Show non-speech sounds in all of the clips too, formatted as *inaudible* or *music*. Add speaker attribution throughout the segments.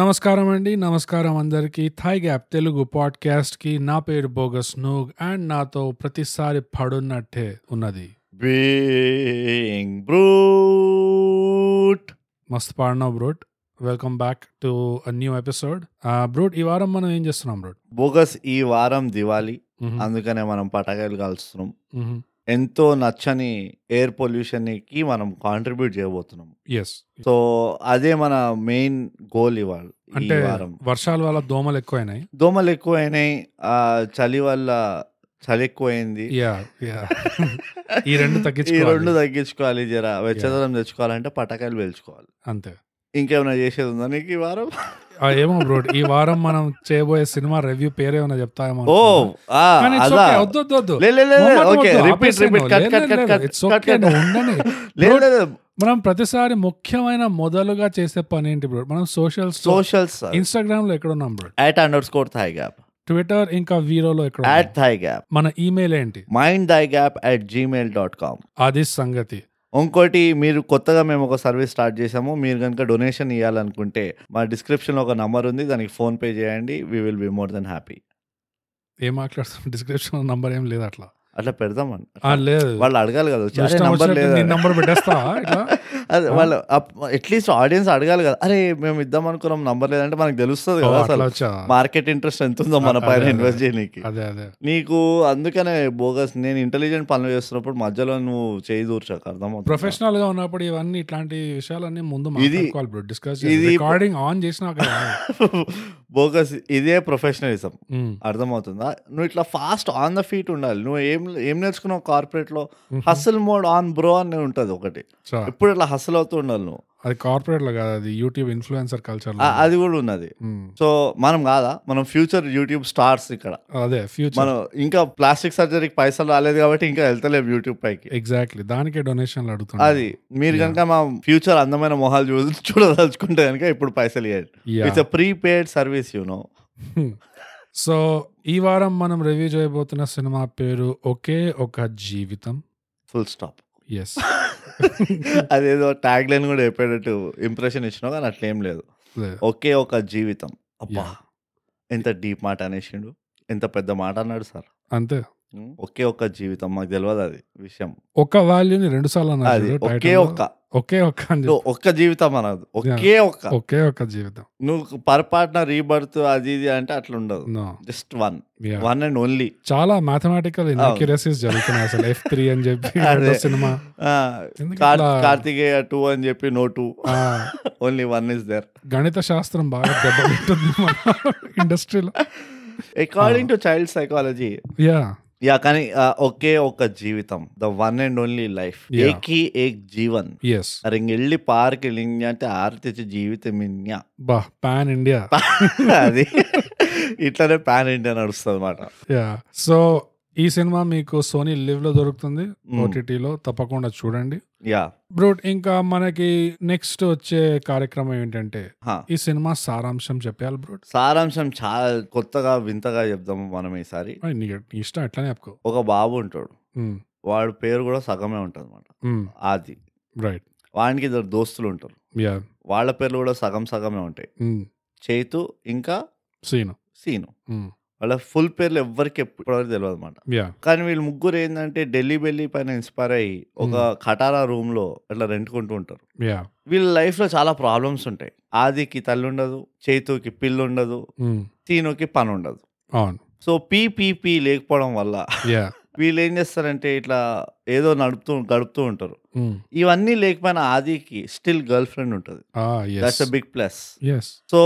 Speaker 1: నమస్కారం అండి నమస్కారం అందరికీ థాయ్ గ్యాప్ తెలుగు పాడ్కాస్ట్కి నా పేరు బోగస్ నూగ్ అండ్ నాతో ప్రతిసారి పడున్నట్టే ఉన్నది
Speaker 2: Being brute.
Speaker 1: మస్తు పాడినావు brute welcome back to new episode brute ఈ వారం మనం ఏం చేస్తున్నాం బ్రోట్
Speaker 2: బోగస్ ఈ వారం దివాలి
Speaker 1: మ్మ్.
Speaker 2: అందుకనే మనం పటాకాయలు కాల్చుతున్నాం
Speaker 1: మ్మ్.
Speaker 2: ఎంతో నచ్చని ఎయిర్ పొల్యూషన్ కి మనం కాంట్రిబ్యూట్ చేయబోతున్నాం
Speaker 1: ఎస్
Speaker 2: సో అదే మన మెయిన్ గోల్ ఇవాళ ఈ
Speaker 1: అంటే
Speaker 2: వారం
Speaker 1: వర్షాల వల్ల దోమలు ఎక్కువైనాయి
Speaker 2: దోమలు ఎక్కువైనాయి ఆ చలి వల్ల చలి ఎక్కువైంది
Speaker 1: యా యా ఈ రెండు
Speaker 2: ఈ
Speaker 1: తగ్గించుకోవాలి.
Speaker 2: రెండు తగ్గించుకోవాలి జర వెచ్చదనం తెచ్చుకోవాలంటే పటాకాయలు పెంచుకోవాలి
Speaker 1: అంతే
Speaker 2: ఇంకేమైనా చేసేది ఉందా నీకు ఈ
Speaker 1: *laughs*
Speaker 2: వారం
Speaker 1: ఆ, ఏమో బ్రోట్ ఈ వారం మనం చేయబోయే సినిమా రివ్యూ పేరేమన్నా చెప్తామో
Speaker 2: ఓ ఆ,
Speaker 1: కానీ it's
Speaker 2: అలా
Speaker 1: okay. వద్దు వద్దు వద్దు
Speaker 2: లే, లే, లే, లే.
Speaker 1: మొహమాటం
Speaker 2: ఓకే
Speaker 1: వద్దు.
Speaker 2: రిపీట్
Speaker 1: ఆపేసేయ్
Speaker 2: రిపీట్
Speaker 1: నువ్వు.
Speaker 2: కట్
Speaker 1: లేదు,
Speaker 2: కట్
Speaker 1: లేదు,
Speaker 2: cut
Speaker 1: it's
Speaker 2: cut
Speaker 1: okay.
Speaker 2: Cut cut
Speaker 1: నువ్వు ఉండని.
Speaker 2: లే,
Speaker 1: Bro,
Speaker 2: లే, లే.
Speaker 1: మనం ప్రతిసారి ముఖ్యమైన మొదలుగా చేసే పని ఏంటి బ్రో మనం సోషల్
Speaker 2: సోషల్ సార్
Speaker 1: ఇన్స్టాగ్రామ్ లో ఎక్కడ ఉన్నాం bro
Speaker 2: at underscore thai gap
Speaker 1: Twitter ఇంకా వీరోలో ఎక్కడ
Speaker 2: యాట్
Speaker 1: ఉన్నాం?
Speaker 2: థాయ్ గ్యాప్
Speaker 1: మన ఈమెయిల్ ఏంటి
Speaker 2: mind thai gap at Gmail dot com
Speaker 1: అది సంగతి
Speaker 2: ఇంకోటి మీరు కొత్తగా మేము ఒక సర్వీస్ స్టార్ట్ చేసాము మీరు కనుక డొనేషన్ ఇవ్వాలనుకుంటే మా description లో ఒక నంబర్ ఉంది దానికి ఫోన్ పే చేయండి we will be more then happy
Speaker 1: ఏం మాట్లాడుతున్నాం *laughs* డిస్క్రిప్షన్ నంబర్ ఏం లేదు అట్లా
Speaker 2: అట్లా పెడదామండి
Speaker 1: ఆ, లేదు
Speaker 2: వాళ్ళు అడగాలి కదా వచ్చి, అరే
Speaker 1: ఇష్టం
Speaker 2: నంబర్
Speaker 1: వచ్చినట్టు
Speaker 2: లేదా
Speaker 1: నీ నంబర్ పెట్టేస్తా ఇట్లా
Speaker 2: *laughs* అదే వాళ్ళు అట్లీస్ట్ ఆడియన్స్ అడగాలి కదా అరే మేము ఇద్దాం అనుకున్నాం నంబర్ లేదంటే మనకు
Speaker 1: ఓ,
Speaker 2: తెలుస్తుంది కదా
Speaker 1: అట్లా
Speaker 2: అసలు
Speaker 1: వచ్చా
Speaker 2: మార్కెట్ ఇంట్రెస్ట్ ఎంత ఉందో మన
Speaker 1: అదే,
Speaker 2: పైన
Speaker 1: అదే.
Speaker 2: ఇన్వెస్ట్ చేయడానికి
Speaker 1: అదే అదే
Speaker 2: నీకు అందుకనే బోగస్ నేను ఇంటెలిజెంట్ పనులు చేస్తున్నప్పుడు మధ్యలో నువ్వు చేయి దూర్చాక అర్థం
Speaker 1: ప్రొఫెషనల్ గా ఉన్నప్పుడు ఇవన్నీ ఇట్లాంటి విషయాలన్నీ ముందు
Speaker 2: ఇది-
Speaker 1: మాట్లాడుకోవాలి బ్రో డిస్కస్
Speaker 2: ఇది-
Speaker 1: రికార్డింగ్ ఆన్ చేసినాక
Speaker 2: *laughs* బోగస్ ఇదే ప్రొఫెషనలిజం
Speaker 1: *laughs* ఉమ్.
Speaker 2: అర్థమవుతుందా నువ్వు ఇట్లా ఫాస్ట్ ఆన్ ద ఫీట్ ఉండాలి నువ్వు ఏం ఏం నేర్చుకున్నావు కార్పొరేట్ లో హస్ల్ మోడ్ ఆన్ బ్రో అని ఉంటుంది ఒకటి
Speaker 1: చా,
Speaker 2: ఎప్పుడు ఇట్లా హస్ల్ అవుతూ ఉండాలి నువ్వు
Speaker 1: అది కార్పొరేట్ లో కాదు అది యూట్యూబ్ ఇన్ఫ్లుయెన్సర్ కల్చర్ లో
Speaker 2: ఆ- అది కూడా ఉన్నది
Speaker 1: ఉమ్.
Speaker 2: సో మనం కాదా మనం ఫ్యూచర్ యూట్యూబ్ స్టార్స్ ఇక్కడ
Speaker 1: అదే ఫ్యూచర్
Speaker 2: మనం ఇంకా ప్లాస్టిక్ సర్జరీకి పైసలు రాలేదు కాబట్టి ఇంకా వెళ్తలేము యూట్యూబ్ పైకి
Speaker 1: ఎగ్జాక్ట్లీ దానికే డొనేషన్లు అడుగుతున్నా
Speaker 2: అది మీరు కనుక మా ఫ్యూచర్ అందమైన మొహాలు చూ చూడదలుచుకుంటే కనుక ఇప్పుడు పైసలు ఇవ్వండి it's prepaid service you know
Speaker 1: so ఈ వారం మనం రివ్యూ చేయబోతున్న సినిమా పేరు ఒకే ఒక జీవితం
Speaker 2: ఫుల్
Speaker 1: *laughs*
Speaker 2: స్టాప్ *laughs*
Speaker 1: ఎస్
Speaker 2: అదేదో ట్యాగ్ లైన్ కూడా చెప్పేటట్టు ఇంప్రెషన్ ఇచ్చినావు కానీ అట్లేం లేదు ఒకే ఒక జీవితం అబ్బా
Speaker 1: Yeah.
Speaker 2: ఎంత డీప్ మాట అనేసిండు ఎంత పెద్ద మాట అన్నాడు సార్
Speaker 1: అంతే
Speaker 2: ఒకే ఒక జీవితం మాకు తెలియదు అది విషయం
Speaker 1: ఒక వాల్యూని రెండు సార్లు
Speaker 2: అది
Speaker 1: అన్నారు
Speaker 2: ఒకే
Speaker 1: title లో.
Speaker 2: ఒక్క
Speaker 1: ఒకే ఒక్క అని
Speaker 2: నువ్వు ఒక్క జీవితం అనదు ఒకే ఒక్క
Speaker 1: చెప్పి. ఒకే ఒక్క జీవితం
Speaker 2: నువ్వు పొరపాటున రీబర్త్ అది ఇది అంటే అట్లా ఉండదు
Speaker 1: No.
Speaker 2: Just one
Speaker 1: Hmm. Yeah.
Speaker 2: One and only
Speaker 1: చాలా మ్యాథమెటికల్ ఇన్క్యూరసీస్ జరుగుతున్నాయి అసలు ఎఫ్ త్రీ అని చెప్పి
Speaker 2: *laughs* అదే.
Speaker 1: సినిమా
Speaker 2: ఆ,
Speaker 1: ఎందుకు
Speaker 2: కార్-
Speaker 1: ఇట్లా-
Speaker 2: కార్తికేయ టూ అని చెప్పి నో టూ *laughs*
Speaker 1: ఆ,
Speaker 2: ఓన్లీ వన్ ఇస్ దేర్
Speaker 1: గణిత శాస్త్రం బాగా దెబ్బతింటుంది మన *laughs* ఇండస్ట్రీలో
Speaker 2: according to child psychology
Speaker 1: yeah
Speaker 2: yeah కానీ ఆ, ఒకే ఒక జీవితం the one and only life
Speaker 1: Yeah.
Speaker 2: ఏకీ ఏక్ జీవన్
Speaker 1: ఎస్
Speaker 2: అరే ఇంకెళ్ళి పార్క్ లింగ్ అంటే ఆర్తిచ్చి జీవితం ఇన్యా
Speaker 1: బా పాన్ ఇండియా
Speaker 2: అది ఇట్లానే పాన్ ఇండియా నడుస్తుంది అనమాట
Speaker 1: యా సో ఈ సినిమా మీకు సోనీ లివ్ లో దొరుకుతుంది
Speaker 2: Mm.
Speaker 1: OTT లో తప్పకుండా చూడండి
Speaker 2: యా
Speaker 1: బ్రూట్ ఇంకా మనకి నెక్స్ట్ వచ్చే కార్యక్రమం ఏంటంటే
Speaker 2: హా.
Speaker 1: ఈ సినిమా సారాంశం చెప్పాలి బ్రూట్
Speaker 2: సారాంశం చాలా కొత్తగా వింతగా చెప్దాము మనం ఈసారి
Speaker 1: ఓయ్, నీ నీ ఇష్టం ఎట్లానే చెప్పుకో Hmm.
Speaker 2: ఒక బాబు ఉంటాడు వాడి పేరు కూడా సగమే ఉంటుంది అనమాట ఆది
Speaker 1: రైట్
Speaker 2: వానికి ఇద్దరు దోస్తులు ఉంటారు
Speaker 1: యా
Speaker 2: వాళ్ళ పేర్లు కూడా సగం సగమే ఉంటాయి
Speaker 1: Hmm.
Speaker 2: చైతు ఇంకా
Speaker 1: సీను
Speaker 2: సీను
Speaker 1: Hmm.
Speaker 2: వాళ్ళ ఫుల్ పేర్లు ఎవ్వరికి ఎప్పటివరకు తెలియదు అనమాట
Speaker 1: యా
Speaker 2: కానీ వీళ్ళు ముగ్గురు ఏంటంటే ఢిల్లీ బెల్లి పైన ఇన్స్పైర్ అయ్యి ఒక
Speaker 1: Hmm.
Speaker 2: ఖటారా రూమ్ లో అట్లా రెంట్కుంటూ ఉంటారు
Speaker 1: యా
Speaker 2: వీళ్ళ లైఫ్ లో చాలా ప్రాబ్లమ్స్ ఉంటాయి ఆదికి తల్లి ఉండదు చైతుకి పిల్లు ఉండదు
Speaker 1: Hmm.
Speaker 2: సీనుకి పని ఉండదు
Speaker 1: అవును
Speaker 2: సో పీపీపీ లేకపోవడం వల్ల
Speaker 1: యా
Speaker 2: వీళ్ళు ఏం చేస్తారంటే ఇట్లా ఏదో నడుపుతూ గడుపుతూ ఉంటారు
Speaker 1: Hmm.
Speaker 2: ఇవన్నీ లేకపోయినా ఆదికి స్టిల్ గర్ల్ ఫ్రెండ్ ఉంటుంది
Speaker 1: Ah,
Speaker 2: that's a big plus
Speaker 1: yes
Speaker 2: so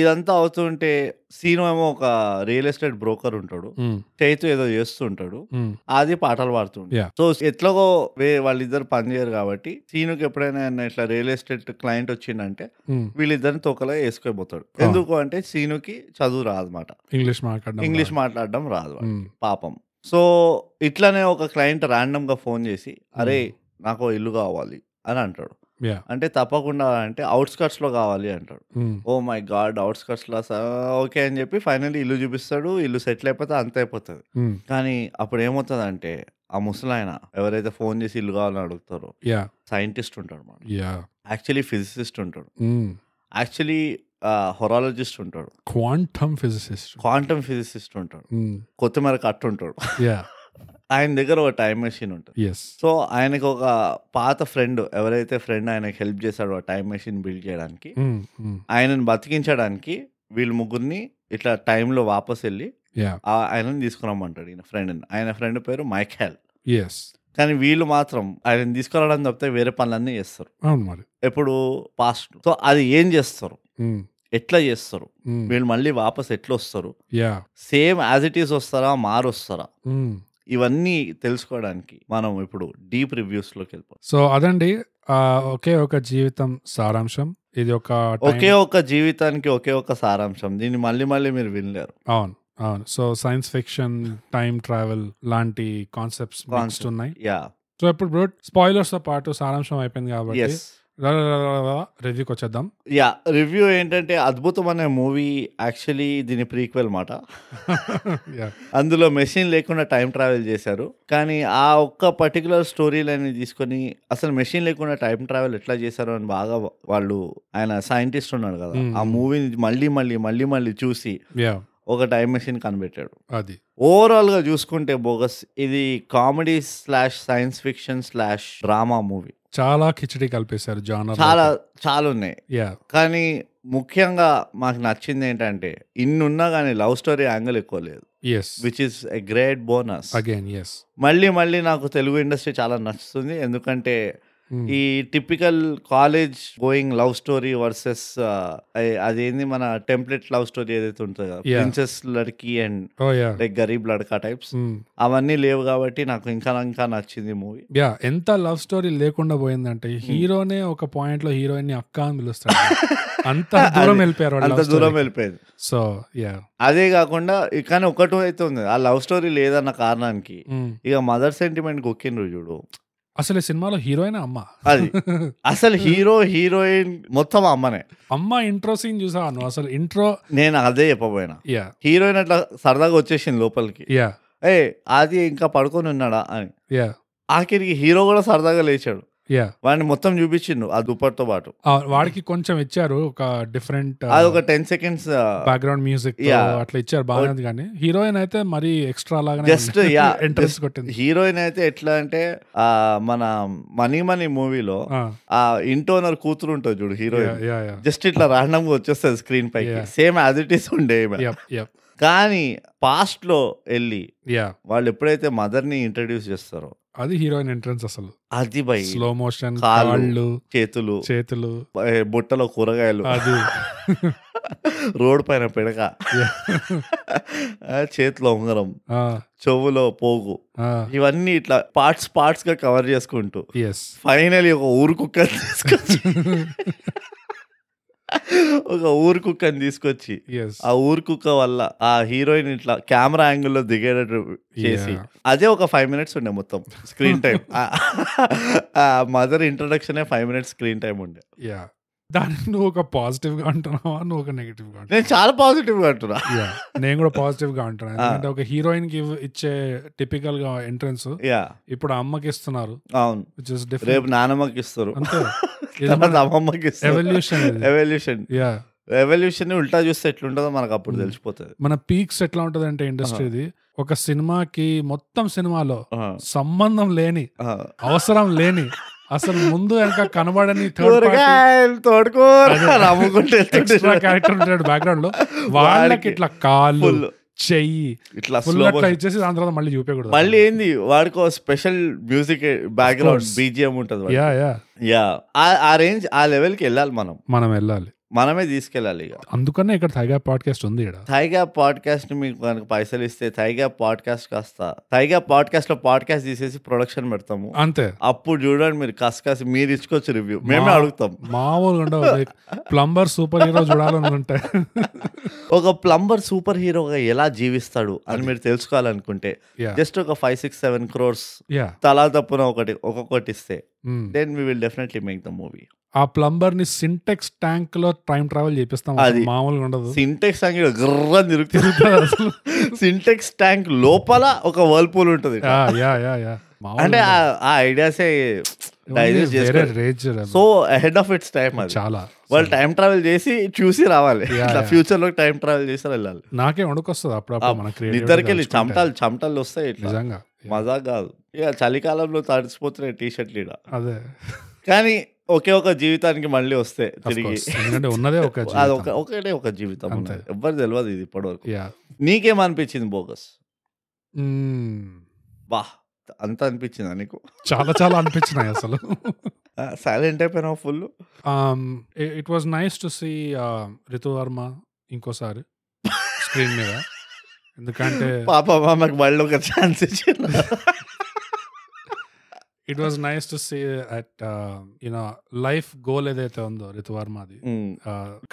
Speaker 2: ఇదంతా అవుతుంటే సీను ఏమో ఒక రియల్ ఎస్టేట్ బ్రోకర్ ఉంటాడు
Speaker 1: Hmm.
Speaker 2: చైతు ఏదో చేస్తుంటాడు ఆది పాటలు పాడుతుంటాడు
Speaker 1: Yeah.
Speaker 2: సో ఎట్లాగో వే- వాళ్ళిద్దరు పనిచేయరు కాబట్టి సీనుకి ఎప్పుడైనా ఏమైనా ఇట్లా రియల్ ఎస్టేట్ క్లయింట్ వచ్చిందంటే
Speaker 1: Hmm.
Speaker 2: వీళ్ళిద్దరిని తోకలా వేసుకోబోతాడు
Speaker 1: Ah.
Speaker 2: ఎందుకు అంటే సీనుకి చదువు రాదన్నమాట
Speaker 1: ఇంగ్లీష్ మాట్లాడడం
Speaker 2: ఇంగ్లీష్ మాట్లాడడం రాదు
Speaker 1: Hmm.
Speaker 2: వాడికి. పాపం సో ఇట్లానే ఒక క్లయింట్ ర్యాండమ్ గా ఫోన్ చేసి అరే నాకు ఓ ఇల్లు కావాలి అని అంటాడు
Speaker 1: యా
Speaker 2: అంటే తప్పకుండా అంటే అవుట్స్కట్స్ లో కావాలి అంటాడు
Speaker 1: Hmm.
Speaker 2: Oh my God outskirts లా ఓకే అని చెప్పి ఫైనల్లీ ఇల్లు చూపిస్తాడు ఇల్లు సెటిల్ అయిపోతే అంత అయిపోతుంది
Speaker 1: Hmm.
Speaker 2: కానీ అప్పుడు ఏమవుతుంది అంటే ఆ ముసలాయన ఎవరైతే ఫోన్ చేసి ఇల్లు కావాలని అడుగుతారో
Speaker 1: యా
Speaker 2: సైంటిస్ట్ ఉంటాడు మనం
Speaker 1: యా Hmm.
Speaker 2: యాక్చువల్లీ ఫిజిసిస్ట్ ఉంటాడు యాక్చువల్లీ హొరాలజిస్ట్ ఉంటాడు
Speaker 1: క్వాంటమ్ ఫిజిసిస్ట్
Speaker 2: క్వాంటమ్ ఫిజిసిస్ట్ ఉంటాడు
Speaker 1: Hmm.
Speaker 2: కొత్తిమీర కట్టు ఉంటాడు
Speaker 1: యా
Speaker 2: ఆయన దగ్గర ఒక టైం మెషిన్ ఉంటుంది
Speaker 1: ఎస్
Speaker 2: సో ఆయనకు ఒక పాత ఫ్రెండ్ ఎవరైతే ఫ్రెండ్ ఆయనకు హెల్ప్ చేశాడో ఆ టైం మెషిన్ బిల్డ్ చేయడానికి
Speaker 1: Mm,
Speaker 2: ఆయనను బతికించడానికి వీళ్ళు ముగ్గురిని ఇట్లా టైంలో వాపస్ వెళ్ళి
Speaker 1: యా
Speaker 2: ఆ ఆయనని తీసుకురమ్మంటాడు ఈయన ఫ్రెండ్ ఆయన ఫ్రెండ్ పేరు మైఖాల్
Speaker 1: ఎస్
Speaker 2: కానీ వీళ్ళు మాత్రం ఆయనని తీసుకురావడం తప్పితే వేరే పనులన్నీ చేస్తారు
Speaker 1: అవును మరి
Speaker 2: ఎప్పుడు పాస్ట్ సో అది ఏం చేస్తారు
Speaker 1: Mm,
Speaker 2: ఎట్లా చేస్తారు
Speaker 1: mm.
Speaker 2: వీళ్ళు మళ్ళీ వాపస్ ఎట్లా వస్తారు
Speaker 1: yeah
Speaker 2: same as it is వస్తారా మారు వస్తారా
Speaker 1: Mm.
Speaker 2: ఇవన్నీ తెలుసుకోవడానికి మనం ఇప్పుడు డీప్ రివ్యూస్ లోకి వెళ్ళిపోతాం
Speaker 1: సో అదండి ఆ, ఒకే ఒక జీవితం సారాంశం ఇది ఒక time-
Speaker 2: ఒకే ఒక జీవితానికి ఒకే ఒక సారాంశం దీన్ని మళ్ళీ మళ్ళీ మీరు వినలేరు
Speaker 1: అవును అవును so science fiction time travel లాంటి కాన్సెప్ట్స్
Speaker 2: Concept.
Speaker 1: ఉన్నాయి
Speaker 2: యా
Speaker 1: సో ఇప్పుడు బ్రో స్పాయిలర్స్ తో పాటు సారాంశం అయిపోయింది కాబట్టి
Speaker 2: ఎస్
Speaker 1: రివ్యూకి వచ్చేద్దాం *laughs*
Speaker 2: యా రివ్యూ ఏంటంటే అద్భుతం అనే మూవీ యాక్చువల్లీ దీని ప్రీక్వెల్ మాట
Speaker 1: యా
Speaker 2: అందులో మెషిన్ లేకుండా టైం ట్రావెల్ చేశారు కానీ ఆ ఒక్క పర్టికులర్ స్టోరీ లైన్ తీసుకొని అసలు మెషిన్ లేకుండా టైం ట్రావెల్ ఎట్లా చేశారు అని బాగా వాళ్ళు ఆయన సైంటిస్ట్ ఉన్నాడు కదా
Speaker 1: Hmm.
Speaker 2: ఆ మూవీని మళ్ళీ మళ్ళీ మళ్ళీ మళ్ళీ చూసి
Speaker 1: యా
Speaker 2: ఒక టైం మెషిన్ కనిపెట్టాడు
Speaker 1: అది
Speaker 2: ఓవరాల్ గా చూసుకుంటే బోగస్ ఇది comedy slash science fiction slash drama movie
Speaker 1: చాలా కిచడి కలిపేశారు జానర్
Speaker 2: చాలా చాలా ఉన్నాయి
Speaker 1: యా
Speaker 2: కానీ ముఖ్యంగా మాకు నచ్చింది ఏంటంటే ఇన్నున్నా కానీ లవ్ స్టోరీ యాంగిల్ ఎక్కువ లేదు
Speaker 1: yes
Speaker 2: which is a great bonus
Speaker 1: again yes
Speaker 2: మళ్ళీ మళ్ళీ నాకు తెలుగు ఇండస్ట్రీ చాలా నచ్చుతుంది ఎందుకంటే
Speaker 1: Mm.
Speaker 2: ఈ typical college going love story versus అదేంది మన టెంప్లెట్ లవ్ స్టోరీ ఏదైతే ఉంటుందో కదా
Speaker 1: Yeah.
Speaker 2: ప్రిన్సెస్ లడ్కీ అండ్
Speaker 1: ఓ యా
Speaker 2: లైక్ గరీబ్ లడ్కా టైప్స్
Speaker 1: Mm.
Speaker 2: అవన్నీ లేవు కాబట్టి నాకు ఇంకా ఇంకా నచ్చింది మూవీ
Speaker 1: యా ఎంత లవ్ స్టోరీ లేకుండా పోయిందంటే
Speaker 2: Hmm.
Speaker 1: హీరోనే ఒక పాయింట్ లో హీరోయిన్ ని అక్క అని పిలుస్తాడు
Speaker 2: *laughs*
Speaker 1: అంత దూరం వెళ్ళిపోయారు
Speaker 2: అంత దూరం వెళ్ళిపోయింది
Speaker 1: సో యా
Speaker 2: అదే కాకుండా ఇ- కానీ ఒకటి అయితే ఉంది ఆ లవ్ స్టోరీ లేదన్న కారణానికి ఇక మదర్ సెంటిమెంట్ కుక్కిండ్రు చూడు
Speaker 1: అసలు ఈ సినిమాలో హీరోయిన్ అమ్మ *laughs*
Speaker 2: అది అసలు హీరో హీరోయిన్ మొత్తం అమ్మనే
Speaker 1: అమ్మ ఇంట్రో సీన్ చూసాను అసలు ఇంట్రో
Speaker 2: నేను అదే చెప్పబోయినా
Speaker 1: యా
Speaker 2: హీరోయిన్ అట్లా సరదాగా వచ్చేసింది లోపలికి
Speaker 1: యా
Speaker 2: ఏ అది ఇంకా పడుకొని ఉన్నాడా అని
Speaker 1: యా
Speaker 2: ఆఖరికి హీరో కూడా సరదాగా లేచాడు
Speaker 1: యా
Speaker 2: వాడిని మొత్తం చూపించిండు ఆ దుప్పటితో పాటు
Speaker 1: వాడికి కొంచెం ఇచ్చారు ఒక డిఫరెంట్
Speaker 2: అది ఒక ten seconds
Speaker 1: background music
Speaker 2: Yeah.
Speaker 1: అట్లా ఇచ్చారు బాగానే ఉంది కానీ హీరోయిన్ అయితే మరీ ఎక్స్ట్రా లాగానే
Speaker 2: Just,
Speaker 1: *laughs*
Speaker 2: yeah,
Speaker 1: ఇంట్రెస్ట్
Speaker 2: just-
Speaker 1: కొట్టింది
Speaker 2: హీరోయిన్ అయితే ఎట్లా అంటే ఆ, మన మనీ మనీ మూవీలో
Speaker 1: ఆ,
Speaker 2: ఆ ఇంటోనర్ కూతురు ఉంటుంది చూడు
Speaker 1: yeah,
Speaker 2: heroine
Speaker 1: yeah, yeah.
Speaker 2: Just ఇట్లా రాండమ్ గా వచ్చేస్తుంది స్క్రీన్ పైకి
Speaker 1: Yeah.
Speaker 2: Same as it is ఉండే ఈమె.
Speaker 1: Yep, yep,
Speaker 2: కానీ పాస్ట్ లో వెళ్ళి
Speaker 1: yeah.
Speaker 2: వాళ్ళు ఎప్పుడైతే మదర్ ని ఇంట్రడ్యూస్ చేస్తారో
Speaker 1: అది హీరోయిన్ ఎంట్రన్స్ అసలు
Speaker 2: అది బై
Speaker 1: స్లో మోషన్
Speaker 2: కాళ్ళు.
Speaker 1: కాళ్ళు
Speaker 2: చేతులు
Speaker 1: చేతులు
Speaker 2: ఏ, బుట్టలో కూరగాయలు
Speaker 1: అది
Speaker 2: రోడ్ పైన పిడక ఆ, చేతిలో ఉంగరం చెవులో పోగు ఇవన్నీ ఇట్లా పార్ట్స్ పార్ట్స్ గా కవర్ చేసుకుంటూ *laughs*
Speaker 1: ఎస్
Speaker 2: ఫైనల్ ఒక ఊరు కుక్కని తీసుకొచ్చి ఒక ఊరు కుక్కని తీసుకొచ్చి
Speaker 1: ఎస్
Speaker 2: ఆ ఊరు కుక్క వల్ల ఆ హీరోయిన్ ఇట్లా కెమెరా యాంగిల్లో దిగేటట్టు చేసి
Speaker 1: Yeah.
Speaker 2: అదే ఒక ఫైవ్ మినిట్స్ ఉండే మొత్తం స్క్రీన్ టైం ఆ mother introduction five minutes screen time ఉండే
Speaker 1: యా దాన్ని నువ్వు ఒక పాజిటివ్ గా అంటున్నావా నువ్వు ఒక నెగిటివ్ గా అంటున్నావా
Speaker 2: నేను చాలా పాజిటివ్ గా అంటున్నా
Speaker 1: యా నేను కూడా పాజిటివ్ గా అంటున్నాను ఎందుకంటే ఒక హీరోయిన్ కి ఇవ్- ఇచ్చే టిపికల్ గా ఎంట్రన్స్
Speaker 2: యా
Speaker 1: ఇప్పుడు అమ్మకి ఇస్తున్నారు
Speaker 2: అవును
Speaker 1: విచ్ ఇస్ డిఫరెంట్
Speaker 2: రేపు నానమ్మకి ఇస్తారు
Speaker 1: Hmm. అంతే
Speaker 2: *laughs*
Speaker 1: ఇది
Speaker 2: తర్వాత
Speaker 1: మన
Speaker 2: అమ్మమ్మకి ఇస్తారు
Speaker 1: ఎవల్యూషన్
Speaker 2: ఎవల్యూషన్
Speaker 1: యా
Speaker 2: ఎవల్యూషన్ ఉల్టా చూస్తే ఎట్లుంటుందో మనకు అప్పుడు
Speaker 1: Hmm.
Speaker 2: తెలిసిపోతుంది
Speaker 1: మన పీక్స్ ఎట్లా ఉంటది అంటే ఇండస్ట్రీది ఒక సినిమాకి మొత్తం సినిమాలో
Speaker 2: ఆ,
Speaker 1: సంబంధం లేని
Speaker 2: ఆ.
Speaker 1: అవసరం లేని అసలు ముందు వెనక కనబడని థర్డ్
Speaker 2: కూరగాయలు తోడుకోరు అని అమ్ముకుంటే
Speaker 1: ఎక్స్ట్రా
Speaker 2: *laughs*
Speaker 1: క్యారెక్టర్ ఉంటాడు బ్యాక్గ్రౌండ్ లో వాళ్ళకి ఇట్లా కాళ్ళు
Speaker 2: ఫుల్
Speaker 1: చెయ్యి
Speaker 2: ఇట్లా
Speaker 1: ఫుల్
Speaker 2: slow
Speaker 1: అట్లా
Speaker 2: motion.
Speaker 1: ఇచ్చేసి దాని తర్వాత మళ్ళీ చూపించకూడదు
Speaker 2: మళ్ళీ ఏంది వాడికో special music background
Speaker 1: course.
Speaker 2: BGM ఉంటది
Speaker 1: యా యా
Speaker 2: యా ఆ రేంజ్ ఆ లెవెల్ కి వెళ్ళాలి మనం
Speaker 1: మనం వెళ్ళాలి
Speaker 2: మనమే తీసుకెళ్ళాలి ఇక
Speaker 1: అందుకనే ఇక్కడ థైగా పాడ్కాస్ట్ ఉంది ఇక్కడ
Speaker 2: థైగా పాడ్కాస్ట్ ని మీకు కనుక పైసలు ఇస్తే థైగా పాడ్కాస్ట్ కాస్త థైగా పాడ్కాస్ట్ లో పాడ్కాస్ట్ తీసేసి ప్రొడక్షన్ పెడతాము
Speaker 1: అంతే
Speaker 2: అప్పుడు చూడండి మీరు కసకసి మీరు ఇచ్చుకోవచ్చు రివ్యూ మేమే
Speaker 1: మా-
Speaker 2: అడుగుతాం
Speaker 1: మామూలుగా
Speaker 2: *laughs*
Speaker 1: ఉండవు లైక్ ప్లంబర్ సూపర్ హీరో చూడాలని ఉంటాయి
Speaker 2: ఒక ప్లంబర్ సూపర్ హీరోగా ఎలా జీవిస్తాడు అని మీరు తెలుసుకోవాలనుకుంటే
Speaker 1: యా
Speaker 2: జస్ట్ ఒక five six seven crores
Speaker 1: yeah
Speaker 2: తలా తప్పున ఒకటి ఒక్కొక్కటి ఇస్తే then we will definitely make the movie
Speaker 1: ఆ ప్లంబర్ ని సింటెక్స్ ట్యాంక్ లో టైం ట్రావెల్ చేపిస్తాం
Speaker 2: అది.
Speaker 1: అసలు మామూలుగా ఉండదు *laughs*
Speaker 2: సింటెక్స్ అంగడి గ్రర్ర తిరుగుతుంది
Speaker 1: అసలు
Speaker 2: సింటెక్స్ ట్యాంక్ లోపల ఒక వర్ల్పూల్ ఉంటుంది
Speaker 1: యా యా యా యా
Speaker 2: అంటే
Speaker 1: మామూలుగా
Speaker 2: ఆ- ఆ ఐడియాసే Digest
Speaker 1: వేరే
Speaker 2: చేసుకో-
Speaker 1: రేజ్
Speaker 2: so ahead of its time అది
Speaker 1: చాలా
Speaker 2: వాళ్ళు టైం ట్రావెల్ చేసి చూసి రావాలి
Speaker 1: Yeah,
Speaker 2: ఇట్లా
Speaker 1: yeah.
Speaker 2: ఫ్యూచర్ లో టైం ట్రావెల్ చేసి వెళ్ళాలి
Speaker 1: నాకే వణుకొస్తుంది అప్పుడప్పుడు మన
Speaker 2: నిద్రకి వెళ్ళి
Speaker 1: క్రియేటివ్
Speaker 2: చమటాలు చమటాలు వస్తాయి ఇట్లా
Speaker 1: నిజంగా
Speaker 2: మజా కాదు ఇక చలికాలంలో తడిసిపోతున్నాయి టీ షర్ట్లు ఈడ
Speaker 1: అదే
Speaker 2: కానీ ఒకే ఒక జీవితానికి మళ్ళీ వస్తే
Speaker 1: of
Speaker 2: తిరిగి *laughs*
Speaker 1: course. ఎందుకంటే ఉన్నదే ఒక
Speaker 2: అది
Speaker 1: జీవితం.
Speaker 2: ఒక ఒకటే ఒక జీవితం
Speaker 1: అంతే.
Speaker 2: ఉన్నది. ఎవ్వరు తెలియదు ఇది ఇప్పటివరకు
Speaker 1: Yeah.
Speaker 2: నీకేమనిపించింది బోగస్
Speaker 1: మ్మ్.
Speaker 2: బా అంత అనిపించిందా నీకు
Speaker 1: చాలా చాలా అనిపించినాయి అసలు Um,
Speaker 2: సైలెంట్ అయిపోయినావు full
Speaker 1: it was nice to see Ritu Varma uh, ఇంకోసారి స్క్రీన్
Speaker 2: *laughs*
Speaker 1: మీద ఎందుకంటే
Speaker 2: పాప మాకు మళ్ళీ ఒక ఛాన్స్ ఇచ్చిన
Speaker 1: *laughs* it was nice to see at you know life goal ఏదైతే ఉందో రితు వర్మది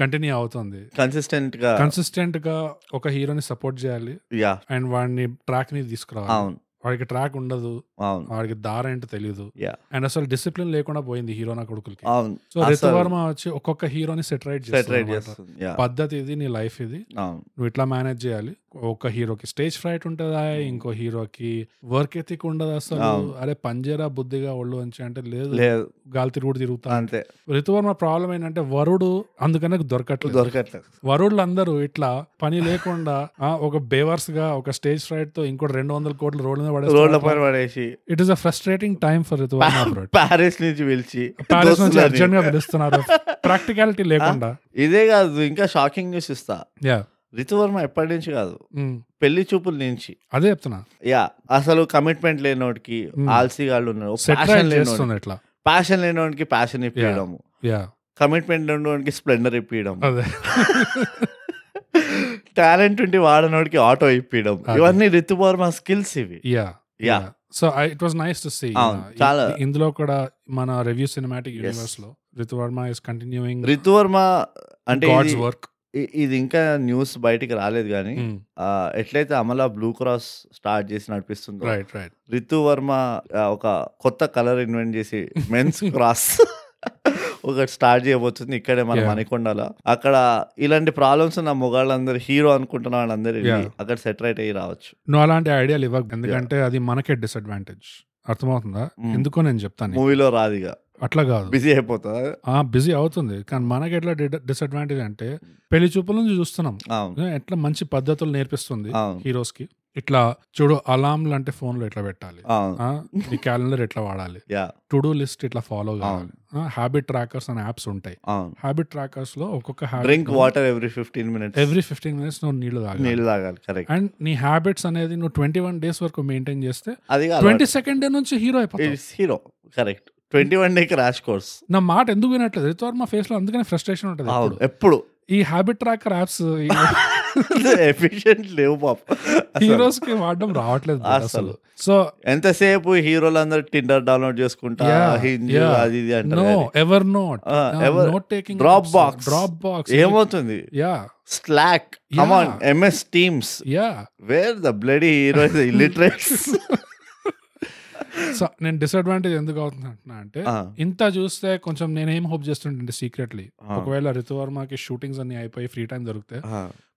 Speaker 1: కంటిన్యూ అవుతుంది
Speaker 2: కన్సిస్టెంట్ గా
Speaker 1: కన్సిస్టెంట్ గా ఒక హీరోని సపోర్ట్ చేయాలి
Speaker 2: యా
Speaker 1: అండ్ వాడిని ట్రాక్ ని తీసుకురావాలి
Speaker 2: అవును
Speaker 1: వాడికి ట్రాక్ ఉండదు
Speaker 2: అవును
Speaker 1: వాడికి దారి ఏంటో తెలియదు
Speaker 2: Yeah.
Speaker 1: అండ్ అసలు డిసిప్లిన్ లేకుండా పోయింది హీరో నా కొడుకులకి
Speaker 2: అవును
Speaker 1: సో
Speaker 2: అసలు-
Speaker 1: రితు వర్మ వచ్చి ఒక్కొక్క హీరోని సెటరైట్
Speaker 2: సెట్
Speaker 1: చేస్తారు
Speaker 2: రైట్ చేస్తుంది యా
Speaker 1: పద్ధతి ఇది నీ లైఫ్ ఇది
Speaker 2: అవును
Speaker 1: నువ్వు ఇట్లా మేనేజ్ చేయాలి ఒక హీరోకి స్టేజ్ ఫ్రైట్ ఉంటుందా ఇంకో హీరోకి వర్క్ ఎథిక్ ఉండదు అసలు
Speaker 2: అవును.
Speaker 1: అరే పంజేరా బుద్ధిగా ఒళ్ళు వంచి అంటే లేదు
Speaker 2: లేదు
Speaker 1: గాలి తిరుగుడు తిరుగుతా
Speaker 2: అంతే
Speaker 1: రితువర్మ ప్రాబ్లం ఏంటంటే వరుడు అందుకనే నాకు దొరకట్లేదు
Speaker 2: దొరకట్లేదు
Speaker 1: వరుడులు అందరూ ఇట్లా పని లేకుండా ఆ, ఒక బేవర్స్ గా ఒక స్టేజ్ ఫ్రైట్ తో ఇంకోటి రెండు వందల కోట్లు రోడ్ల మీద
Speaker 2: రోడ్ల
Speaker 1: పడేస్తారు
Speaker 2: పైన పడేసి
Speaker 1: it is a frustrating time for Ritu Varma abroad
Speaker 2: Paris నుంచి పిలిచి
Speaker 1: ప్యారిస్ నుంచి
Speaker 2: దోస్తులని.
Speaker 1: అర్జెంట్ గా పిలుస్తున్నారు ప్రాక్టికాలిటీ లేకుండా
Speaker 2: *laughs* ఇదే కాదు ఇంకా షాకింగ్ న్యూస్ ఇస్తా
Speaker 1: యా
Speaker 2: రితువర్మ ఎప్పటి నుంచి కాదు పెళ్లి చూపుల నుంచి
Speaker 1: అదే చెప్తున్నా
Speaker 2: యా అసలు కమిట్మెంట్ లేనోడికి
Speaker 1: Hmm.
Speaker 2: ఆల్సీగాళ్ళు ఉన్నారు
Speaker 1: సెట్
Speaker 2: ప్యాషన్ లేనోడికి
Speaker 1: చేస్తుంది ఇట్లా
Speaker 2: ప్యాషన్ లేనోడికి ప్యాషన్ ఇప్పించడము
Speaker 1: యా
Speaker 2: కమిట్మెంట్ లేనోడికి స్ప్లెండర్ ఇప్పించడం
Speaker 1: అదే
Speaker 2: టాలెంట్ ఉండి వాడనోడికి ఆటో ఇప్పించడం
Speaker 1: అదే.
Speaker 2: ఇవన్నీ రితువర్మ స్కిల్స్ ఇవి
Speaker 1: yeah yeah
Speaker 2: Yeah.
Speaker 1: So it was nice to see
Speaker 2: అవును, చాలా.
Speaker 1: ఇందులో కూడా మన రివ్యూ సినిమాటిక్ యూనివర్స్ లో రితువర్మ ఇస్ కంటిన్యూయింగ్
Speaker 2: రితువర్మ అంటే
Speaker 1: గాడ్స్
Speaker 2: ఇది- Hmm.
Speaker 1: వర్క్
Speaker 2: ఇ- ఇది ఇంకా న్యూస్ బయటికి రాలేదు కానీ
Speaker 1: Hmm.
Speaker 2: ఆ, ఎట్లయితే అమలా బ్లూ క్రాస్ స్టార్ట్ చేసి నడిపిస్తుందో
Speaker 1: రైట్ రైట్
Speaker 2: రితు వర్మ ఆ, ఒక కొత్త కలర్ ఇన్వెంట్ చేసి
Speaker 1: *laughs*
Speaker 2: మెన్స్ క్రాస్ ఒకటి స్టార్ట్ చేయబోతుంది ఇక్కడే మనం
Speaker 1: Yeah.
Speaker 2: అనుకుండాల అక్కడ ఇలాంటి ప్రాబ్లమ్స్ ఉన్న మొగాళ్ళందరూ హీరో అనుకుంటున్న వాళ్ళందరూ వెళ్ళి
Speaker 1: Yeah.
Speaker 2: అక్కడ సెటరైట్ అయ్యి రావచ్చు
Speaker 1: నువ్వు అలాంటి ఐడియాలు ఇవ్వకు ఎందుకంటే అది మనకే డిసడ్వాంటేజ్ అర్థమవుతుందా
Speaker 2: Mm.
Speaker 1: ఎందుకో నేను చెప్తాను
Speaker 2: మూవీలో రాదు ఇక
Speaker 1: అట్లా కాదు
Speaker 2: బిజీ అయిపోతుంది
Speaker 1: ఆ బిజీ అవుతుంది కానీ మనకి ఎట్లా డిసడ్వాంటేజ్ అంటే
Speaker 2: Hmm.
Speaker 1: పెళ్లి చూపుల నుంచి చూస్తున్నాం
Speaker 2: అవును
Speaker 1: ఎట్లా మంచి పద్ధతులు నేర్పిస్తుంది
Speaker 2: అవును
Speaker 1: హీరోస్ కి ఇట్లా చూడు అలాంలు అంటే ఫోన్ లో ఇట్లా పెట్టాలి
Speaker 2: అవును
Speaker 1: ఆ, ఈ క్యాలెండర్ ఎట్లా
Speaker 2: *laughs*
Speaker 1: వాడాలి
Speaker 2: యా
Speaker 1: టు డూ లిస్ట్ ఇట్లా ఫాలో కావాలి హ్యాబిట్ ట్రాకర్స్ అనే యాప్స్ ఉంటాయి
Speaker 2: అవును
Speaker 1: హ్యాబిట్ ట్రాకర్స్ లో ఒక్కొక్క
Speaker 2: drink water every fifteen minutes
Speaker 1: every fifteen minutes నువ్వు నీళ్లు తాగాలి
Speaker 2: నీళ్ళు తాగాలి కరెక్ట్
Speaker 1: అండ్ నీ హ్యాబిట్స్ అనేది నువ్వు ట్వంటీ వన్ డేస్ వరకు మెయింటైన్ చేస్తే
Speaker 2: అది
Speaker 1: ట్వంటీ సెకండ్ డే నుంచి హీరో అయిపోతావు
Speaker 2: it's hero correct twenty one day crash course
Speaker 1: నా మాట ఎందుకు వినట్లేదు రితోర్ మా ఫేస్ లో అందుకనే ఫ్రస్ట్రేషన్ ఉంటుంది
Speaker 2: అవును
Speaker 1: ఎప్పుడు.
Speaker 2: ఎప్పుడు *laughs*
Speaker 1: ఈ హ్యాబిట్ ట్రాకర్ యాప్స్
Speaker 2: ఎఫిషియెంట్ లేవు పాప
Speaker 1: హీరోస్ కి వాడడం రావట్లేదు
Speaker 2: అసలు.
Speaker 1: అసలు సో
Speaker 2: ఎంతసేపు హీరోలందరూ టిండర్ డౌన్లోడ్ చేసుకుంటా
Speaker 1: Yeah,
Speaker 2: హింజ్
Speaker 1: yeah.
Speaker 2: అది ఇది అంటారు
Speaker 1: నో
Speaker 2: కానీ.
Speaker 1: ఎవర్ నోట్
Speaker 2: ఆ, ever-
Speaker 1: note taking
Speaker 2: Dropbox.
Speaker 1: Dropbox
Speaker 2: ఏమవుతుంది
Speaker 1: yeah
Speaker 2: Slack come on MS Teams
Speaker 1: yeah
Speaker 2: where the bloody hero illiterates
Speaker 1: so నేను డిసడ్వాంటేజ్ ఎందుకు అవుతుంది అంటున్నా అంటే ఇంత చూస్తే కొంచెం నేనేం హోప్ చేస్తుంటే సీక్రెట్లీ ఒకవేళ రితువర్మకి షూటింగ్స్ అన్ని అయిపోయి ఫ్రీ టైం దొరికితే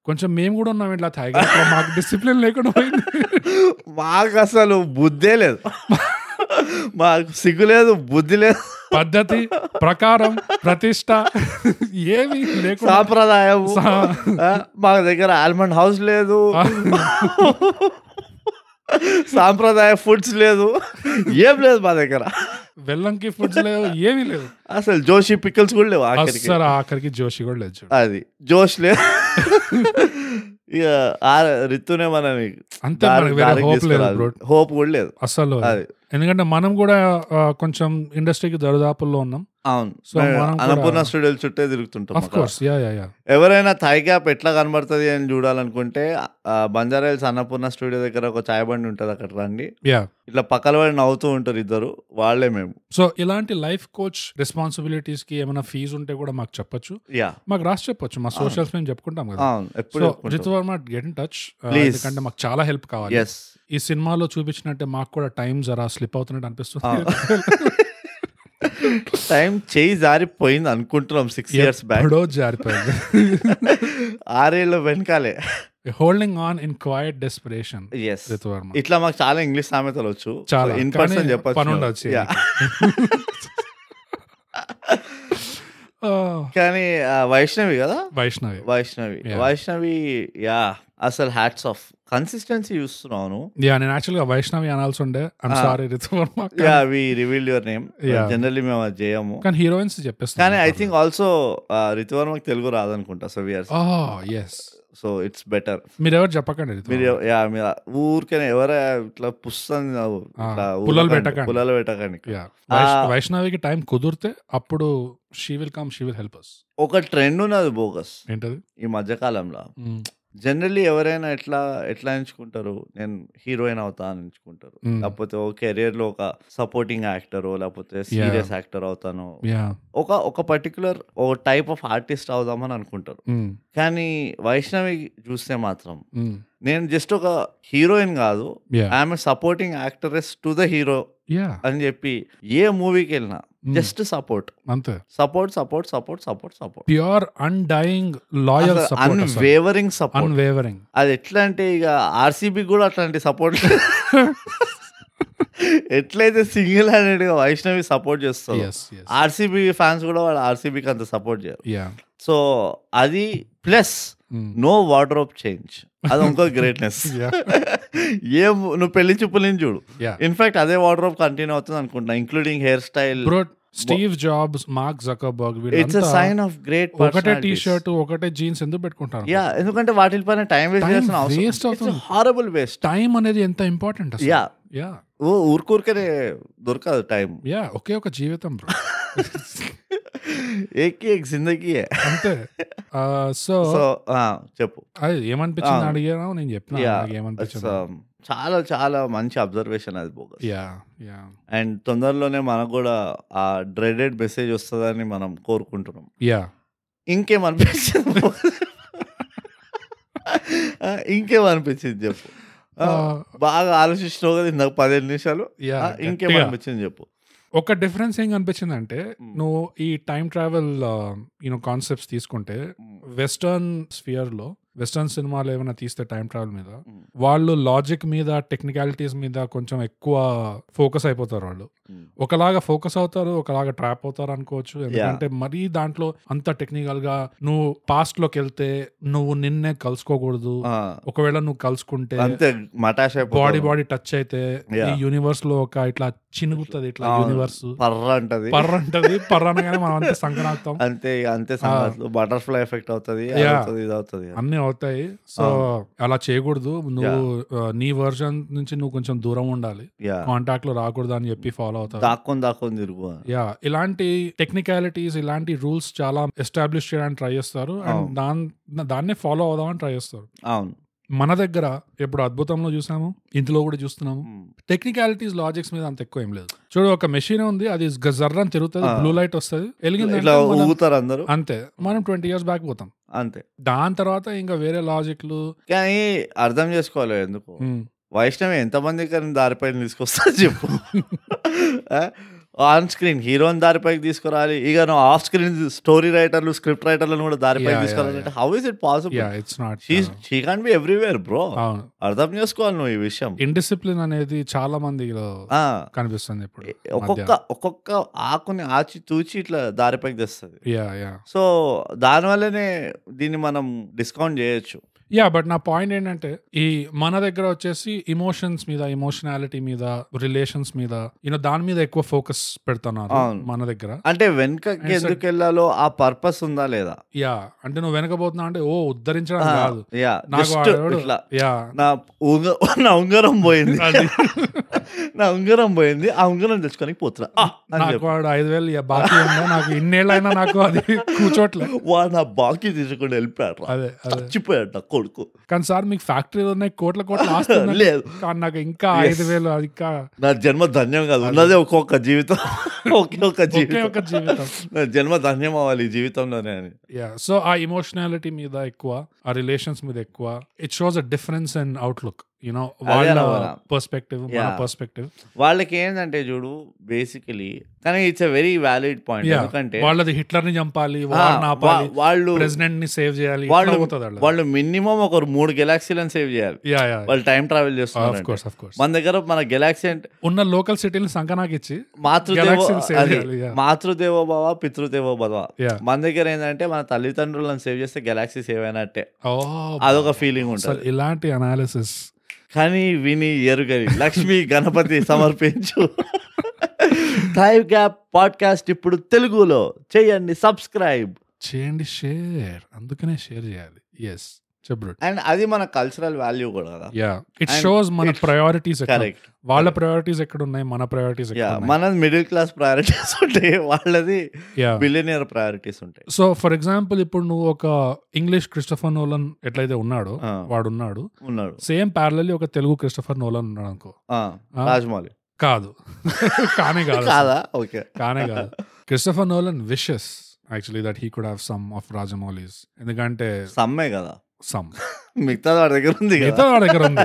Speaker 1: కొంచెం మేము కూడా ఉన్నాం ఇట్లా తాగి అట్లా మాకు డిసిప్లిన్ లేకుండా పోయింది
Speaker 2: మాకు అసలు బుద్ధే లేదు మాకు సిగ్గు లేదు బుద్ధి లేదు
Speaker 1: పద్ధతి ప్రకారం ప్రతిష్ట ఏమి లేకుండా
Speaker 2: సాంప్రదాయం
Speaker 1: సా-
Speaker 2: మా దగ్గర ఆల్మండ్ హౌస్ లేదు సాంప్రదాయ ఫుడ్స్ లేదు ఏం లేదు మా దగ్గర
Speaker 1: వెల్లంకి ఫుడ్స్ లేవు ఏమీ లేవు
Speaker 2: అసలు జోషి పిక్కల్స్ కూడా లేవు ఆఖరికి
Speaker 1: అస్సలు ఆఖరికి జోషి కూడా లేదు చూడు.
Speaker 2: అది జోష్ లేదు ఇక ఆ రితునే మనని
Speaker 1: అంతే మనకి వేరే హోప్ లేదు బ్రో
Speaker 2: హోప్ కూడా లేదు
Speaker 1: అస్సలు
Speaker 2: అది
Speaker 1: ఎందుకంటే మనం కూడా ఆ, కొంచెం ఇండస్ట్రీకి దరిదాపుల్లో ఉన్నాం
Speaker 2: అవును
Speaker 1: So, మనం కూడా-
Speaker 2: అన్నపూర్ణ స్టూడియోలు చుట్టే తిరుగుతుంటాం
Speaker 1: అఫ్
Speaker 2: అక్కడ.
Speaker 1: కోర్స్ యా యా యా
Speaker 2: ఎవరైనా థాయ్ గ్యాప్ ఎట్లా కనబడుతుంది అని చూడాలనుకుంటే ఆ, బంజారాయిల్స్ అన్నపూర్ణ స్టూడియో దగ్గర ఒక చాయ్ బండి ఉంటుంది అక్కడ రండి
Speaker 1: యా
Speaker 2: ఇట్లా పక్కల వాడిని నవ్వుతూ ఉంటారు ఇద్దరు వాళ్ళే మేము
Speaker 1: సో ఇలాంటి లైఫ్ కోచ్ రెస్పాన్సిబిలిటీస్ కి ఏమైనా ఫీజు ఉంటే కూడా మాకు చెప్పొచ్చు
Speaker 2: యా
Speaker 1: మాకు రాసి చెప్పొచ్చు మా సోషల్స్ మేము చెప్పుకుంటాం కదా
Speaker 2: అవును ఎప్పుడు
Speaker 1: సో
Speaker 2: చెప్పుకుంటాం.
Speaker 1: Jithu Varma get in touch
Speaker 2: Please.
Speaker 1: ఎందుకంటే మాకు చాలా హెల్ప్ కావాలి
Speaker 2: Yes.
Speaker 1: ఈ సినిమాలో చూపించినట్టే మాకు కూడా టైం జరా స్లిప్ అవుతున్నట్టు
Speaker 2: ఆ.
Speaker 1: అనిపిస్తుంది *laughs*
Speaker 2: టైం చేయి జారిపోయింది
Speaker 1: *laughs*
Speaker 2: అనుకుంటున్నాం సిక్స్ ఇయర్స్ బ్యాక్
Speaker 1: ఎప్పుడో జారిపోయింది
Speaker 2: ఆరేళ్ళ వెనకాలే
Speaker 1: holding on in quite desperation
Speaker 2: as
Speaker 1: Ritu Varma
Speaker 2: ఇట్లా మాకు చాలా ఇంగ్లీష్ సామెతలు వచ్చు
Speaker 1: చాలా
Speaker 2: ఇన్ పర్సన్
Speaker 1: కానీ పని
Speaker 2: చెప్పచ్చు
Speaker 1: ఉండొచ్చు
Speaker 2: Yeah. *laughs*
Speaker 1: *laughs*
Speaker 2: కానీ ఆ, వైష్ణవి కదా
Speaker 1: వైష్ణవి
Speaker 2: వైష్ణవి
Speaker 1: Yeah.
Speaker 2: వైష్ణవి యా అసలు హ్యాట్స్ ఆఫ్ కన్సిస్టెన్సీ చూస్తున్నాను
Speaker 1: యా నేను యాక్చువల్ గా వైష్ణవి అనాల్సి ఉండే I'm
Speaker 2: Ah.
Speaker 1: Sorry Ritu Varma
Speaker 2: yeah we revealed your name
Speaker 1: Yeah.
Speaker 2: Generally మేము అది చేయము
Speaker 1: కానీ హీరోయిన్స్ చెప్పేస్తాను
Speaker 2: కానీ ఐ థింక్ ఆల్సో రితువర్మకి తెలుగు రాదనుకుంటా so we're
Speaker 1: oh yes
Speaker 2: so it's better
Speaker 1: మీరు ఎవరు చెప్పకండి
Speaker 2: మీరు
Speaker 1: రితువర్మ
Speaker 2: ఎవ- యా మీరు ఊరికైనా ఎవరే ఇట్లా పుస్తుంది ఇట్లా
Speaker 1: పుల్లలు
Speaker 2: ఊరకండి,
Speaker 1: పెట్టకండి.
Speaker 2: పుల్లలు పెట్టకండి
Speaker 1: యా
Speaker 2: Ah.
Speaker 1: వైష్ణవికి టైం కుదిరితే అప్పుడు she will come she will help us
Speaker 2: ఒక ట్రెండ్ ఉన్నది బోగస్
Speaker 1: ఏంటది
Speaker 2: ఈ మధ్యకాలంలో జనరల్లీ ఎవరైనా ఎట్లా ఎట్లా ఎంచుకుంటారు నేను హీరోయిన్ అవుతా అని ఎంచుకుంటారు
Speaker 1: Mm.
Speaker 2: లేకపోతే ఓ కెరియర్ లో ఒక సపోర్టింగ్ యాక్టర్ లేకపోతే సీరియస్ యాక్టర్ అవుతాను
Speaker 1: యా
Speaker 2: ఒక ఒక పర్టికులర్ ఓ టైప్ ఆఫ్ ఆర్టిస్ట్ అవుదామని అనుకుంటారు
Speaker 1: Mm.
Speaker 2: కానీ వైష్ణవి చూస్తే మాత్రం నేను జస్ట్ ఒక హీరోయిన్ కాదు
Speaker 1: యా
Speaker 2: ఆమె supporting actress to the hero
Speaker 1: yeah
Speaker 2: అని చెప్పి ఏ మూవీకి వెళ్ళినా
Speaker 1: Mm.
Speaker 2: జస్ట్ సపోర్ట్
Speaker 1: అంతే
Speaker 2: support support support support support
Speaker 1: pure undying loyal support
Speaker 2: unwavering support
Speaker 1: unwavering
Speaker 2: అది ఎట్లా అంటే ఇక ఆర్సీబీ కూడా అట్లాంటి సపోర్ట్ ఎట్లయితే సింగిల్ హ్యాండెడ్ గా వైష్ణవి సపోర్ట్ చేస్తారు
Speaker 1: ఎస్ ఎస్
Speaker 2: ఆర్సీబీ ఫ్యాన్స్ కూడా వాళ్ళు ఆర్సీబీకి అంత సపోర్ట్ చేయరు
Speaker 1: యా
Speaker 2: సో అది plus
Speaker 1: Mm.
Speaker 2: *laughs* No wardrobe change అది ఇంకో గ్రేట్నెస్ *laughs* ఏ నువ్వు పెళ్లి చూపులని చూడు
Speaker 1: యా
Speaker 2: ఇన్ఫాక్ట్ అదే వార్డ్రోబ్ కంటిన్యూ అవుతుంది అనుకుంటున్నా including hair style
Speaker 1: bro Steve Jobs Mark Zuckerberg
Speaker 2: it's అ
Speaker 1: వీళ్ళంతా
Speaker 2: సైన్ ఆఫ్ గ్రేట్
Speaker 1: ఒకటే టీ షర్ట్ ఒకటే జీన్స్ ఎందుకు పెట్టుకుంటారు
Speaker 2: యా ఎందుకంటే వాటిపైన టైం వేస్ట్
Speaker 1: Time
Speaker 2: చేసిన అవసరం
Speaker 1: waste అవుతుంది.
Speaker 2: హారబుల్ వేస్ట్
Speaker 1: టైం అనేది ఎంత ఇంపార్టెంట్ అసలు
Speaker 2: యా
Speaker 1: యా
Speaker 2: ఊరికూరికనే దొరకదు టైం
Speaker 1: యా ఒకే ఒక జీవితం బ్రో
Speaker 2: ఏకి ఏక్ జిందగీ *laughs*
Speaker 1: అంతే సో
Speaker 2: సో చెప్పు
Speaker 1: ఏమనిపించింది
Speaker 2: Ah.
Speaker 1: అడిగాను నేను చెప్పిన
Speaker 2: Yeah. It's,
Speaker 1: ఏమనిపించింది
Speaker 2: um, చాలా చాలా మంచి అబ్జర్వేషన్ అది బోగస్
Speaker 1: యా యా
Speaker 2: అండ్ తొందరలోనే మనకు కూడా ఆ డ్రెడెడ్ మెసేజ్ వస్తుందని మనం కోరుకుంటున్నాం
Speaker 1: యా
Speaker 2: ఇంకేమనిపించింది
Speaker 1: *laughs*
Speaker 2: బోగస్? ఆ, ఇంకేమనిపించింది చెప్పు ఆ,
Speaker 1: Ah.
Speaker 2: బాగా ఆలోచించినావు కదా ఇందాక పదిహేను నిమిషాలు
Speaker 1: యా
Speaker 2: ఆ, ఇంకేమనిపించింది చెప్పు
Speaker 1: ఒక డిఫరెన్స్ ఏం కనిపించింది అంటే నువ్వు ఈ టైం ట్రావెల్ యూనో కాన్సెప్ట్స్ తీసుకుంటే వెస్టర్న్ స్ఫియర్ లో వెస్టర్న్ సినిమాలు ఏమైనా తీస్తే టైం ట్రావెల్ మీద
Speaker 2: Mm.
Speaker 1: వాళ్ళు లాజిక్ మీద టెక్నికాలిటీస్ మీద కొంచెం ఎక్కువ ఫోకస్ అయిపోతారు వాళ్ళు
Speaker 2: Mm.
Speaker 1: ఒకలాగా ఫోకస్ అవుతారు ఒకలాగా ట్రాప్ అవుతారు అనుకోవచ్చు ఎందుకంటే మరీ దాంట్లో అంత టెక్నికల్ గా నువ్వు పాస్ట్ లోకి వెళ్తే నువ్వు నిన్నే కలుసుకోకూడదు
Speaker 2: ఆ,
Speaker 1: ఒకవేళ నువ్వు కలుసుకుంటే
Speaker 2: అంతే మటాష్
Speaker 1: బాడీ బాడీ టచ్ అయితే
Speaker 2: Yeah.
Speaker 1: ఈ యూనివర్స్ లో ఒక ఇట్లా చినుగుతుంది ఇట్లా
Speaker 2: అవును.
Speaker 1: యూనివర్స్
Speaker 2: పర్ర అంటది
Speaker 1: పర్ర అంటది పర్ర అనగానే మనం అంతే సంక్రాంతం
Speaker 2: అంతే అంతే సంగతులు బటర్ఫ్లై ఎఫెక్ట్ అవుతుంది అది
Speaker 1: Yeah.
Speaker 2: అవుతుంది ఇది అవుతుంది
Speaker 1: అన్ని అవుతాయి సో అలా చేయకూడదు నువ్వు ఆ, నీ వర్షన్ నుంచి నువ్వు కొంచెం దూరం ఉండాలి
Speaker 2: యా
Speaker 1: కాంటాక్ట్ లో రాకూడదు అని చెప్పి ఫాలో అవుతావు
Speaker 2: దాక్కొని దాక్కొని తిరుగు అని.
Speaker 1: యా ఇలాంటి టెక్నికాలిటీస్ ఇలాంటి రూల్స్ చాలా ఎస్టాబ్లిష్ చేయడానికి ట్రై చేస్తారు అండ్
Speaker 2: అవును.
Speaker 1: దాన్ దాన్నే ఫాలో అవుదామని ట్రై చేస్తారు
Speaker 2: అవును
Speaker 1: మన దగ్గర ఇప్పుడు అద్భుతంలో చూసాము ఇంట్లో కూడా చూస్తున్నాము
Speaker 2: మ్.
Speaker 1: టెక్నికాలిటీస్ లాజిక్స్ మీద అంత ఎక్కువ ఏం లేదు చూడు ఒక మెషిన్ ఉంది అది గజర్రని తిరుగుతుంది
Speaker 2: ఆ.
Speaker 1: బ్లూ లైట్ వస్తుంది వెలిగింది
Speaker 2: ఇట్లా
Speaker 1: అంటే మనం-
Speaker 2: ఊగుతారు అందరూ
Speaker 1: అంతే మనం ట్వంటీ ఇయర్స్ బ్యాక్ పోతాం
Speaker 2: అంతే
Speaker 1: దాని తర్వాత ఇంకా వేరే లాజిక్లు
Speaker 2: కానీ అర్థం చేసుకోవాలి ఎందుకు వైష్ణవి ఎంతమంది కానీ దారిపైన తీసుకొస్తా చెప్పు *laughs* ఆన్ స్క్రీన్ హీరోని దారిపైకి తీసుకురాలి ఇక నువ్వు ఆఫ్ స్క్రీన్ స్టోరీ రైటర్లు స్క్రిప్ట్ రైటర్లను కూడా దారిపైకి
Speaker 1: Yeah,
Speaker 2: తీసుకురాలి
Speaker 1: yeah, Ah.
Speaker 2: అంటే how is it possible
Speaker 1: yeah it's not
Speaker 2: she she can be everywhere bro
Speaker 1: uh, అవును
Speaker 2: అర్థం చేసుకోవాలి నువ్వు ఈ విషయం
Speaker 1: ఇండిసిప్లిన్ అనేది చాలా మందిలో
Speaker 2: ఆ,
Speaker 1: కనిపిస్తుంది ఇప్పుడు
Speaker 2: ఒక్కొక్క ఒక్కొక్క ఆకుని ఆచి తూచి ఇట్లా దారిపైకి తెస్తుంది
Speaker 1: యా యా
Speaker 2: సో దానివల్లనే దీన్ని మనం డిస్కౌంట్ చేయొచ్చు
Speaker 1: యా బట్ నా పాయింట్ ఏంటంటే ఈ మన దగ్గర వచ్చేసి ఇమోషన్స్ మీద ఇమోషనాలిటీ మీద రిలేషన్స్ మీద యూనో దాని మీద ఎక్కువ ఫోకస్ పెడుతున్నారు
Speaker 2: అవును.
Speaker 1: మన దగ్గర
Speaker 2: అంటే వెనకకి
Speaker 1: And so-
Speaker 2: ఎందుకు వెళ్ళాలో ఆ పర్పస్ ఉందా లేదా
Speaker 1: యా అంటే నువ్వు వెనకపోతున్నావు అంటే ఓ ఉద్ధరించడం
Speaker 2: ఆ,
Speaker 1: కాదు
Speaker 2: yeah,
Speaker 1: నాకు
Speaker 2: just
Speaker 1: వాడెవడు-
Speaker 2: ఇట్లా
Speaker 1: యా
Speaker 2: నా ఉంగ- *laughs* నా ఉంగరం పోయింది
Speaker 1: అది.
Speaker 2: *laughs* నా ఉంగరం పోయింది ఆ ఉంగరం తెచ్చుకొని పోతున్నా ఆ, అని
Speaker 1: నాకు
Speaker 2: చెప్పి.
Speaker 1: వాడు ఐదు వేలు ఇక బాకీ ఉందా నాకు ఇన్నేళ్ళైనా నాకు అది కూర్చోట్లే
Speaker 2: వాడు నా బాకీ తీసుకొని వెళ్ళిపోయాడు రా.
Speaker 1: అదే అదే
Speaker 2: చచ్చిపోయాడు నా కొడుకు
Speaker 1: కానీ సార్ మీకు ఫ్యాక్టరీలు ఉన్నాయి కోట్ల కోట్ల ఆస్తులు ఉన్నాయి.
Speaker 2: లేదు.
Speaker 1: కానీ నాకు ఇంకా ఐదు వేలు అది ఇంకా
Speaker 2: నా జన్మ ధన్యం కాదు ఉన్నదే ఒక్కొక్క
Speaker 1: *laughs*
Speaker 2: జీవితం ఒకే ఒక్క
Speaker 1: ఒకే
Speaker 2: జీవితం
Speaker 1: ఒక జీవితం
Speaker 2: నా జన్మ ధన్యం అవ్వాలి ఈ జీవితంలోనే అని
Speaker 1: యా సో ఆ ఇమోషనాలిటీ మీద ఎక్కువ ఆ రిలేషన్స్ మీద ఎక్కువ it shows a difference and outlook you know వాళ్ళ పర్స్పెక్టివ్ మన
Speaker 2: Yeah.
Speaker 1: పర్స్పెక్టివ్
Speaker 2: వాళ్ళకి ఏంటంటే చూడు బేసికలీ కానీ it's a very valid point ఎందుకంటే
Speaker 1: వాళ్ళది హిట్లర్ ని చంపాలి
Speaker 2: ఆ,
Speaker 1: war ని ఆపాలి
Speaker 2: వా- వాళ్ళు
Speaker 1: ప్రెసిడెంట్ ని సేవ్ చేయాలి
Speaker 2: వాళ్ళు
Speaker 1: పోతుంది
Speaker 2: వాళ్ళు మినిమం ఒక మూడు గెలాక్సీలను సేవ్ చేయాలి
Speaker 1: యా యా
Speaker 2: వాళ్ళు టైం ట్రావెల్
Speaker 1: ఆఫ్
Speaker 2: చేస్తున్నారు
Speaker 1: కోర్స్ ఆఫ్ కోర్స్
Speaker 2: మన దగ్గర మన గెలాక్సీ అంటే
Speaker 1: ఉన్న లోకల్ సిటీని సంకనాకి ఇచ్చి
Speaker 2: మాతృదేవో
Speaker 1: Galaxy ని save
Speaker 2: అది
Speaker 1: చేయాలి, yeah.
Speaker 2: మాతృదేవో భవ పితృదేవో భవ
Speaker 1: Yeah.
Speaker 2: మన దగ్గర ఏంటంటే మన తల్లిదండ్రులను సేవ్ చేస్తే గెలాక్సీ సేవ్ అయినట్టే
Speaker 1: ఓ
Speaker 2: అదొక
Speaker 1: Ah,
Speaker 2: ఫీలింగ్
Speaker 1: Oh, అసలు
Speaker 2: ఉంటుంది
Speaker 1: ఇలాంటి అనాలిసిస్
Speaker 2: కానీ విని ఎరుగని లక్ష్మి గణపతి సమర్పించు టైప్ గ్యాప్ పాడ్కాస్ట్ ఇప్పుడు తెలుగులో చేయండి సబ్స్క్రైబ్
Speaker 1: చేయండి షేర్ అందుకనే షేర్ చేయాలి ఎస్ చెబ్రుట్
Speaker 2: అండ్ అది మన కల్చరల్ వాల్యూ కూడా కదా
Speaker 1: యా ఇట్
Speaker 2: And
Speaker 1: షోస్ మన
Speaker 2: it's-
Speaker 1: ప్రయారిటీస్
Speaker 2: కరెక్ట్
Speaker 1: వాళ్ళ ప్రయారిటీస్ ఎక్కడ ఉన్నాయి మన ప్రయారిటీస్
Speaker 2: యా
Speaker 1: ఎక్కడ ఉన్నాయి
Speaker 2: మన మిడిల్ క్లాస్ ప్రయారిటీస్ ఉంటాయి వాళ్ళది
Speaker 1: యా
Speaker 2: బిలియనియర్ ప్రయారిటీస్ ఉంటాయి
Speaker 1: సో ఫర్ ఎగ్జాంపుల్ ఇప్పుడు నువ్వు ఒక ఇంగ్లీష్ క్రిస్టఫర్ నోలన్ ఎట్లయితే ఉన్నాడో
Speaker 2: ఆ,
Speaker 1: వాడు ఉన్నాడు
Speaker 2: Ah, ఉన్నాడు
Speaker 1: సేమ్ ప్యారలీ ఒక తెలుగు క్రిస్టఫర్ నోలన్ ఉన్నాడు అనుకో
Speaker 2: ఆ,
Speaker 1: ఆ?
Speaker 2: రాజమౌళి
Speaker 1: కాదు *laughs* కానే కాదు అసలు.
Speaker 2: కాదా ఓకే
Speaker 1: కానే కాదు Christopher Nolan wishes actually that he could have some of రాజమౌళీస్ ఎందుకంటే
Speaker 2: సమ్మే కదా
Speaker 1: సమ్
Speaker 2: మిగతా వాడి దగ్గర ఉంది
Speaker 1: మిగతా
Speaker 2: కదా
Speaker 1: వాడి దగ్గర ఉంది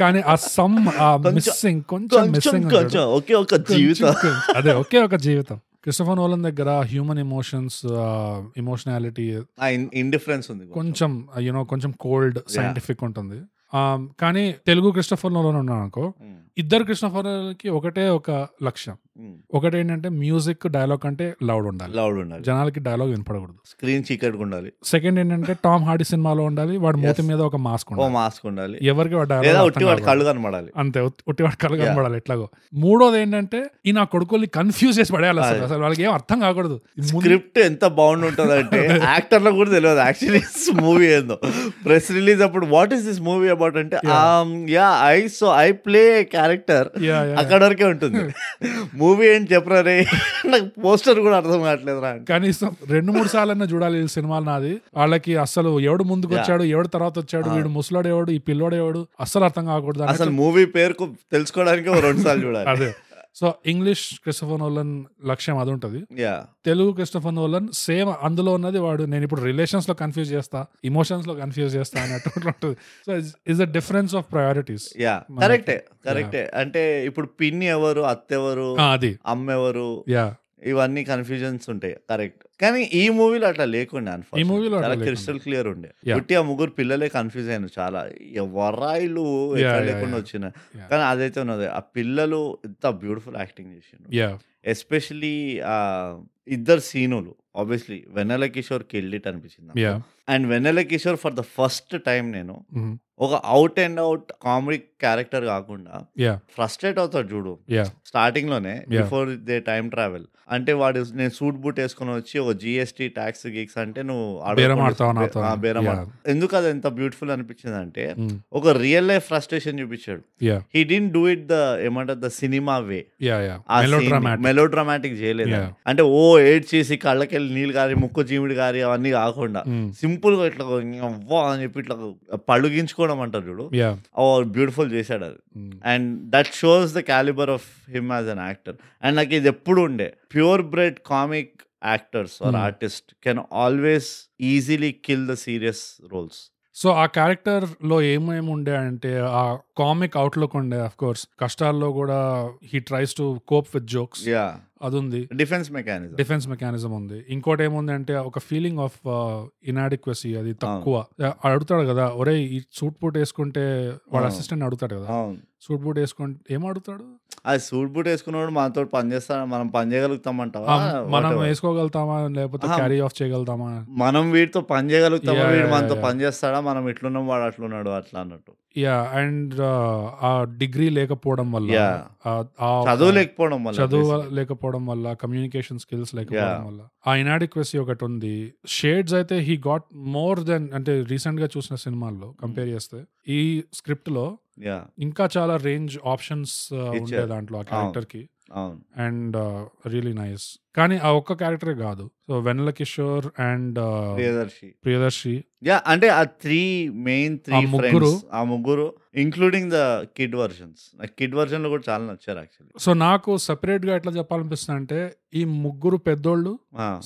Speaker 1: కానీ ఆ సమ్ ఆ మిస్సింగ్ కొంచెం
Speaker 2: కొంచెం
Speaker 1: మిస్సింగ్
Speaker 2: కొంచెం ఒకే ఒక జీవితం
Speaker 1: అదే ఒకే ఒక జీవితం క్రిస్టఫర్ నోలన్ దగ్గర హ్యూమన్ ఎమోషన్స్ ఎమోషనాలిటీ
Speaker 2: ఇండిఫరెన్స్ ఉంది కొంచెం
Speaker 1: కొంచెం యూనో కొంచెం కోల్డ్ సైంటిఫిక్ ఉంటుంది ఆ, కానీ తెలుగు క్రిస్టఫర్ నోలన్ ఉన్నాను అనుకో
Speaker 2: ఉమ్,
Speaker 1: ఇద్దరు క్రిస్టఫర్ కి ఒకటే ఒక లక్ష్యం
Speaker 2: ఉమ్,
Speaker 1: ఒకటి ఏంటంటే మ్యూజిక్ డైలాగ్ అంటే లౌడ్ ఉండాలి
Speaker 2: లౌడ్ ఉండాలి
Speaker 1: జనాలకి డైలాగ్ వినపడకూడదు
Speaker 2: స్క్రీన్ చీకటిగా ఉండాలి
Speaker 1: సెకండ్ ఏంటంటే టామ్ హార్డీ సినిమాలో ఉండాలి వాడి మూతి మీద ఒక మాస్క్
Speaker 2: ఓ
Speaker 1: ఉండాలి
Speaker 2: మాస్క్ ఉండాలి
Speaker 1: ఎవరికి వాడి
Speaker 2: లేదా
Speaker 1: dialogue
Speaker 2: ఉట్టి
Speaker 1: అర్థం
Speaker 2: వాడి
Speaker 1: కాకూడదు.
Speaker 2: కళ్ళు కనబడాలి
Speaker 1: అంతే ఉట్- ఉట్టి వాడి కళ్ళు కనబడాలి ఎట్లాగో మూడోది ఏంటంటే ఈ నా కొడుకుల్ని కన్ఫ్యూజ్ చేసి పడేయాలి అసలు
Speaker 2: అదే.
Speaker 1: అసలు వాళ్ళకి ఏం అర్థం కాకూడదు ఇది ముందు-
Speaker 2: స్క్రిప్ట్ ఎంత బాగుండి ఉంటుంది
Speaker 1: *laughs*
Speaker 2: అంటే యాక్టర్లకు కూడా తెలియదు యాక్చువల్లీ మూవీ ఏందో ప్రెస్ రిలీజ్ అప్పుడు what is this movie about అంటే um, yeah I so I play character
Speaker 1: Yeah, yeah, yeah.
Speaker 2: అక్కడ వరకే
Speaker 1: *laughs*
Speaker 2: ఉంటుంది మూవీ ఏంటి చెప్పరా రే *laughs* నాకు పోస్టర్ కూడా అర్థం కావట్లేదు రా అంటే
Speaker 1: కనీసం రెండు మూడు సార్లు చూడాలి ఈ సినిమా నాది వాళ్ళకి అసలు ఎవడు ముందుకు వచ్చాడు ఎవడు తర్వాత వచ్చాడు
Speaker 2: Ah.
Speaker 1: వీడు ముసలాడు ఎవడు ఈ పిల్లోడు ఎవడు అస్సలు అర్థం కాకూడదు అన్నట్టు.
Speaker 2: అసలు మూవీ పేరుకు తెలుసుకోవడానికి ఓ రెండు సార్లు చూడాలి
Speaker 1: *laughs* అదే సో ఇంగ్లీష్ క్రిస్టఫర్ నోలన్ లక్ష్యం అది ఉంటుంది
Speaker 2: yeah
Speaker 1: Telugu Christopher Nolan same అందులో ఉన్నది వాడు నేను ఇప్పుడు రిలేషన్స్ లో కన్ఫ్యూజ్ చేస్తా ఇమోషన్స్ లో కన్ఫ్యూజ్ చేస్తా అన్నట్టు *laughs* ఉంటుంది so is the difference of priorities
Speaker 2: yeah
Speaker 1: మనకి-
Speaker 2: కరెక్టే కరెక్టే అంటే ఇప్పుడు పిన్ ఎవరు అత్త ఎవరు
Speaker 1: అది
Speaker 2: అమ్మ ఎవరు
Speaker 1: యా
Speaker 2: ఇవన్నీ కన్ఫ్యూజన్స్ ఉంటాయి కరెక్ట్ కానీ ఈ మూవీలో అట్లా లేకుండా
Speaker 1: ఈ మూవీలో అట్లా
Speaker 2: చాలా
Speaker 1: లేకుండా.
Speaker 2: క్రిస్టల్ క్లియర్ ఉండే
Speaker 1: Yeah.
Speaker 2: పుట్టి ఆ ముగ్గురు పిల్లలే కన్ఫ్యూజ్ అయ్యాను చాలా ఎవర్రాయిలు
Speaker 1: Yeah,
Speaker 2: ఎట్లా
Speaker 1: yeah,
Speaker 2: లేకుండా
Speaker 1: yeah.
Speaker 2: వచ్చిన
Speaker 1: Yeah.
Speaker 2: కానీ అదైతే ఉన్నది ఆ పిల్లలు ఎంత బ్యూటిఫుల్ యాక్టింగ్ చేసిండ్రు
Speaker 1: యా
Speaker 2: ఎస్పెషలీ ఇద్దరు సీనులు ఆబ్వియస్లీ వెన్నెల కిషోర్ కిల్డిట్ అనిపించింది
Speaker 1: yeah
Speaker 2: and Vennela Kishore for the first time నేను
Speaker 1: Mm-hmm.
Speaker 2: ఒక out and out comedy character కాకుండా
Speaker 1: యా
Speaker 2: ఫ్రస్ట్రేట్ అవుతాడు చూడు
Speaker 1: యా
Speaker 2: స్టార్టింగ్ లోనే
Speaker 1: Yeah.
Speaker 2: Before they time travel అంటే వాడు నేను సూట్ బూట్ వేసుకుని వచ్చి ఒక జిఎస్టీ ట్యాక్స్ గిక్స్ అంటే నువ్వు
Speaker 1: బేరం
Speaker 2: అడగకుండా-
Speaker 1: ఆడతావు నాతో.
Speaker 2: ఆ, బేరం
Speaker 1: Yeah. Mm.
Speaker 2: ఆడతావు. ఎందుకు అది ఎంత బ్యూటిఫుల్ అనిపించింది అంటే ఒక రియల్ లైఫ్ ఫ్రస్ట్రేషన్ చూపించాడు
Speaker 1: yeah
Speaker 2: he didn't do it the ఏమంటారు the cinema way
Speaker 1: yeah yeah
Speaker 2: ఆ
Speaker 1: మెలో డ్రామాటిక్
Speaker 2: మెలో డ్రామాటిక్ చేయలేదు
Speaker 1: Yeah.
Speaker 2: అంటే ఓ ఏడ్ చేసి కళ్ళకెళ్ళి నీళ్ళు గారి ముక్కు చీమిడి గారి అవన్నీ కాకుండా
Speaker 1: Mm.
Speaker 2: సింపుల్ గా ఇట్లా అవ్వా అని చెప్పి ఇట్లా పలుగించుకోవడం అంటారు చూడు
Speaker 1: యా
Speaker 2: ఓ బ్యూటిఫుల్ చేశాడు అది
Speaker 1: Mm.
Speaker 2: And that shows the calibre of him as an actor and నాకు ఇది ఎప్పుడు ఉండే pure bred comic actors are
Speaker 1: Hmm.
Speaker 2: Artist can always easily kill the serious roles
Speaker 1: so ఆ క్యారెక్టర్ లో ఏమేమి ఉండే అంటే ఆ కామిక్ అవుట్లుక్ ఉండే అఫ్ కోర్స్ కష్టాల్లో కూడా he tries to cope with jokes
Speaker 2: yeah
Speaker 1: అది ఉంది
Speaker 2: డిఫెన్స్ మెకానిజం
Speaker 1: డిఫెన్స్ మెకానిజం ఉంది ఇంకోటి ఏముంది అంటే ఒక ఫీలింగ్ ఆఫ్ ఇనాడిక్వసీ అది తక్కువ ఆ, అడుగుతాడు కదా ఒరే ఈ సూట్ బూట్ వేసుకుంటే వాడు
Speaker 2: అవును.
Speaker 1: అసిస్టెంట్ అడుగుతాడు కదా
Speaker 2: అవును
Speaker 1: సూట్ బూట్ వేసుకుంటే ఏం అడుగుతాడు
Speaker 2: అది సూట్ బూట్ వేసుకున్నవాడు మనతో పని చేస్తా మనం పని చేయగలుగుతామంటావా
Speaker 1: ఆ, మనం
Speaker 2: Whatever.
Speaker 1: వేసుకోగలుగుతామా లేకపోతే
Speaker 2: ఆ.
Speaker 1: క్యారీ ఆఫ్ చేయగలుగుతామా
Speaker 2: మనం వీడితో పని చేయగలుగుతామా
Speaker 1: Yeah,
Speaker 2: వీడు
Speaker 1: yeah,
Speaker 2: మనతో
Speaker 1: yeah.
Speaker 2: పని చేస్తాడా మనం ఇట్లున్నాం వాడు అట్లున్నాడు అట్లా అన్నట్టు
Speaker 1: యా అండ్ ఆ డిగ్రీ లేకపోవడం వల్ల
Speaker 2: Yeah.
Speaker 1: ఆ- ఆ
Speaker 2: చదువు లేకపోవడం వల్ల
Speaker 1: చదువు లేకపోవడం వల్ల కమ్యూనికేషన్ స్కిల్స్ లేకపోవడం
Speaker 2: Yeah.
Speaker 1: వల్ల ఆ ఇనాడిక్వసీ ఒకటి ఉంది షేడ్స్ అయితే హీ గాట్ మోర్ దెన్ అంటే రీసెంట్ గా చూసిన సినిమాల్లో
Speaker 2: Hmm.
Speaker 1: కంపేర్ చేస్తే ఈ స్క్రిప్ట్ లో
Speaker 2: యా
Speaker 1: ఇంకా చాలా రేంజ్ ఆప్షన్స్ ఉండే
Speaker 2: ఇచ్చారు.
Speaker 1: దాంట్లో ఆ క్యారెక్టర్ కి
Speaker 2: అవును
Speaker 1: అండ్ రియలీ నైస్ కానీ ఆ ఒక్క క్యారెక్టరే కాదు so Vennela Kishore and
Speaker 2: Priyadarshi
Speaker 1: Priyadarshi
Speaker 2: yeah అంటే ఆ త్రీ మెయిన్ త్రీ
Speaker 1: ఆ ముగ్గురు.
Speaker 2: ముగ్గురు ఆ ముగ్గురు ఇంక్లూడింగ్ ద కిడ్ వర్షన్స్ నాకు కిడ్ వర్షన్ లో కూడా చాలా నచ్చారు యాక్చువల్లీ
Speaker 1: సో నాకు సెపరేట్ గా ఎట్లా చెప్పాలనిపిస్తుంది అంటే ఈ ముగ్గురు పెద్దోళ్ళు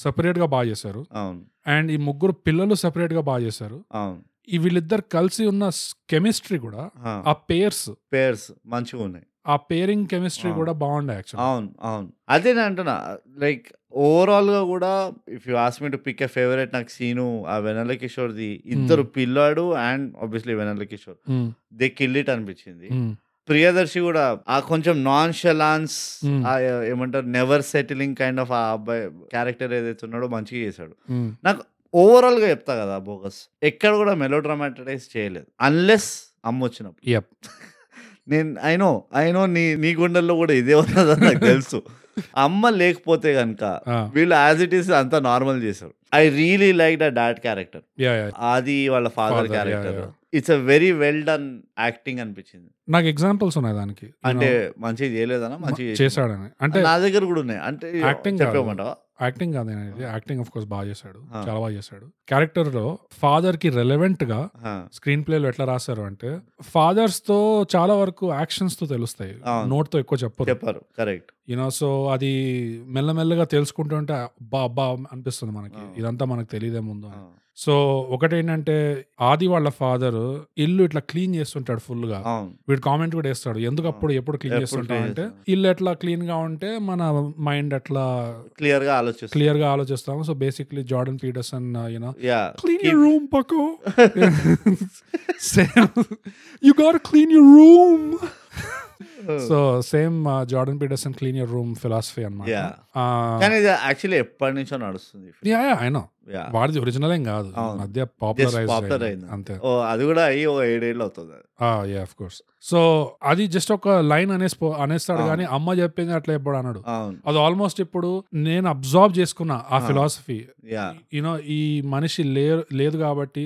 Speaker 1: సెపరేట్ గా బాగా చేశారు
Speaker 2: అవును
Speaker 1: అండ్ ఈ ముగ్గురు పిల్లలు సెపరేట్ గా బాగా చేశారు
Speaker 2: అవును
Speaker 1: ఈ వీళ్ళిద్దరు కలిసి ఉన్న కెమిస్ట్రీ కూడా ఆ పేర్స్
Speaker 2: పేర్స్ మంచిగా ఉన్నాయి
Speaker 1: ఆ పేరింగ్ కెమిస్ట్రీ కూడా బాగుండే యాక్చువల్
Speaker 2: అవును అవును అదే నేను అంటున్నా లైక్ ఓవరాల్ గా కూడా if you ask me to pick a favourite నాకు సీను ఆ వెనల్ల కిషోర్ ది ఇద్దరు పిల్లాడు and obviously Vennela Kishore they killed it అనిపించింది ప్రియదర్శి కూడా ఆ కొంచెం నాన్ షెలాన్స్
Speaker 1: Hmm.
Speaker 2: ఏమంటారు నెవర్ సెటిలింగ్ కైండ్ ఆఫ్ ఆ అబ్బాయి క్యారెక్టర్ ఏదైతే ఉన్నాడో మంచిగా చేశాడు నాకు ఓవరాల్ గా చెప్తా కదా బోగస్ ఎక్కడ కూడా మెలో డ్రామాటైజ్ చేయలేదు అన్లెస్ అమ్మ వచ్చినప్పుడు
Speaker 1: యప్
Speaker 2: *laughs* నేను అయినో అయినో నీ నీ గుండెల్లో కూడా ఇదే ఉన్నదని నాకు
Speaker 1: *laughs*
Speaker 2: తెలుసు అమ్మ లేకపోతే కనుక వీళ్ళు యాజ్ ఇట్ ఈస్ అంతా నార్మల్ చేశారు I really like the dad character
Speaker 1: yeah yeah
Speaker 2: Aadi వాళ్ళ father
Speaker 1: Father, yeah,
Speaker 2: character
Speaker 1: yeah.
Speaker 2: It's a very well done acting అనిపించింది
Speaker 1: నాకు ఎగ్జాంపుల్స్ ఉన్నాయి దానికి
Speaker 2: అంటే మంచిగా చేయలేదన్నా మంచిగా చేసింది.
Speaker 1: చేశాడని అంటే
Speaker 2: నా దగ్గర కూడా ఉన్నాయి అంటే
Speaker 1: Acting కాదు.
Speaker 2: చెప్పేమంటావా
Speaker 1: యాక్టింగ్ కాదు అనేది యాక్టింగ్ ఆఫ్ కోర్స్ బాగా చేశాడు
Speaker 2: Ah.
Speaker 1: చాలా బాగా చేశాడు క్యారెక్టర్ లో ఫాదర్ కి రెలవెంట్ గా
Speaker 2: ఆ,
Speaker 1: స్క్రీన్ ప్లే లో ఎట్లా రాశారు అంటే ఫాదర్స్ తో చాలా వరకు యాక్షన్స్ తో తెలుస్తాయి
Speaker 2: అవును.
Speaker 1: నోట్ తో ఎక్కువ చెప్పరు
Speaker 2: చెప్పారు కరెక్ట్
Speaker 1: యూనో సో అది మెల్లమెల్లగా తెలుసుకుంటుంటే అబ్బా అబ్బా అనిపిస్తుంది మనకి
Speaker 2: అవును.
Speaker 1: ఇదంతా మనకు తెలియదే ముందు అని. సో ఒకటేంటంటే ఆది వాళ్ళ ఫాదర్ ఇల్లు ఇట్లా క్లీన్ చేస్తుంటాడు ఫుల్ గా
Speaker 2: అవును
Speaker 1: వీడు కామెంట్ కూడా వేస్తాడు ఎందుకు అప్పుడు ఎప్పుడు క్లీన్
Speaker 2: ఎప్పుడు
Speaker 1: చేస్తుంటా
Speaker 2: clean
Speaker 1: అంటే
Speaker 2: చేస్తాం.
Speaker 1: ఇల్లు ఎట్లా క్లీన్ గా ఉంటే మన మైండ్ అట్లా
Speaker 2: క్లియర్ గా ఆలోచిస్తుంది
Speaker 1: క్లియర్ గా ఆలోచిస్తాము so basically Jordan Peterson uh, you know
Speaker 2: yeah
Speaker 1: clean your room పకో
Speaker 2: *laughs*
Speaker 1: you got clean your room
Speaker 2: Hmm.
Speaker 1: So same Jordan Peterson clean your room philosophy
Speaker 2: Yeah.
Speaker 1: అనమాట
Speaker 2: కానీ ఇది యాక్చువల్లీ ఎప్పటి నుంచో నడుస్తుంది
Speaker 1: yeah yeah I know
Speaker 2: Yeah.
Speaker 1: వాడిది original ఏం కాదు ఈ
Speaker 2: అవును.
Speaker 1: మధ్య
Speaker 2: Just
Speaker 1: పాపులరైజ్
Speaker 2: popular అయింది
Speaker 1: అంతే
Speaker 2: ఓ అది కూడా అయ్యి ఓ ఏడేళ్ళు అవుతుంది అది.
Speaker 1: యా ఆఫ్ కోర్స్ సో అది జస్ట్ ఒక లైన్ అనేసి పో- అనేస్తాడు
Speaker 2: అవును.
Speaker 1: కానీ అమ్మ చెప్పింది అట్లా ఎప్పుడు అన్నాడు
Speaker 2: అవును
Speaker 1: అది ఆల్మోస్ట్ ఇప్పుడు నేను అబ్జర్వ్ చేసుకున్నా ఆ
Speaker 2: ఆ.
Speaker 1: ఫిలాసఫీ
Speaker 2: యా
Speaker 1: యూనో ఈ మనిషి లేరు లేదు కాబట్టి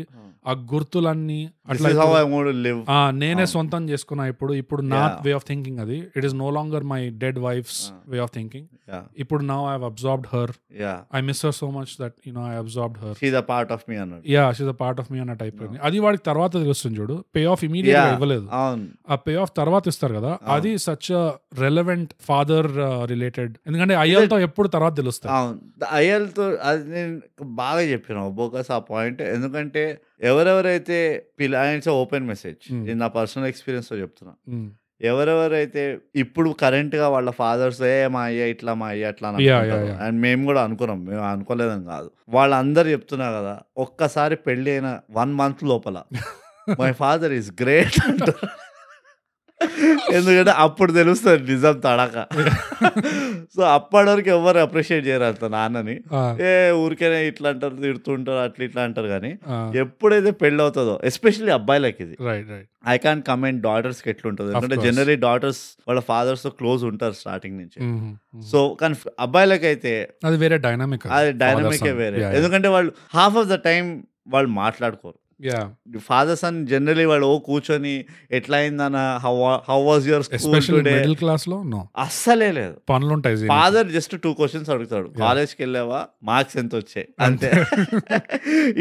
Speaker 1: ఆ గుర్తులన్నీ అట్లా ఇప్పుడు-
Speaker 2: మూడు లివ్
Speaker 1: ఆ, నేనే
Speaker 2: అవును.
Speaker 1: సొంతం చేసుకున్నా ఇప్పుడు ఇప్పుడు నా
Speaker 2: Yeah.
Speaker 1: వే ఆఫ్ థింకింగ్ అది it is no longer my dead wife's
Speaker 2: Ah.
Speaker 1: Way of thinking ఇప్పుడు నా I absorbed her
Speaker 2: yeah
Speaker 1: I miss her so much that you know I absorbed her
Speaker 2: she the part of me అన్నట్టు
Speaker 1: yeah she's a part of me అన్న type అది వాడికి తర్వాత తెలుస్తుంది చూడు pay off immediate
Speaker 2: Yeah.
Speaker 1: ఇవ్వలేదు
Speaker 2: అవును
Speaker 1: ఆ పే ఆఫ్ తర్వాత ఇస్తారు కదా
Speaker 2: Ah.
Speaker 1: అది such relevant father related uh, ఎందుకంటే అయ్యలతో ఎప్పుడు తర్వాత తెలుస్తారు
Speaker 2: అవును అయ్యలతో అది నేను బాగా చెప్పిన బోకస్ ఆ పాయింట్ ఎందుకంటే ఎవరెవరైతే పిల్ల ఇట్స్ ఓపెన్ మెసేజ్
Speaker 1: Hmm.
Speaker 2: నేను నా పర్సనల్ ఎక్స్పీరియన్స్ తో చెప్తున్నా
Speaker 1: Mm.
Speaker 2: ఎవరెవరైతే ఇప్పుడు కరెంట్ గా వాళ్ళ ఫాదర్స్ ఏ మా అయ్య ఇట్లా మా అయ్య అట్లా అని
Speaker 1: Yeah,
Speaker 2: అనుకుంటారు.
Speaker 1: yeah, yeah.
Speaker 2: అండ్ మేము కూడా అనుకున్నాం మేము అనుకోలేదని కాదు వాళ్ళందరూ చెప్తున్నారు కదా ఒక్కసారి పెళ్లి అయిన వన్ మంత్ లోపల మై ఫాదర్ ఈస్ గ్రేట్ అంటారు ఎందుకంటే అప్పుడు తెలుస్తుంది నిజం తడక సో అప్పటి వరకు ఎవరు అప్రిషియేట్ చేయరు అంత నాన్నని
Speaker 1: ఆ,
Speaker 2: ఏ ఊరికేనే ఇట్లా అంటారు తిడుతుంటారు అట్లా ఇట్లా అంటారు కానీ
Speaker 1: ఆ,
Speaker 2: ఎప్పుడైతే పెళ్ళి అవుతుందో ఎస్పెషల్లీ అబ్బాయిలకి ఇది
Speaker 1: right, right.
Speaker 2: I can comment daughters కి ఎట్లుంటుంది ఎందుకంటే
Speaker 1: course.
Speaker 2: జనరలీ డాటర్స్ వాళ్ళ fathers తో క్లోజ్ ఉంటారు స్టార్టింగ్ నుంచి
Speaker 1: Mhm, mhm.
Speaker 2: సో కానీ అబ్బాయిలకైతే
Speaker 1: అది వేరే డైనామిక్
Speaker 2: అది డైనమికే వేరే ఎందుకంటే వాళ్ళు హాఫ్ ఆఫ్ ద టైం వాళ్ళు మాట్లాడుకోరు ఫాదర్స్ అని జనరలీ వాళ్ళు ఓ కూర్చొని ఎట్లా అయిందన్న how how was your school
Speaker 1: especially
Speaker 2: today
Speaker 1: middle class లో నో
Speaker 2: అస్సలే లేదు
Speaker 1: పనులు ఉంటాయి దీనికి.
Speaker 2: ఫాదర్ జస్ట్ టూ క్వశ్చన్స్ అడుగుతాడు కాలేజ్కి వెళ్ళావా మార్క్స్ ఎంత వచ్చాయి అంతే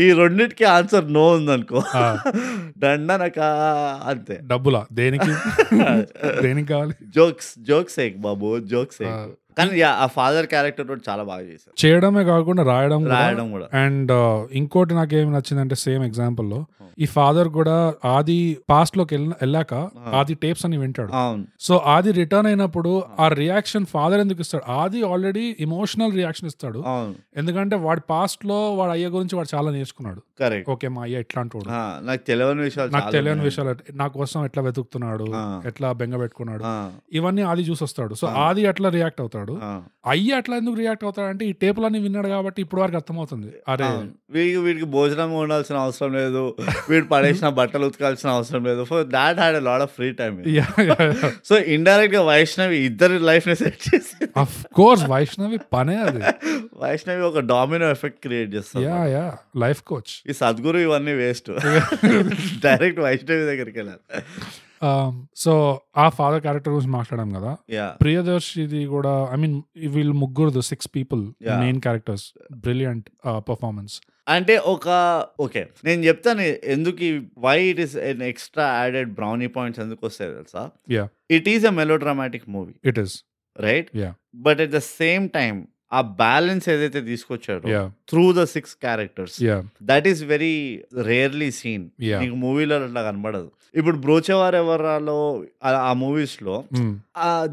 Speaker 2: ఈ రెండిటికి ఆన్సర్ నో ఉందనుకో
Speaker 1: ఆ.
Speaker 2: దండనక
Speaker 1: *laughs*
Speaker 2: అంతే
Speaker 1: *laughs* డబ్బులా దేనికి దేనికి కావాలి
Speaker 2: జోక్స్ జోక్స్ ఏక్ బాబు జోక్స్
Speaker 1: ఆ.
Speaker 2: ఏక్ కానీ యా, ఆ ఫాదర్ క్యారెక్టర్ కూడా చాలా బాగా చేశారు
Speaker 1: చేయడమే కాకుండా రాయడం
Speaker 2: రాయడం కూడా
Speaker 1: అండ్ uh, ఇంకోటి నాకేం నచ్చిందంటే సేమ్ ఎగ్జాంపుల్ లో ఈ ఫాదర్ కూడా ఆది పాస్ట్ లోకి వెళ్ళ- వెళ్ళాక ఆది టేప్స్ అని వింటాడు
Speaker 2: అవును
Speaker 1: సో ఆది రిటర్న్ అయినప్పుడు ఆ రియాక్షన్ ఫాదర్ ఎందుకు ఇస్తాడు ఆది ఆల్రెడీ ఎమోషనల్ రియాక్షన్ ఇస్తాడు
Speaker 2: అవును
Speaker 1: ఎందుకంటే వాడి పాస్ట్ లో వాడు అయ్య గురించి వాడు చాలా నేర్చుకున్నాడు
Speaker 2: కరెక్ట్
Speaker 1: ఓకే మా అయ్య ఎట్లాంటి వాడు
Speaker 2: నాకు తెలియని విషయాలు
Speaker 1: నాకు
Speaker 2: చాలా
Speaker 1: తెలియని
Speaker 2: ఉన్నాయి.
Speaker 1: విషయాలు ఎట్- నా కోసం ఎట్లా వెతుకుతున్నాడు
Speaker 2: ఆ.
Speaker 1: ఎట్లా బెంగ పెట్టుకున్నాడు
Speaker 2: ఆ,
Speaker 1: ఇవన్నీ ఆది చూసి వస్తాడు సో
Speaker 2: ఆ.
Speaker 1: ఆది అట్లా రియాక్ట్ అవుతాడు
Speaker 2: ఆ.
Speaker 1: అయ్య అట్లా ఎందుకు రియాక్ట్ అవుతాడు అంటే ఈ టేపులన్నీ విన్నాడు కాబట్టి ఇప్పుడు వారికి అర్థమవుతుంది అరే
Speaker 2: అవును. వీడికి వీడికి భోజనం ఉండాల్సిన అవసరం లేదు వీడు పడేసిన బట్టలు ఉతకాల్సిన అవసరం లేదు for that had lot of free time
Speaker 1: Yeah, yeah, yeah.
Speaker 2: So indirect గా వైష్ణవి ఇద్దరి లైఫ్ ని సెట్ చేసి
Speaker 1: Of course, వైష్ణవి పనే అది
Speaker 2: వైష్ణవి ఒక డామినో ఎఫెక్ట్ క్రియేట్ చేస్తారు
Speaker 1: యా యా లైఫ్ కోచ్
Speaker 2: ఈ సద్గురు ఇవన్నీ
Speaker 1: *laughs*
Speaker 2: వేస్ట్ డైరెక్ట్ వైష్ణవి దగ్గరికి వెళ్ళాలి
Speaker 1: Um, సో ఆ ఫాదర్ క్యారెక్టర్ గురించి మాట్లాడాం కదా
Speaker 2: యా
Speaker 1: ప్రియదర్శిది కూడా ఐ మీన్ వీళ్ళు ముగ్గురు six people
Speaker 2: Yeah.
Speaker 1: Main characters brilliant performance
Speaker 2: అంటే ఒక ఓకే నేను చెప్తాను ఎందుకు why it is an extra added brownie points ఎందుకు వస్తాయి తెలుసా
Speaker 1: Yeah.
Speaker 2: It is a melodramatic movie
Speaker 1: it is
Speaker 2: right
Speaker 1: Yeah.
Speaker 2: But at the same time ఆ balance ఏదైతే తీసుకొచ్చాడో through the six characters that is very rarely seen
Speaker 1: Yeah.
Speaker 2: నీకు మూవీలో అట్లా కనబడదు ఇప్పుడు బ్రోచేవారు ఎవరాలో ఆ- ఆ మూవీస్ లో
Speaker 1: Mm,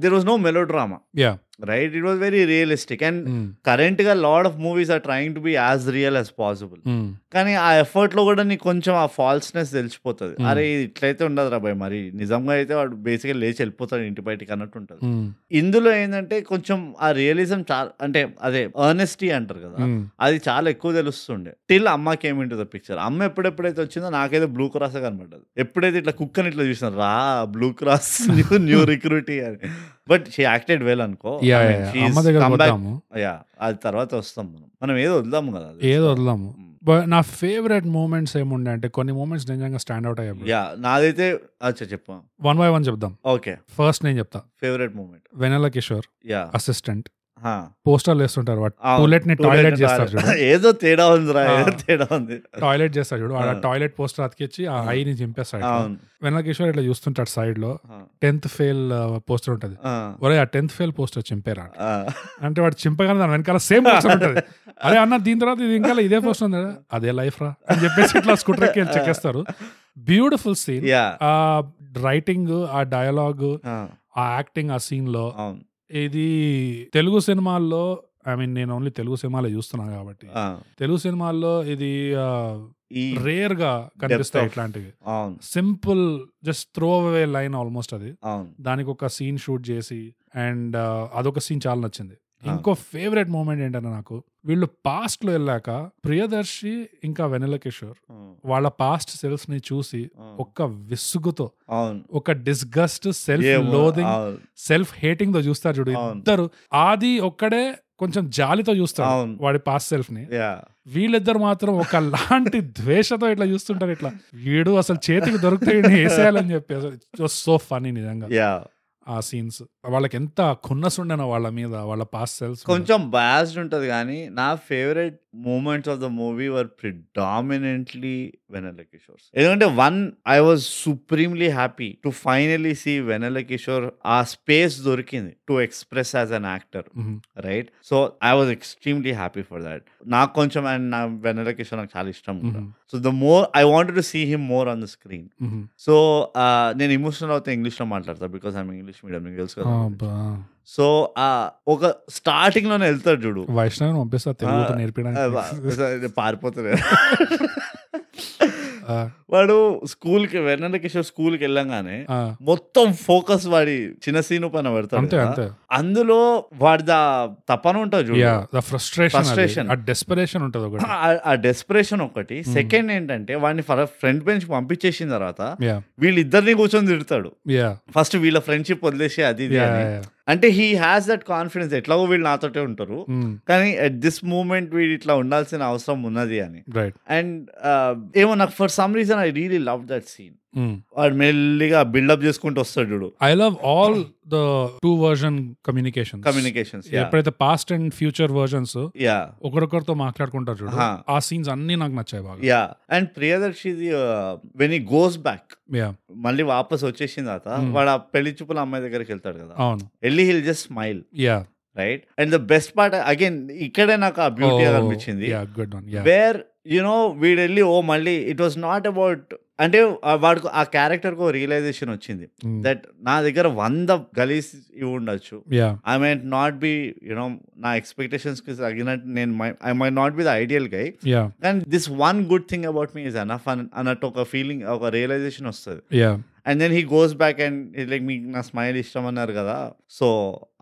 Speaker 2: there was no melodrama
Speaker 1: yeah
Speaker 2: right it was very realistic
Speaker 1: Mm.
Speaker 2: And current గా lot of movies are trying to be as real as possible
Speaker 1: mm,
Speaker 2: కానీ ఆ ఎఫర్ట్ లో కూడా నీకు కొంచెం ఆ ఫాల్స్నెస్ తెలిసిపోతుంది
Speaker 1: Hmm.
Speaker 2: అరే ఇది ఇట్లయితే ఉండదు రా భయ్ మరి నిజంగా అయితే వాడు బేసిక్గా లేచి వెళ్ళిపోతాడు ఇంటి బయటికి అన్నట్టు ఉంటుంది
Speaker 1: mm,
Speaker 2: ఇందులో ఏంటంటే కొంచెం ఆ రియలిజం చాలా అంటే అదే అర్నెస్టీ అంటారు కదా
Speaker 1: mm.
Speaker 2: అది చాలా ఎక్కువ తెలుస్తుండే till amma came in the picture అమ్మ ఎప్పుడెప్పుడైతే వచ్చిందో నాకైతే బ్లూ క్రాస్ కనబడ్డది ఎప్పుడైతే ఇట్లా కుక్కని ఇట్లా చూసిన రా blue *laughs* cross new new recruit అని బట్ షీ యాక్టెడ్ వెల్ అనుకో
Speaker 1: yeah
Speaker 2: I mean, she is
Speaker 1: అమ్మ దగ్గర
Speaker 2: come back-
Speaker 1: కొట్టాము
Speaker 2: Yeah, అది తర్వాత వస్తాం మనం మనం ఏదో వద్దాము కదా అది.
Speaker 1: ఏదో వదలము
Speaker 2: Mm.
Speaker 1: బట్ నా ఫేవరెట్ మూమెంట్స్ ఏముండే అంటే కొన్ని మూమెంట్స్ నిజంగా స్టాండ్ అవుట్ అయ్యాయి
Speaker 2: యా నాదైతే అచ్చా చెప్పు
Speaker 1: వన్ బై వన్ చెప్దాం
Speaker 2: ఓకే
Speaker 1: ఫస్ట్ నేను చెప్తా
Speaker 2: favourite moment
Speaker 1: Vennela Kishore
Speaker 2: yeah
Speaker 1: assistant
Speaker 2: హా.
Speaker 1: పోస్టర్లు వేస్తుంటారు వాడు
Speaker 2: అవును.
Speaker 1: టూలెట్ ని
Speaker 2: Toilet
Speaker 1: టాయిలెట్
Speaker 2: ని
Speaker 1: చేస్తారు
Speaker 2: toilet.
Speaker 1: చూడు
Speaker 2: *laughs* ఏదో తేడా ఉందిరా
Speaker 1: ఆ.
Speaker 2: ఏదో తేడా ఉంది
Speaker 1: టాయిలెట్ చేస్తాడు చూడు ఆ
Speaker 2: ఆ.
Speaker 1: టాయిలెట్ పోస్టర్ అతికిచ్చి ఆ ఐ ని చింపేస్తాడు
Speaker 2: Uh. అవును
Speaker 1: వెనెల కిషోర్ ఇట్లా చూస్తుంటాడు సైడ్ లో
Speaker 2: ఆ.
Speaker 1: టెన్త్ ఫెయిల్ పోస్టర్ ఉంటది
Speaker 2: ఆ.
Speaker 1: ఒరే ఆ టెన్త్ ఫెయిల్ పోస్టర్ చింపారా
Speaker 2: ఆ.
Speaker 1: అంటే వాడు చింపగానే దాని వెనకాల సేమ్ పోస్టర్ ఉంటుంది
Speaker 2: *laughs*
Speaker 1: అరే అన్న దీని తర్వాత ఇది ఇంకా ఇదే పోస్టర్ ఉంది కదా, అదే లైఫ్ రా అని చెప్పేసి ఇట్లా స్కూటర్ ఎక్కి వెళ్ళి చెక్కేస్తారు బ్యూటిఫుల్ సీన్
Speaker 2: యా
Speaker 1: ఆ రైటింగ్ ఆ డయలాగ్
Speaker 2: ఆ.
Speaker 1: ఆ యాక్టింగ్ ఆ సీన్ లో
Speaker 2: అవును
Speaker 1: ఇది తెలుగు సినిమాల్లో ఐ మీన్ నేను ఓన్లీ తెలుగు సినిమాలో చూస్తున్నా కాబట్టి
Speaker 2: ఆ.
Speaker 1: తెలుగు సినిమాల్లో ఇది
Speaker 2: ఈ
Speaker 1: రేర్ గా కనిపిస్తాయి
Speaker 2: of-
Speaker 1: ఇట్లాంటివి
Speaker 2: అవును
Speaker 1: simple just throw away line almost అది
Speaker 2: అవును
Speaker 1: దానికి ఒక సీన్ షూట్ చేసి అండ్ అదొక సీన్ చాలా నచ్చింది
Speaker 2: ఆ.
Speaker 1: ఇంకో ఫేవరెట్ మూమెంట్ ఏంటంటే నాకు వీళ్ళు పాస్ట్ లో వెళ్ళాక ప్రియదర్శి ఇంకా వెనెల కిషోర్ వాళ్ళ పాస్ట్ సెల్ఫ్ ని చూసి
Speaker 2: Um.
Speaker 1: ఒక్క విసుగుతో
Speaker 2: అవును
Speaker 1: ఒక డిస్గస్ట్ సెల్ఫ్
Speaker 2: ఏమో,
Speaker 1: లోదింగ్
Speaker 2: అవును.
Speaker 1: సెల్ఫ్ హేటింగ్ తో చూస్తారు చూడు
Speaker 2: అవును.
Speaker 1: ఇద్దరు ఆది ఒక్కడే కొంచెం జాలితో చూస్తాడు
Speaker 2: అవును.
Speaker 1: వాడి పాస్ట్ సెల్ఫ్ ని
Speaker 2: యా
Speaker 1: వీళ్ళిద్దరు మాత్రం ఒక లాంటి ద్వేషతో ఇట్లా చూస్తుంటారు ఇట్లా వీడు అసలు చేతికి దొరికితే వీడిని వేసేయాలని చెప్పి అసలు సో ఫనీ నిజంగా
Speaker 2: యా
Speaker 1: ఆ సీన్స్ వాళ్ళకి ఎంత ఖున్నస్ ఉండేనో వాళ్ళ మీద వాళ్ళ పాస్ట్ సెల్స్
Speaker 2: కొంచెం బ్యాస్డ్ ఉంటది కానీ నా favourite moments of the movie were predominantly Vennela Kishore's ఎందుకంటే one I was supremely happy to finally see Vennela Kishore ఆ స్పేస్ దొరికింది to express as an actor right so I was extremely happy for that నాకు కొంచెం and నా వెనెల కిషోర్ నాకు చాలా ఇష్టం కూడా so the more I wanted to see him more on the screen so uh, నేను ఇమోషనల్ అవుతే ఇంగ్లీష్లో మాట్లాడతా బికాస్ ఐమ్ ఇంగ్లీష్ మీడియం మీకు తెలుసు కదా సో ఆ ఒక స్టార్టింగ్ లోనే వెళ్తాడు చూడు
Speaker 1: వైష్ణవిని పంపిస్తా తెలుగు *laughs* నేర్పించడానికి
Speaker 2: పారిపోతాడు పారిపోతలేదు వాడు స్కూల్ కి వెన్నెల కిషోర్ స్కూల్ కి వెళ్ళంగానే
Speaker 1: ఆ,
Speaker 2: మొత్తం ఫోకస్ వాడి చిన్న సీను పైన పెడతాడు
Speaker 1: అంతే
Speaker 2: కదా.
Speaker 1: అంతే
Speaker 2: అందులో వాడి దా తపన ఉంటుంది చూడు
Speaker 1: యా ద ఫ్రస్ట్రేషన్
Speaker 2: Frustration.
Speaker 1: ఆ డెస్పరేషన్ ఉంటది ఒకటి
Speaker 2: ఆ- ఆ డెస్పరేషన్ ఒకటి
Speaker 1: Hmm.
Speaker 2: సెకండ్ ఏంటంటే వాడిని ఫ్రంట్ బెంచ్ పంపించేసిన తర్వాత
Speaker 1: యా
Speaker 2: వీళ్ళిద్దరిని కూర్చొని తిడతాడు
Speaker 1: యా
Speaker 2: ఫస్ట్ వీళ్ళ ఫ్రెండ్షిప్ వదిలేసి అది ఇది
Speaker 1: యా
Speaker 2: అని. అంటే హీ హ్యాస్ దట్ కాన్ఫిడెన్స్ ఎట్లాగో వీళ్ళు నాతోటే ఉంటారు కానీ అట్ దిస్ మూమెంట్ వీడు ఇట్లా ఉండాల్సిన అవసరం ఉన్నది అని
Speaker 1: రైట్
Speaker 2: అండ్ ఏమో నాకు for some reason I really love that scene వాడు మెల్లిగా బిల్డప్ చేసుకుంటూ వస్తాడు చూడు
Speaker 1: I love all the two version communication
Speaker 2: communications
Speaker 1: ఎప్పుడైతే past and future versions
Speaker 2: yeah
Speaker 1: ఒకరొకరితో మాట్లాడుకుంటారు చూడు
Speaker 2: Aha.
Speaker 1: ఆ సీన్స్ అన్ని నాకు నచ్చాయి బాగా
Speaker 2: యా అండ్ ప్రియదర్శిది when he goes back
Speaker 1: yeah
Speaker 2: మళ్ళీ వాపస్ వచ్చేసిన తర్వాత
Speaker 1: Hmm.
Speaker 2: వాడు ఆ పెళ్లి చూపుల అమ్మాయి దగ్గరికి వెళ్తాడు కదా
Speaker 1: అవును
Speaker 2: వెళ్ళి hill just smile
Speaker 1: yeah
Speaker 2: right and the best part again ఇక్కడే నాకు ఆ
Speaker 1: Oh,
Speaker 2: బ్యూటీ అనిపించింది
Speaker 1: yeah good one yeah
Speaker 2: where you know వీడు వెళ్ళి ఓ oh, మళ్ళీ ఇట్ వాస్ నాట్ అబౌట్ అంటే ఆ- వాడికి ఆ క్యారెక్టర్ కు రియలైజేషన్ వచ్చింది దట్ నా దగ్గర వంద గలీస్ ఇవి ఉండొచ్చు
Speaker 1: yeah
Speaker 2: I might not be you know నా ఎక్స్పెక్టేషన్స్ కి తగినట్టు నేను I might not be the ideal guy
Speaker 1: yeah
Speaker 2: కానీ this one good thing about me is enough అన్నట్టు ఒక ఫీలింగ్ ఒక రియలైజేషన్ వస్తుంది
Speaker 1: yeah
Speaker 2: and then he goes back and like మీకు నా స్మైల్ ఇష్టం అన్నారు కదా సో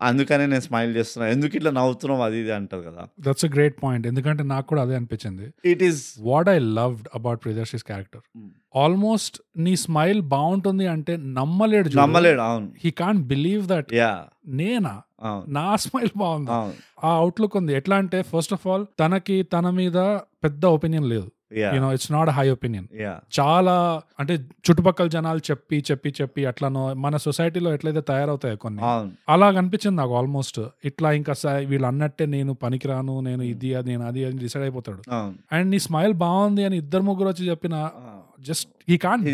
Speaker 2: అందుకనే నేను స్మైల్ చేస్తున్నా ఎందుకు ఇట్లా నవ్వుతున్నావు అది ఇది అంటారు కదా
Speaker 1: దట్స్ అ గ్రేట్ పాయింట్ ఎందుకంటే నాకు కూడా అదే అనిపించింది
Speaker 2: it is
Speaker 1: what I loved about Priyadarshi's character
Speaker 2: Mm.
Speaker 1: Almost నీ స్మైల్ బాగుంటుంది అంటే నమ్మలేడు
Speaker 2: నమ్మలేడు అవును
Speaker 1: he can believe that
Speaker 2: yeah
Speaker 1: నేనా
Speaker 2: అవును
Speaker 1: నా స్మైల్ బాగుంది
Speaker 2: అవును
Speaker 1: ఆ అవుట్లుక్ ఉంది ఎట్లా అంటే ఫస్ట్ ఆఫ్ ఆల్ తనకి తన మీద పెద్ద ఒపీనియన్ లేదు
Speaker 2: yeah
Speaker 1: you know it's not high opinion
Speaker 2: yeah
Speaker 1: చాలా అంటే చుట్టుపక్కల జనాలు చెప్పి చెప్పి చెప్పి అట్లనో మన సొసైటీలో ఎట్లయితే తయారవుతాయో కొన్ని
Speaker 2: అవును
Speaker 1: అలా కనిపించింది నాకు ఆల్మోస్ట్ ఇట్లా ఇంకా స- వీళ్ళు అన్నట్టే నేను పనికిరాను నేను ఇది అది నేను అది అని డిసైడ్ అయిపోతాడు
Speaker 2: అవును
Speaker 1: అండ్ నీ స్మైల్ బాగుంది అని ఇద్దరు ముగ్గురు వచ్చి చెప్పిన జస్ట్ ఈ కాంట్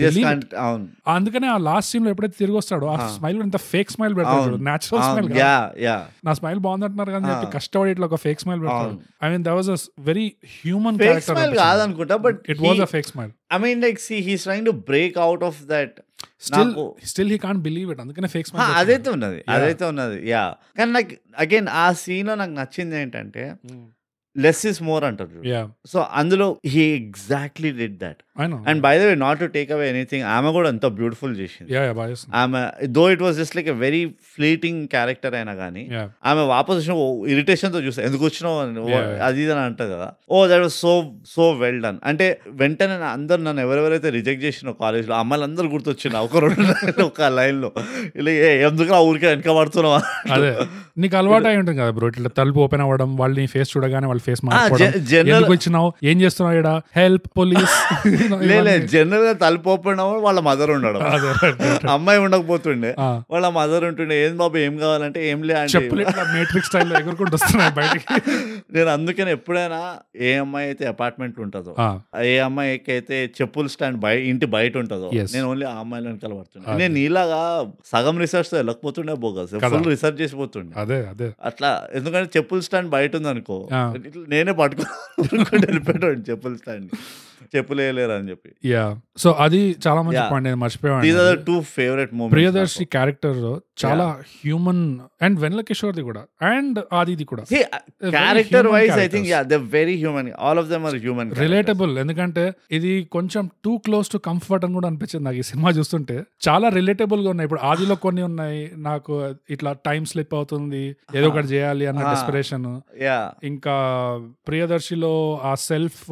Speaker 2: అవును
Speaker 1: అందుకనే ఆ లాస్ట్ సీన్ లో ఎప్పుడైతే తిరిగి వస్తాడో ఆ
Speaker 2: Ah.
Speaker 1: స్మైల్ ఇంత ఫేక్ స్మైల్ పెడతాడు
Speaker 2: అవును.
Speaker 1: నేచురల్ స్మైల్
Speaker 2: యా యా
Speaker 1: నా స్మైల్ బాగుందంటున్నారు కానీ చెప్పి
Speaker 2: Ah.
Speaker 1: కష్టపడి ఇట్లా ఒక ఫేక్ స్మైల్ పెడతాడు I mean that was a very human
Speaker 2: fake smile కాదనుకుంటా but
Speaker 1: it was a fake smile
Speaker 2: I mean like see he's trying to break out of that
Speaker 1: still
Speaker 2: నాకు-
Speaker 1: still he can't believe it అందుకనే fake smile
Speaker 2: అదైతే ఉన్నది అదైతే ఉన్నది yeah కానీ నాకు again ఆ సీన్ లో నాకు నచ్చింది ఏంటంటే లెస్ ఇస్ మోర్ అంటారు
Speaker 1: యా
Speaker 2: సో అందులో he exactly did that
Speaker 1: I know
Speaker 2: and by the way not to take away anything ఆమె కూడా అంత బ్యూటిఫుల్ చేసింది
Speaker 1: యా యా బాగా
Speaker 2: ఆమె though it was just like a very fleeting character అయినా కానీ
Speaker 1: యా
Speaker 2: ఆమె వాపస్ వచ్చిన ఇరిటేషన్ తో చూస్తా ఎందుకు వచ్చినావు అని. ఓ,
Speaker 1: Yeah.
Speaker 2: అది ఇది అని అంటది కదా oh that was so so well done అంటే వెంటనే నా- అందరు నన్ను ఎవరెవరైతే రిజెక్ట్ చేసిన కాలేజ్ లో అమ్మాయిలు అందరు గుర్తొచ్చిన ఒక రెండు లైన్లు, ఒక లైన్ లో ఇలా "ఏ, ఎందుకు ఆ ఊరికే వెనక పడుతున్నావా
Speaker 1: *laughs* అదే నీకు అలవాటు అయి ఉంటుంది కదా బ్రో ఇట్లా తలుపు ఓపెన్ అవ్వడం వాళ్ళని ఫేస్ చూడగానే వాళ్ళ ఫేస్ మార్చుకోవడం
Speaker 2: జ- general-
Speaker 1: ఎందుకు వచ్చినావు ఏం చేస్తున్నావు ఇక్కడ హెల్ప్
Speaker 2: *laughs*
Speaker 1: పోలీస్
Speaker 2: లేదు జనరల్ గా తలుపు ఓపెన్ అవ్వడం వాళ్ళ మదర్ ఉండడం అమ్మాయి ఉండకపోతుండే వాళ్ళ మదర్ ఉంటుండే ఏం బాబు ఏం కావాలంటే ఏం లే అంటే
Speaker 1: చెప్పులు ఇట్లా మేట్రిక్ స్టైల్ ఎగురుకుంటూ వస్తున్నాయి బయటికి
Speaker 2: నేను అందుకని ఎప్పుడైనా ఏ అమ్మాయి అయితే అపార్ట్మెంట్ ఉంటుందో
Speaker 1: ఆ,
Speaker 2: ఏ అమ్మాయికి అయితే చెప్పులు స్టాండ్ బయ ఇంటి బయట ఉంటుందో
Speaker 1: Yes.
Speaker 2: నేను ఓన్లీ ఆ అమ్మాయిలు వెనకాల పడుతున్నా
Speaker 1: అదే.
Speaker 2: నేను నీలాగా సగం రీసెర్చ్ తో వెళ్ళకపోతుండే బోగస్
Speaker 1: కదా.
Speaker 2: ఫుల్ రీసెర్చ్ చేసిపోతుండే
Speaker 1: అదే అదే
Speaker 2: అట్లా ఎందుకంటే చెప్పులు స్టాండ్ బయట ఉంది అనుకో
Speaker 1: ఆ.
Speaker 2: నేనే పట్టుకుని వెళ్ళిపోయాడు చెప్పులు స్టాండ్ చెప్పులు వేయలేరు అని చెప్పి
Speaker 1: యా సో అది చాలా మంచి
Speaker 2: Yeah.
Speaker 1: పాయింట్ నేను
Speaker 2: దీస్ ఆర్
Speaker 1: మర్చిపోయాను
Speaker 2: టూ ఫేవరెట్
Speaker 1: ప్రియదర్శి క్యారెక్టర్ చాలా హ్యూమన్ అండ్ వెన్ల కిషోర్ది కూడా అండ్ ఆదిది కూడా very
Speaker 2: character
Speaker 1: human
Speaker 2: wise I
Speaker 1: characters.
Speaker 2: Think yeah the very human all of them are human
Speaker 1: relatable ఎందుకంటే ఇది కొంచెం టూ క్లోజ్ టు కంఫర్ట్ అని కూడా అనిపించింది నాకు ఈ సినిమా చూస్తుంటే చాలా రిలేటబుల్ గా ఉన్నాయి ఇప్పుడు ఆదిలో కొన్ని ఉన్నాయి నాకు ఇట్లా టైం స్లిప్ అవుతుంది ఏదో ఒకటి చేయాలి అన్న
Speaker 2: Ah.
Speaker 1: డెస్పిరేషన్
Speaker 2: యా
Speaker 1: ఇంకా ప్రియదర్శిలో ఆ uh, self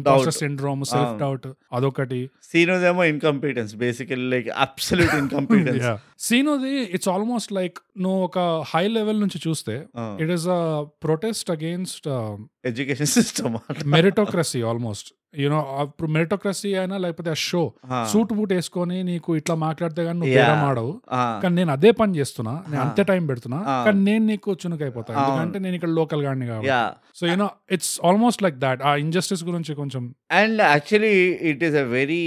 Speaker 1: impostor syndrome self
Speaker 2: Ah.
Speaker 1: Doubt అదొకటి
Speaker 2: సీనుదేమో incompetence basically like absolute incompetence
Speaker 1: సీనుది ఇట్స్ ఆల్మోస్ట్ లైక్ నువ్వు ఒక హై లెవెల్ నుంచి చూస్తే
Speaker 2: Uh,
Speaker 1: it is a protest against
Speaker 2: education *laughs* system
Speaker 1: meritocracy almost you know ఇప్పుడు మెరిటోక్రసీ అయినా లేకపోతే ఆ షో
Speaker 2: Uh,
Speaker 1: సూట్ బూట్ వేసుకొని నీకు ఇట్లా మాట్లాడితే కానీ నువ్వు
Speaker 2: Yeah.
Speaker 1: బేరం ఆడవు
Speaker 2: uh,
Speaker 1: కానీ నేను అదే పని చేస్తున్నా నేను
Speaker 2: Ah.
Speaker 1: అంతే టైం పెడుతున్నా
Speaker 2: Ah.
Speaker 1: కానీ నేను నీకు చునుకైపోతా
Speaker 2: అవును.
Speaker 1: ఎందుకంటే నేను ఇక్కడ లోకల్ గాడిని కాబట్టి
Speaker 2: yeah
Speaker 1: so you know it's almost like that ఆ ఇంజస్టిస్ గురించి కొంచెం
Speaker 2: and actually it is a very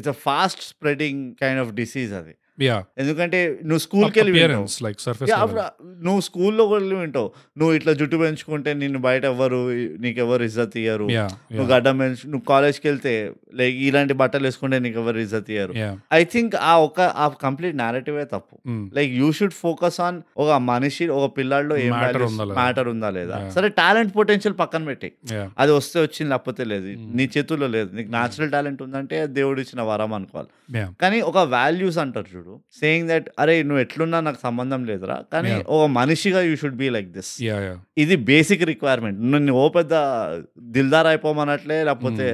Speaker 2: it's a fast spreading kind of disease అది
Speaker 1: యా
Speaker 2: ఎందుకంటే నువ్వు స్కూల్కి వెళ్ళి వింటావు.
Speaker 1: అపియరెన్స్ లైక్ సర్ఫేస్
Speaker 2: Yeah, అప్పుడు నువ్వు స్కూల్లో వెళ్ళి వింటావు నువ్వు ఇట్లా జుట్టు పెంచుకుంటే నిన్ను బయట ఎవ్వరు నీకెవ్వరు ఇజ్జత్ ఇయ్యరు
Speaker 1: యా
Speaker 2: నువ్వు గడ్డం పెంచు నువ్వు కాలేజ్కి వెళ్తే లైక్ ఇలాంటి బట్టలు వేసుకుంటే నీకు ఎవరు ఇజ్జత్ ఇయ్యరు
Speaker 1: యా
Speaker 2: ఐ థింక్ ఆ ఒక ఆ కంప్లీట్ narrative ఏ తప్పు
Speaker 1: mm,
Speaker 2: like you should focus on ఒక మనిషి ఒక పిల్లాడిలో ఏం
Speaker 1: Matter ఉందా లేదా?
Speaker 2: మ్యాటర్ ఉందా లేదా
Speaker 1: Yeah.
Speaker 2: సరే టాలెంట్ పొటెన్షియల్ పక్కన పెట్టి
Speaker 1: యా
Speaker 2: అది వస్తే వచ్చింది లేకపోతే లేదు
Speaker 1: Mm.
Speaker 2: నీ చేతుల్లో లేదు నీకు న్యాచురల్ టాలెంట్ ఉందంటే దేవుడు ఇచ్చిన వరం అనుకోవాలి
Speaker 1: యా
Speaker 2: కానీ ఒక వాల్యూస్ అంటారు చూడు సేయింగ్ దట్ అరే నువ్వు ఎట్లున్నా నాకు సంబంధం లేదురా కానీ
Speaker 1: Yeah.
Speaker 2: ఒక మనిషిగా you should be like this
Speaker 1: yeah yeah
Speaker 2: ఇది బేసిక్ రిక్వైర్మెంట్ నేను ఓ పెద్ద దిల్దార్ అయిపోమనట్లే లేకపోతే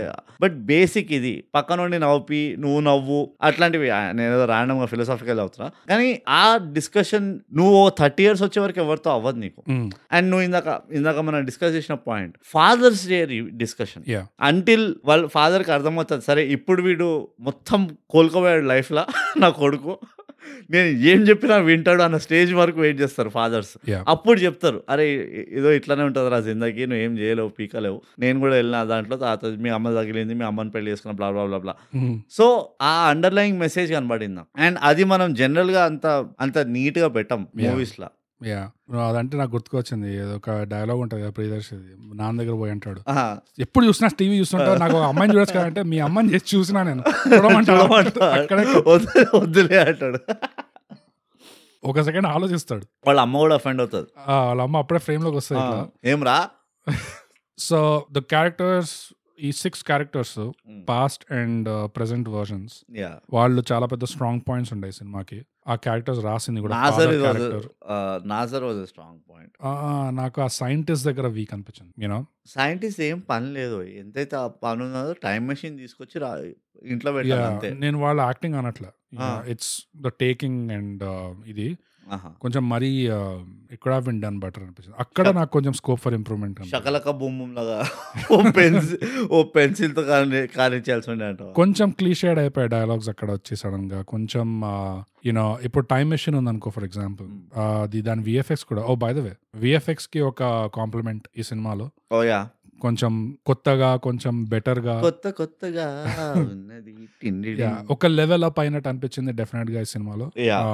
Speaker 2: బట్ బేసిక్ ఇది పక్క నుండి నవ్వి నువ్వు నవ్వు అట్లాంటివి ఆ, నేను ఏదో ర్యాండమ్గా ఫిలాసఫికల్ అవుతున్నా కానీ ఆ డిస్కషన్ నువ్వు థర్టీ ఇయర్స్ వచ్చే వరకు ఎవరితో అవ్వదు నీకు
Speaker 1: mm,
Speaker 2: అండ్ నువ్వు ఇందాక ఇందాక మనం డిస్కస్ చేసిన point father's day discussion
Speaker 1: yeah
Speaker 2: until వాళ్ళ ఫాదర్కి అర్థమవుతుంది సరే ఇప్పుడు వీడు మొత్తం కోలుకోబోయాడు లైఫ్లో *laughs* నా కొడుకు నేను ఏం చెప్పినా వింటాడు అన్న స్టేజ్ వరకు వెయిట్ చేస్తారు ఫాదర్స్
Speaker 1: Yeah.
Speaker 2: అప్పుడు చెప్తారు అరే ఇ- ఇదో ఇట్లానే ఉంటుంది రా జిందగీ నువ్వు ఏం చేయలేవు పీకలేవు నేను కూడా వెళ్ళిన దాంట్లో తాత మీ అమ్మ తగిలింది మీ అమ్మని పెళ్లి చేసుకున్న blah blah blah blah
Speaker 1: mm,
Speaker 2: so ఆ అండర్లయింగ్ మెసేజ్ కనబడింది నాకు. అండ్ అది మనం జనరల్గా అంత అంత నీట్గా పెట్టాం మూవీస్లో
Speaker 1: యా అదంటే నాకు గుర్తుకొచ్చింది ఏదో ఒక డైలాగ్ ఉంటుంది కదా ప్రియదర్శిది నాన్న దగ్గర పోయి అంటాడు ఎప్పుడు చూసినా టీవీ చూస్తుంటా నాకు ఒక అమ్మాయిని చూడొచ్చు కదంటే మీ అమ్మని చేసి చూసినా
Speaker 2: *laughs*
Speaker 1: నేను చూడమంటాడు. అక్కడే
Speaker 2: వద్దులే అంటాడు
Speaker 1: ఒక సెకండ్ ఆలోచిస్తాడు
Speaker 2: వాళ్ళ అమ్మ కూడా అఫెండ్ అవుతుంది
Speaker 1: ఆ, వాళ్ళ అమ్మ అప్పుడే ఫ్రేమ్ లోకి వస్తాయి ఇట్లా
Speaker 2: ఏం రా
Speaker 1: సో ద క్యారెక్టర్స్ ఈ six characters past and present versions
Speaker 2: yeah
Speaker 1: వాళ్ళు చాలా పెద్ద స్ట్రాంగ్ పాయింట్స్ ఉండే సినిమాకి ఆ క్యారెక్టర్స్ రాసింది కూడా father
Speaker 2: Nassar
Speaker 1: character.
Speaker 2: Nassar was strong point
Speaker 1: ఆ, నాకు ఆ సైంటిస్ట్ దగ్గర వీక్ అనిపించింది యూనో
Speaker 2: సైంటిస్ట్ ఏం పని లేదు ఎంతైతే ఆ పని ఉన్నదో టైం మెషిన్ తీసుకొచ్చి రా ఇంట్లో పెట్టాలి అంతే
Speaker 1: నేను వాళ్ళ యాక్టింగ్ అనట్లే
Speaker 2: ఆ.
Speaker 1: ఇట్స్ ద టేకింగ్ అండ్ ఇది
Speaker 2: ఆహా.
Speaker 1: కొంచెం మరీ ఇక్కడ విన్ డన్ బెటర్ అనిపించింది అక్కడ నాకు కొంచెం స్కోప్ ఫర్ ఇంప్రూవ్మెంట్
Speaker 2: శకలక బొమ్మం లాగా ఓ పెన్సిల్ ఓ పెన్సిల్ తో కాని- కానిచ్చాల్సి ఉండే అంట
Speaker 1: కొంచెం క్లీషేడ్ అయిపోయాయి డైలాగ్స్ అక్కడ వచ్చి సడన్ గా కొంచెం యూనో ఇప్పుడు టైం మెషిన్ ఉంది అనుకో ఫర్ ఎగ్జాంపుల్
Speaker 2: Hmm.
Speaker 1: Oh, అది దాని విఎఫ్ఎక్స్ కూడా ఓ బై ద వే విఎఫ్ఎక్స్ కి ఒక కాంప్లిమెంట్ ఈ సినిమాలో
Speaker 2: ఓ యా
Speaker 1: కొంచెం కొత్తగా కొంచెం బెటర్ గా
Speaker 2: కొత్త కొత్తగా ఉన్నది తిండి
Speaker 1: Yeah, ఒక లెవెల్ అప్ అయినట్టు అనిపించింది డెఫినెట్ గా ఈ సినిమాలో ఆ,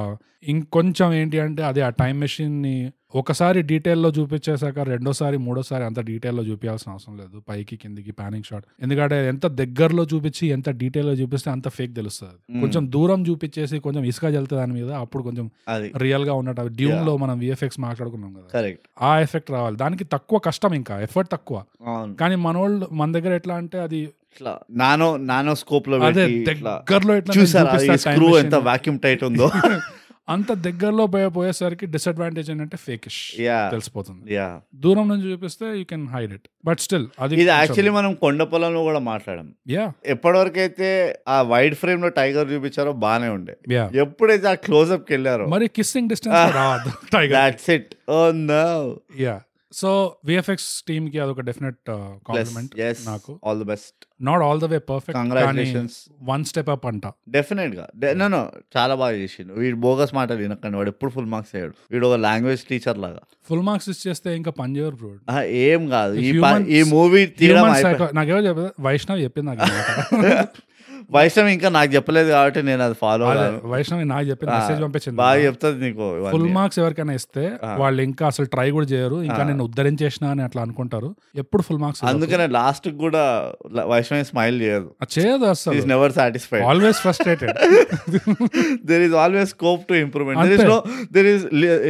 Speaker 1: ఇంకొంచెం ఏంటి అంటే అది ఆ టైం మెషిన్ ని ఒకసారి డీటెయిల్ లో చూపించేశాక రెండోసారి మూడోసారి అంత డీటెయిల్ లో చూపించాల్సిన అవసరం లేదు పైకి కిందికి ప్యానింగ్ షాట్ ఎందుకంటే ఎంత దగ్గరలో చూపించి ఎంత డీటెయిల్ లో చూపిస్తే అంత ఫేక్ తెలుస్తుంది
Speaker 2: Mm.
Speaker 1: కొంచెం దూరం చూపించేసి కొంచెం ఇసుక జల్తే దాని మీద అప్పుడు కొంచెం
Speaker 2: అది
Speaker 1: రియల్ గా ఉన్నట్టు అవి డ్యూమ్
Speaker 2: Yeah.
Speaker 1: లో మనం విఎఫ్ఎక్స్ మాట్లాడుకున్నాం కదా
Speaker 2: కరెక్ట్
Speaker 1: ఆ ఎఫెక్ట్ రావాలి దానికి తక్కువ కష్టం ఇంకా ఎఫర్ట్ తక్కువ
Speaker 2: అవును
Speaker 1: కానీ మనోళ్ళు మన దగ్గర ఎట్లా అంటే అది
Speaker 2: ఇట్లా నానో నానో స్కోప్ లో
Speaker 1: అదే
Speaker 2: పెట్టి ఇట్లా
Speaker 1: దగ్గరలో ఎట్లా నేను
Speaker 2: చూసారా
Speaker 1: చూపిస్తా time
Speaker 2: స్క్రూ
Speaker 1: machine
Speaker 2: ఎంత
Speaker 1: ని.
Speaker 2: వాక్యూమ్ టైట్ ఉందో
Speaker 1: *laughs*
Speaker 2: *laughs*
Speaker 1: అంత దగ్గరలో పోయే పోయేసరికి డిసడ్వాంటేజ్ ఏంటంటే ఫేకిష్
Speaker 2: యా
Speaker 1: తెలిసిపోతుంది
Speaker 2: యా
Speaker 1: దూరం నుంచి చూపిస్తే you can hide it but still అది
Speaker 2: ఇది యాక్చువల్లీ మనం కొండ పొలంలో కూడా మాట్లాడాం
Speaker 1: యా
Speaker 2: ఎప్పటివరకు అయితే ఆ వైడ్ ఫ్రేమ్ లో టైగర్ చూపించారో బానే ఉండే
Speaker 1: యా
Speaker 2: ఎప్పుడైతే ఆ క్లోజ్అప్ కి వెళ్ళారో
Speaker 1: మరి కిస్సింగ్ డిస్టెన్స్
Speaker 2: *laughs*
Speaker 1: రాదు tiger
Speaker 2: that's it oh no
Speaker 1: yeah so VFX team కి అదొక uh, డెఫినెట్ కాంప్లిమెంట్
Speaker 2: ఎస్
Speaker 1: నాకు
Speaker 2: all the best
Speaker 1: not all the way perfect కానీ
Speaker 2: కంగ్రాచులేషన్స్
Speaker 1: వన్ స్టెప్ అప్ అంట
Speaker 2: డెఫినెట్ గా నేను చాలా బాగా చేసిండు వీడు బోగస్ మాటలు వినకండి వాడు ఎప్పుడు ఫుల్ మార్క్స్ అయ్యాడు వీడు ఒక లాంగ్వేజ్ టీచర్ లాగా
Speaker 1: ఫుల్ మార్క్స్ ఇచ్చేస్తే ఇంకా పని చేయరు బ్రో
Speaker 2: ఆ, ఏం కాదు ఈ ప-
Speaker 1: Human-
Speaker 2: ఈ మూవీ తీయడం
Speaker 1: Human
Speaker 2: అయిపోయింది.
Speaker 1: psycho- నాకేమో చెప్పదు వైష్ణవ్ చెప్పింది నాకు ఈ మాట.
Speaker 2: *laughs* వైష్ణవ్ ఇంకా నాకు చెప్పలేదు కాబట్టి నేను అది ఫాలో
Speaker 1: అదే, వైష్ణవి నాకు చెప్పింది మెసేజ్ పంపించింది
Speaker 2: బాగా చెప్తుంది నీకు
Speaker 1: ఫుల్
Speaker 2: ఇవన్నీ.
Speaker 1: మార్క్స్ ఎవరికైనా ఇస్తే వాళ్ళు ఇంకా అసలు ట్రై కూడా చేయరు ఇంకా నేను ఉద్ధరించేసిన అని అట్లా అనుకుంటారు ఎప్పుడు ఫుల్ మార్క్స్
Speaker 2: అందుకనే లాస్ట్ కూడా ల- వైష్ణవి స్మైల్ చేయదు
Speaker 1: చేయదు అసలు
Speaker 2: is never satisfied *laughs*
Speaker 1: always frustrated
Speaker 2: there is always scope to improvement there is
Speaker 1: అంతే.
Speaker 2: No there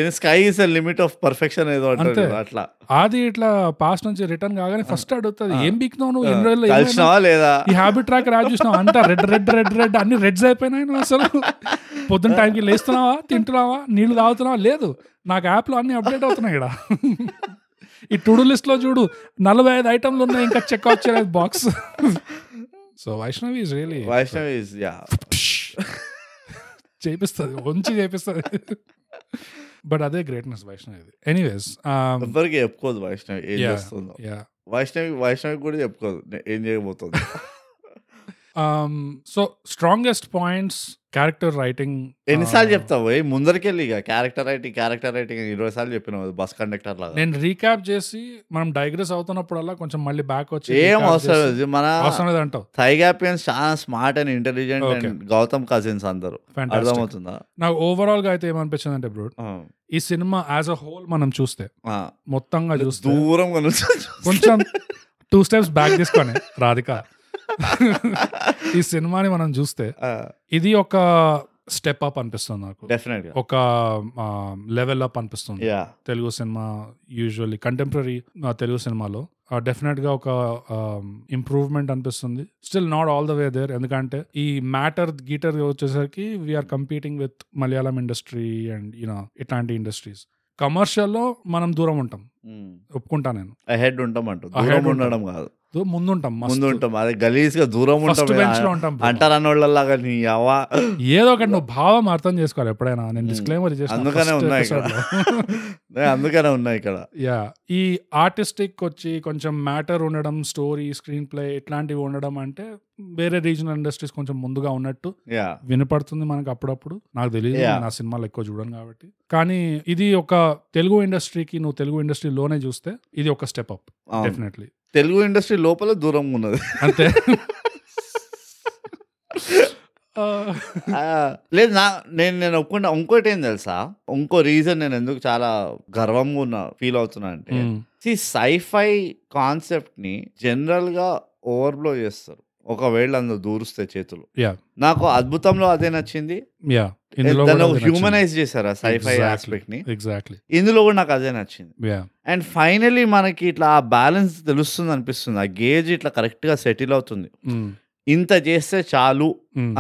Speaker 2: is sky is a limit of perfection ఏదో అంటారు
Speaker 1: అంతే.
Speaker 2: కదా, అట్లా
Speaker 1: అది ఇట్లా పాస్ట్ నుంచి రిటర్న్ కాగానే ఫస్ట్ అడుగుతుంది ఏం బిక్నావు నువ్వు ఎన్ని రోజులు Oh, ఏమైనా?
Speaker 2: కలిసినావా లేదా
Speaker 1: ఈ హ్యాబిట్ ట్రాక్ రాజు చూసినావు అంతా రెడ్ రెడ్ రెడ్ రెడ్ అన్ని రెడ్స్ అయిపోయినాయి నువ్వు అసలు పొద్దున్న టైంకి లేస్తున్నావా తింటున్నావా నీళ్లు తాగుతున్నావా లేదు నాకు యాప్లో అన్ని అప్డేట్ అవుతున్నాయి ఇక్కడ ఈ టుడు లిస్ట్లో చూడు నలభై ఐదు ఐటమ్లు ఉన్నాయి ఇంకా చెక్అవుట్ చేయలేదు box so Vaishnavi is really
Speaker 2: Vaishnavi is yeah
Speaker 1: చేపిస్తుంది వంచి చేపిస్తుంది బట్ అదే గ్రేట్నెస్ వైష్ణవి ఎనీవేస్
Speaker 2: ఎవ్వరికి చెప్పుకోదు వైష్ణవి ఏం
Speaker 1: um, Yeah.
Speaker 2: చేస్తుందో వైష్ణవి వైష్ణవి కూడా చెప్పుకోదు నే- ఏం
Speaker 1: *laughs*
Speaker 2: చేయబోతుంది
Speaker 1: Um, so strongest points character writing um,
Speaker 2: ఎన్నిసార్లు చెప్తావు ఏ? ముందరికెళ్ళి ఇక క్యారెక్టర్ రైటింగ్ క్యారెక్టర్ రైటింగ్ ఇరవై సార్లు చెప్పినావు బస్ కండక్టర్ లాగా
Speaker 1: నేను రీక్యాప్ చేసి మనం డైగ్రెస్ అవుతున్నప్పుడల్లా కొంచెం మళ్ళీ బ్యాక్ వచ్చి
Speaker 2: ఏం
Speaker 1: recap
Speaker 2: అవసరం
Speaker 1: చేసి-
Speaker 2: లేదు. మన
Speaker 1: అవసరం లేదు అంటావు
Speaker 2: థైగాపియన్స్ చాలా smart and intelligent
Speaker 1: Okay.
Speaker 2: And Gautam cousins అందరూ
Speaker 1: Fantastic. Oh.
Speaker 2: అర్థమవుతుందా
Speaker 1: నాకు ఓవరాల్ గా అయితే ఏమనిపించింది అంటే బ్రో ఈ సినిమా యాజ్ అ హోల్ మనం చూస్తే
Speaker 2: ఆ.
Speaker 1: మొత్తంగా చూస్తే
Speaker 2: దూరం
Speaker 1: కొంచెం టూ స్టెప్స్ బ్యాక్ తీసుకొని
Speaker 2: *laughs*
Speaker 1: రాధిక ఈ సినిమాని మనం చూస్తే ఇది ఒక స్టెప్ అప్ అనిపిస్తుంది నాకు
Speaker 2: డెఫినెట్ గా
Speaker 1: ఒక లెవెల్ అప్ అనిపిస్తుంది
Speaker 2: యా
Speaker 1: తెలుగు సినిమా యూజువల్లీ కంటెంపరీ తెలుగు సినిమాలో డెఫినెట్ గా ఒక ఇంప్రూవ్మెంట్ అనిపిస్తుంది still not all the way there ఎందుకంటే ఈ మ్యాటర్ గీటర్ వచ్చేసరికి we're competing with Malayalam industry and you know ఇట్లాంటి ఇండస్ట్రీస్ కమర్షియల్లో మనం దూరం ఉంటాం ఒప్పుకుంటా నేను
Speaker 2: హెడ్ Hmm. ఉంటాం అంటూ
Speaker 1: Ahead
Speaker 2: దూరం
Speaker 1: ఉంటాం.
Speaker 2: ఉండడం కాదు
Speaker 1: దూ- ముందుంటాం
Speaker 2: ముందు ఉంటాం అదే గలీజ్ గా దూరం
Speaker 1: ఫస్ట్ బెంచ్ లో
Speaker 2: ఉంటాం
Speaker 1: ఉంటాం
Speaker 2: అంటారు అన్నోళ్ళలాగా నీ అవ్వ
Speaker 1: ఏదో ఒకటి నువ్వు భావం అర్థం చేసుకోవాలి ఎప్పుడైనా నేను డిస్క్లైమర్
Speaker 2: అందుకనే ఉన్నాయి ఇక్కడ నేను అందుకనే ఉన్నా ఇక్కడ
Speaker 1: యా ఈ ఆర్టిస్టిక్ వచ్చి కొంచెం మ్యాటర్ ఉండడం స్టోరీ స్క్రీన్ ప్లే ఇట్లాంటివి ఉండడం అంటే వేరే రీజనల్ ఇండస్ట్రీస్ కొంచెం ముందుగా ఉన్నట్టు
Speaker 2: యా
Speaker 1: వినపడుతుంది మనకు అప్పుడప్పుడు నాకు తెలియదు
Speaker 2: Yeah.
Speaker 1: నేను ఆ సినిమాలు ఎక్కువ చూడను కాబట్టి కానీ ఇది ఒక తెలుగు ఇండస్ట్రీకి నువ్వు తెలుగు ఇండస్ట్రీలోనే చూస్తే ఇది ఒక step up definitely
Speaker 2: Um, Telugu industry లోపల దూరంగా ఉన్నది
Speaker 1: అంతే
Speaker 2: *laughs*
Speaker 1: *laughs* ఆ,
Speaker 2: ఆ, లేదు నా నేను నేను ఒప్పుకుంటా ఇంకోటి ఏం తెలుసా ఇంకో రీజన్ నేను ఎందుకు చాలా గర్వంగా ఉన్నా ఫీల్ అవుతున్నా అంటే
Speaker 1: ఉమ్,
Speaker 2: ఈ సైఫై కాన్సెప్ట్ ని జనరల్ గా ఓవర్బ్లో చేస్తారు ఒకవేళ అందులో దూరుస్తే చేతులు
Speaker 1: Yeah.
Speaker 2: నాకు అద్భుతంలో అదే నచ్చింది
Speaker 1: యా ఇందులో
Speaker 2: దాన్ని హ్యూమనైజ్ చేశారు ఆ సైఫై ఆస్పెక్ట్ ని
Speaker 1: ఎగ్జాక్ట్లీ
Speaker 2: ఇందులో కూడా నాకు అదే నచ్చింది
Speaker 1: యా
Speaker 2: అండ్ ఫైనలీ మనకి ఇట్లా ఆ బ్యాలెన్స్ తెలుస్తుంది అనిపిస్తుంది ఆ గేజ్ ఇట్లా కరెక్ట్ గా సెటిల్ అవుతుంది
Speaker 1: Mm.
Speaker 2: ఇంత చేస్తే చాలు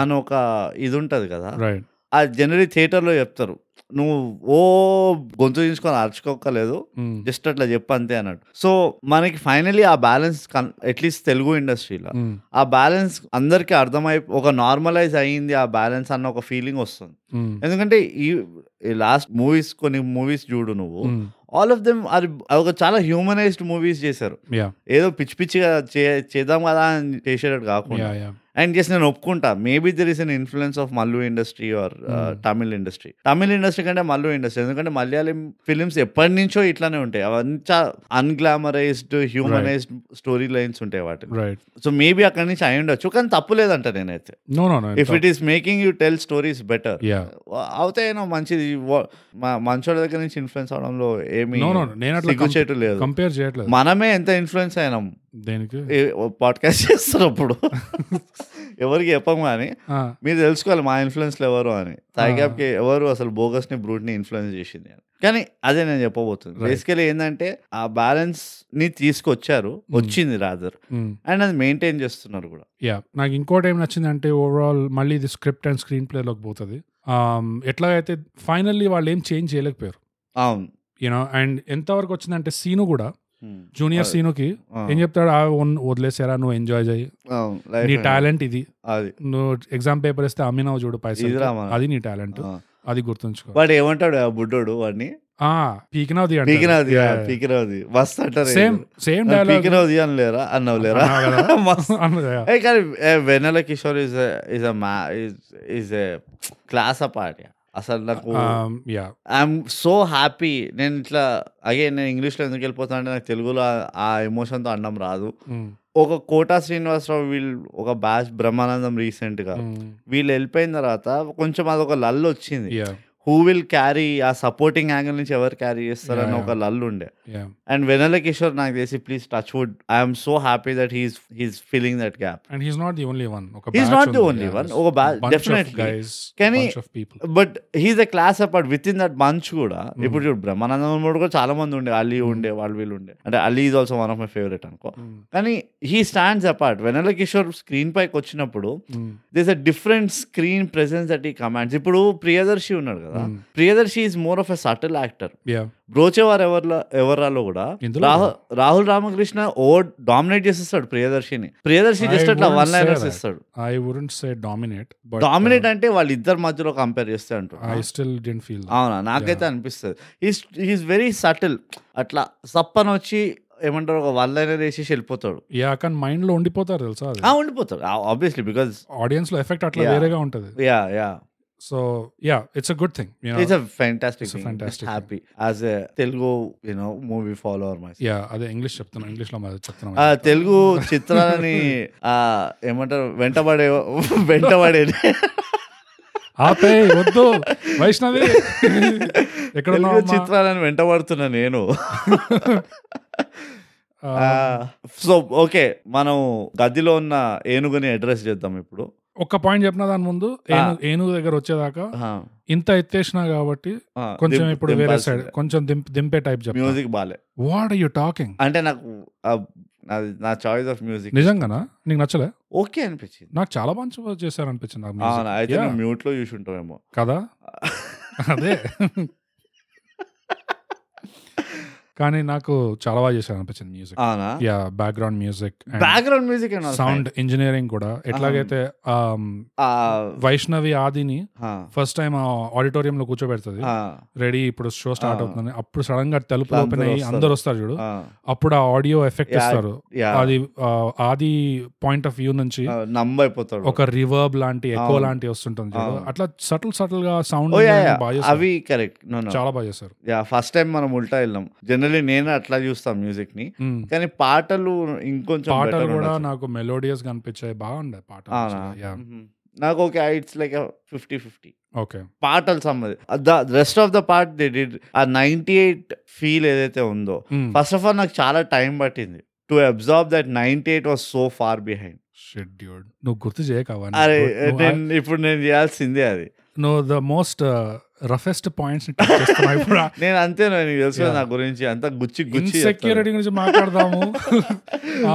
Speaker 2: అని ఒక ఇది ఉంటది కదా
Speaker 1: రైట్
Speaker 2: ఆ జనరలీ థియేటర్లో చెప్తారు నువ్వు ఓ గొంతు తీసుకొని అరుచుకోకలేదు
Speaker 1: Mm.
Speaker 2: జస్ట్ అట్లా చెప్పు అంతే అన్నట్టు సో మనకి ఫైనలీ ఆ బ్యాలెన్స్ అట్లీస్ట్ తెలుగు ఇండస్ట్రీలో
Speaker 1: Mm.
Speaker 2: ఆ బ్యాలెన్స్ అందరికీ అర్థమై ఒక నార్మలైజ్ అయ్యింది ఆ బ్యాలెన్స్ అన్న ఒక ఫీలింగ్ వస్తుంది
Speaker 1: Mm.
Speaker 2: ఎందుకంటే ఈ లాస్ట్ మూవీస్ కొన్ని మూవీస్ చూడు నువ్వు ఆల్ ఆఫ్ దెమ్ అది ఒక చాలా హ్యూమనైజ్డ్ మూవీస్ చేశారు
Speaker 1: యా
Speaker 2: ఏదో పిచ్చి పిచ్చిగా చే- చేద్దాం కదా అని చేసేటట్టు కాకుండా
Speaker 1: యా యా
Speaker 2: అండ్ జస్ట్ నేను ఒప్పుకుంటా maybe there is an influence of Mallu industry or
Speaker 1: Hmm.
Speaker 2: Tamil industry Tamil industry కంటే మల్లు ఇండస్ట్రీ ఎందుకంటే మలయాళం ఫిలిమ్స్ ఎప్పటి నుంచో ఇట్లానే ఉంటాయి అవంతా అన్గ్లామరైజ్డ్ హ్యూమనైజ్డ్ స్టోరీ లైన్స్ ఉంటాయి వాటిని
Speaker 1: రైట్
Speaker 2: సో మేబీ అక్కడ నుంచి అయి ఉండొచ్చు కానీ తప్పు లేదంట నేనైతే
Speaker 1: no no no
Speaker 2: if it is making you tell stories better
Speaker 1: yeah
Speaker 2: అవుతే ఏమో మంచిది వా- మా- మంచోళ్ళ దగ్గర నుంచి ఇన్ఫ్లుయెన్స్ అవడంలో ఏమి
Speaker 1: నో నో నేను అట్లా
Speaker 2: సిగ్గుచేటు లేదు
Speaker 1: కంపేర్ చేయట్లేదు
Speaker 2: మనమే ఎంత ఇన్ఫ్లుయెన్స్ అయినాం
Speaker 1: దేనికి
Speaker 2: పాడ్కాస్ట్
Speaker 1: *laughs*
Speaker 2: చేస్తున్నప్పుడు ఎవరికి చెప్పం కానీ
Speaker 1: ఆ,
Speaker 2: మీరు తెలుసుకోవాలి మా ఇన్ఫ్లుయెన్స్లు ఎవరు అని తాయిగాబ్కి ఎవరు అసలు బోగస్ ని బ్రూట్ ని ఇన్ఫ్లుయెన్స్ చేసింది అని కానీ అదే నేను చెప్పబోతుంది
Speaker 1: Right.
Speaker 2: బేసికలీ ఏంటంటే ఆ బ్యాలెన్స్ ని తీసుకొచ్చారు వచ్చింది రాదర్
Speaker 1: మ్,
Speaker 2: అండ్ అది మెయింటైన్ చేస్తున్నారు కూడా
Speaker 1: యా నాకు ఇంకోటి ఏం నచ్చింది అంటే ఓవరాల్ మళ్ళీ ఇది స్క్రిప్ట్ అండ్ స్క్రీన్ ప్లేలోకి పోతుంది ఆమ్, ఎట్లాగైతే ఫైనల్లీ వాళ్ళు ఏం చేంజ్ చేయలేకపోయారు
Speaker 2: అవును
Speaker 1: యూనో అండ్ ఎంతవరకు వచ్చిందంటే సీను కూడా
Speaker 2: Hmm.
Speaker 1: జూనియర్ సీనుకి
Speaker 2: ఆ.
Speaker 1: ఏం చెప్తాడు ఆ ఉన్- వదిలేసారా నువ్వు ఎంజాయ్ చేయి
Speaker 2: అవును, life
Speaker 1: నీ
Speaker 2: and-
Speaker 1: టాలెంట్ ఇది
Speaker 2: అది
Speaker 1: నువ్వు ఎగ్జామ్ పేపర్ ఇస్తే అమ్మినావు చూడు పైసలు
Speaker 2: ఇదిరా మన-
Speaker 1: అది నీ టాలెంట్
Speaker 2: ఆ.
Speaker 1: అది గుర్తుంచుకో
Speaker 2: వాడు ఏమంటాడు ఆ బుడ్డోడు వాడిని
Speaker 1: ఆ పీకినది
Speaker 2: పీకినది పీకినది మస్తు అంటారు
Speaker 1: సేమ్ సేమ్ డైలాగ్ *laughs*
Speaker 2: పీకినది అని లేరా అన్నావు లేరా *laughs* మస్తు ఏ కానీ ఏ వెన్నెల కిషోర్ ఇస్ ఇస్ అ మా is a class apart అసలు నాకు
Speaker 1: యా
Speaker 2: ఐఎమ్ సో హ్యాపీ నేను ఇట్లా అగైన్ నేను ఇంగ్లీష్లో ఎందుకు వెళ్ళిపోతాను అంటే నాకు తెలుగులో ఆ- ఆ ఎమోషన్తో అనడం రాదు ఒక కోటా శ్రీనివాసరావు వీళ్ళు ఒక బ్యాచ్ బ్రహ్మానందం రీసెంట్గా
Speaker 1: Hmm.
Speaker 2: వీళ్ళు వెళ్ళిపోయిన తర్వాత కొంచెం అదొక లల్ వచ్చింది
Speaker 1: యా
Speaker 2: హూ విల్ క్యారీ ఆ సపోర్టింగ్ యాంగిల్ నుంచి ఎవరు క్యారీ చేస్తారని
Speaker 1: Yeah,
Speaker 2: ఒక లల్ ఉండే
Speaker 1: యా
Speaker 2: అండ్ వెనల కిషోర్ నాకు తెలిసి please touch wood I'm so happy that he's he's feeling that gap
Speaker 1: and he's not the only one ఒక
Speaker 2: He's not the only one. ఒక ba- definitely.
Speaker 1: Guys
Speaker 2: Can he-
Speaker 1: of people
Speaker 2: but he's a class apart with in that మంచ్ కూడా
Speaker 1: Hmm.
Speaker 2: ఇప్పుడు చూడు బ్రహ్మానందం కూడా కూడా చాలా మంది ఉండే అలీ ఉండే వాళ్ళు వీళ్ళు ఉండే అంటే Ali is also one of my favourite అనుకో
Speaker 1: Mm,
Speaker 2: కానీ he stands apart Vennela Kishore screen పైకి వచ్చినప్పుడు
Speaker 1: mm,
Speaker 2: this a different screen presence that he commands ఇప్పుడు ప్రియదర్శి ఉన్నాడు కదా
Speaker 1: Hmm.
Speaker 2: Priyadarshi is more of a subtle actor
Speaker 1: yeah
Speaker 2: బ్రోచేవారు ఎవర్లా ఎవరాలో కూడా
Speaker 1: ఇందులో
Speaker 2: రాహుల్ రాహుల్ రామకృష్ణ ఓ డామినేట్ చేసేస్తాడు ప్రియదర్శిని ప్రియదర్శి
Speaker 1: I
Speaker 2: జస్ట్ అట్లా
Speaker 1: wouldn't
Speaker 2: one liners
Speaker 1: say that. uh,
Speaker 2: ఇస్తాడు
Speaker 1: I wouldn't say dominate but
Speaker 2: dominate అంటే వాళ్ళు ఇద్దరు మధ్యలో కంపేర్ చేస్తే
Speaker 1: ఐ
Speaker 2: అంటున్నారు
Speaker 1: స్టిల్ డెంట్ ఫీల్
Speaker 2: అవునా నాకైతే అనిపిస్తుంది ఈస్ ఈస్ వెరీ సటిల్ అట్లా సప్పని వచ్చి ఏమంటారు ఒక వన్ లైనర్ వేసేసి వెళ్ళిపోతాడు
Speaker 1: యా కానీ మైండ్ లో ఉండిపోతారు తెలుసా
Speaker 2: ఆ ఉండిపోతాడు ఆబ్వియస్లీ బికాస్
Speaker 1: ఆడియన్స్ లో ఎఫెక్ట్ అట్లా
Speaker 2: Yeah.
Speaker 1: వేరేగా ఉంటది
Speaker 2: yeah yeah
Speaker 1: so yeah it's a good thing
Speaker 2: it's a fantastic
Speaker 1: It's a fantastic thing.
Speaker 2: Happy as a Telugu you know movie follower my
Speaker 1: yeah అదే ఇంగ్లీష్ చెప్తున్నా ఇంగ్లీష్ లో మరి చెప్తున్నాం
Speaker 2: ఆ తెలుగు చిత్రాలని ఆ ఏమంటారు వెంటబడే వెంటబడే
Speaker 1: ఆపే వద్దు
Speaker 2: *laughs*
Speaker 1: వైష్ణవి *laughs* ఎక్కడ
Speaker 2: తెలుగు చిత్రాలని వెంటబడుతున్నా నేను
Speaker 1: Uh,
Speaker 2: Uh. సో ఓకే మనం గదిలో ఉన్న ఏనుగుని అడ్రస్ చేద్దాం ఇప్పుడు
Speaker 1: ఒక పాయింట్ చెప్పిన దాని ముందు
Speaker 2: Uh.
Speaker 1: ఏను- ఏనుగు దగ్గర వచ్చేదాకా ఇంత ఎత్తేసినా కాబట్టి కొంచెం ఇప్పుడు వేరే సైడ్ కొంచెం దింప్- దింపే టైప్ చెప్పు
Speaker 2: మ్యూజిక్ బాలే
Speaker 1: వాట్ ఆర్ యూ టాకింగ్
Speaker 2: అంటే నాకు ఆ, నాది- నా చాయిస్ ఆఫ్ మ్యూజిక్
Speaker 1: నిజంగానా నీకు నచ్చలే
Speaker 2: ఓకే అనిపించింది
Speaker 1: నాకు చాలా మంచి చేశారు అనిపించింది నాకు music.
Speaker 2: అవునా అయితే
Speaker 1: Yeah,
Speaker 2: నువ్వు మ్యూట్ లో చూసి ఉంటావేమో
Speaker 1: కదా అదే కానీ నాకు చాలా బాగా చేశారు అనిపించింది మ్యూజిక్
Speaker 2: అవునా
Speaker 1: yeah background music
Speaker 2: background music
Speaker 1: sound engineering కూడా ఎట్లాగైతే um, వైష్ణవి ఆదిని ఫస్ట్ టైం ఆడిటోరియం లో కూర్చోబెడుతుంది రెడీ ఇప్పుడు షో స్టార్ట్ అవుతుంది అప్పుడు సడన్ గా తలుపు
Speaker 2: అందరూ
Speaker 1: ఓపెన్ అయ్యి
Speaker 2: వస్తారు.
Speaker 1: అందరు వస్తారు చూడు అప్పుడు ఆ ఆడియో ఎఫెక్ట్
Speaker 2: Yeah.
Speaker 1: ఇస్తారు
Speaker 2: యా
Speaker 1: అది ఆ, ఆది పాయింట్ ఆఫ్ వ్యూ నుంచి
Speaker 2: నంబ్ అయిపోతాడు
Speaker 1: ఒక రివర్బ్ లాంటి ఎకో
Speaker 2: అవును.
Speaker 1: లాంటి వస్తుంటుంది చూడు
Speaker 2: అవును.
Speaker 1: అట్లా సటిల్ సటిల్ గా సౌండ్
Speaker 2: ఓ యా యా,
Speaker 1: బాగా చేస్తారు.
Speaker 2: అవి కరెక్ట్
Speaker 1: చాలా బాగా చేస్తారు
Speaker 2: యా ఫస్ట్ టైం మనం ఉల్టా వెళ్ళాం జనరలీ నేను అట్లా చూస్తాం మ్యూజిక్ ని
Speaker 1: మ్మ్.
Speaker 2: కానీ పాటలు ఇంకొంచెం
Speaker 1: పాటలు
Speaker 2: better
Speaker 1: కూడా
Speaker 2: ఉండొచ్చు.
Speaker 1: నాకు మెలోడియస్ కనిపించాయి బాగుండే పాటలు
Speaker 2: అవునా
Speaker 1: actually. Yeah.
Speaker 2: మ్మ్. నాకు okay it's like fifty fifty
Speaker 1: okay
Speaker 2: పాటలు సంబంధి the rest of the part they did ఆ నైన్టీ ఎయిట్ ఫీల్ ఏదైతే ఉందో
Speaker 1: మ్మ్.
Speaker 2: ఫస్ట్ ఆఫ్ ఆల్ నాకు చాలా టైం పట్టింది to observe that ninety eight was so far behind
Speaker 1: Shit, dude. నువ్వు గుర్తు చేయక అవన్నీ.
Speaker 2: అరే
Speaker 1: నువ్వు-
Speaker 2: నేను ఇప్పుడు నేను చేయాల్సిందే అది
Speaker 1: నువ్వు uh, the most roughest points చేస్తున్నావు ఇప్పుడు
Speaker 2: నేను అంతే నీకు తెలుసు కదా
Speaker 1: Yeah.
Speaker 2: నా గురించి అంత *laughs* గుచ్చి గుచ్చి
Speaker 1: ఇన్సెక్యూరిటీ గురించి
Speaker 2: *laughs*
Speaker 1: మాట్లాడదాము *laughs*
Speaker 2: ఆ,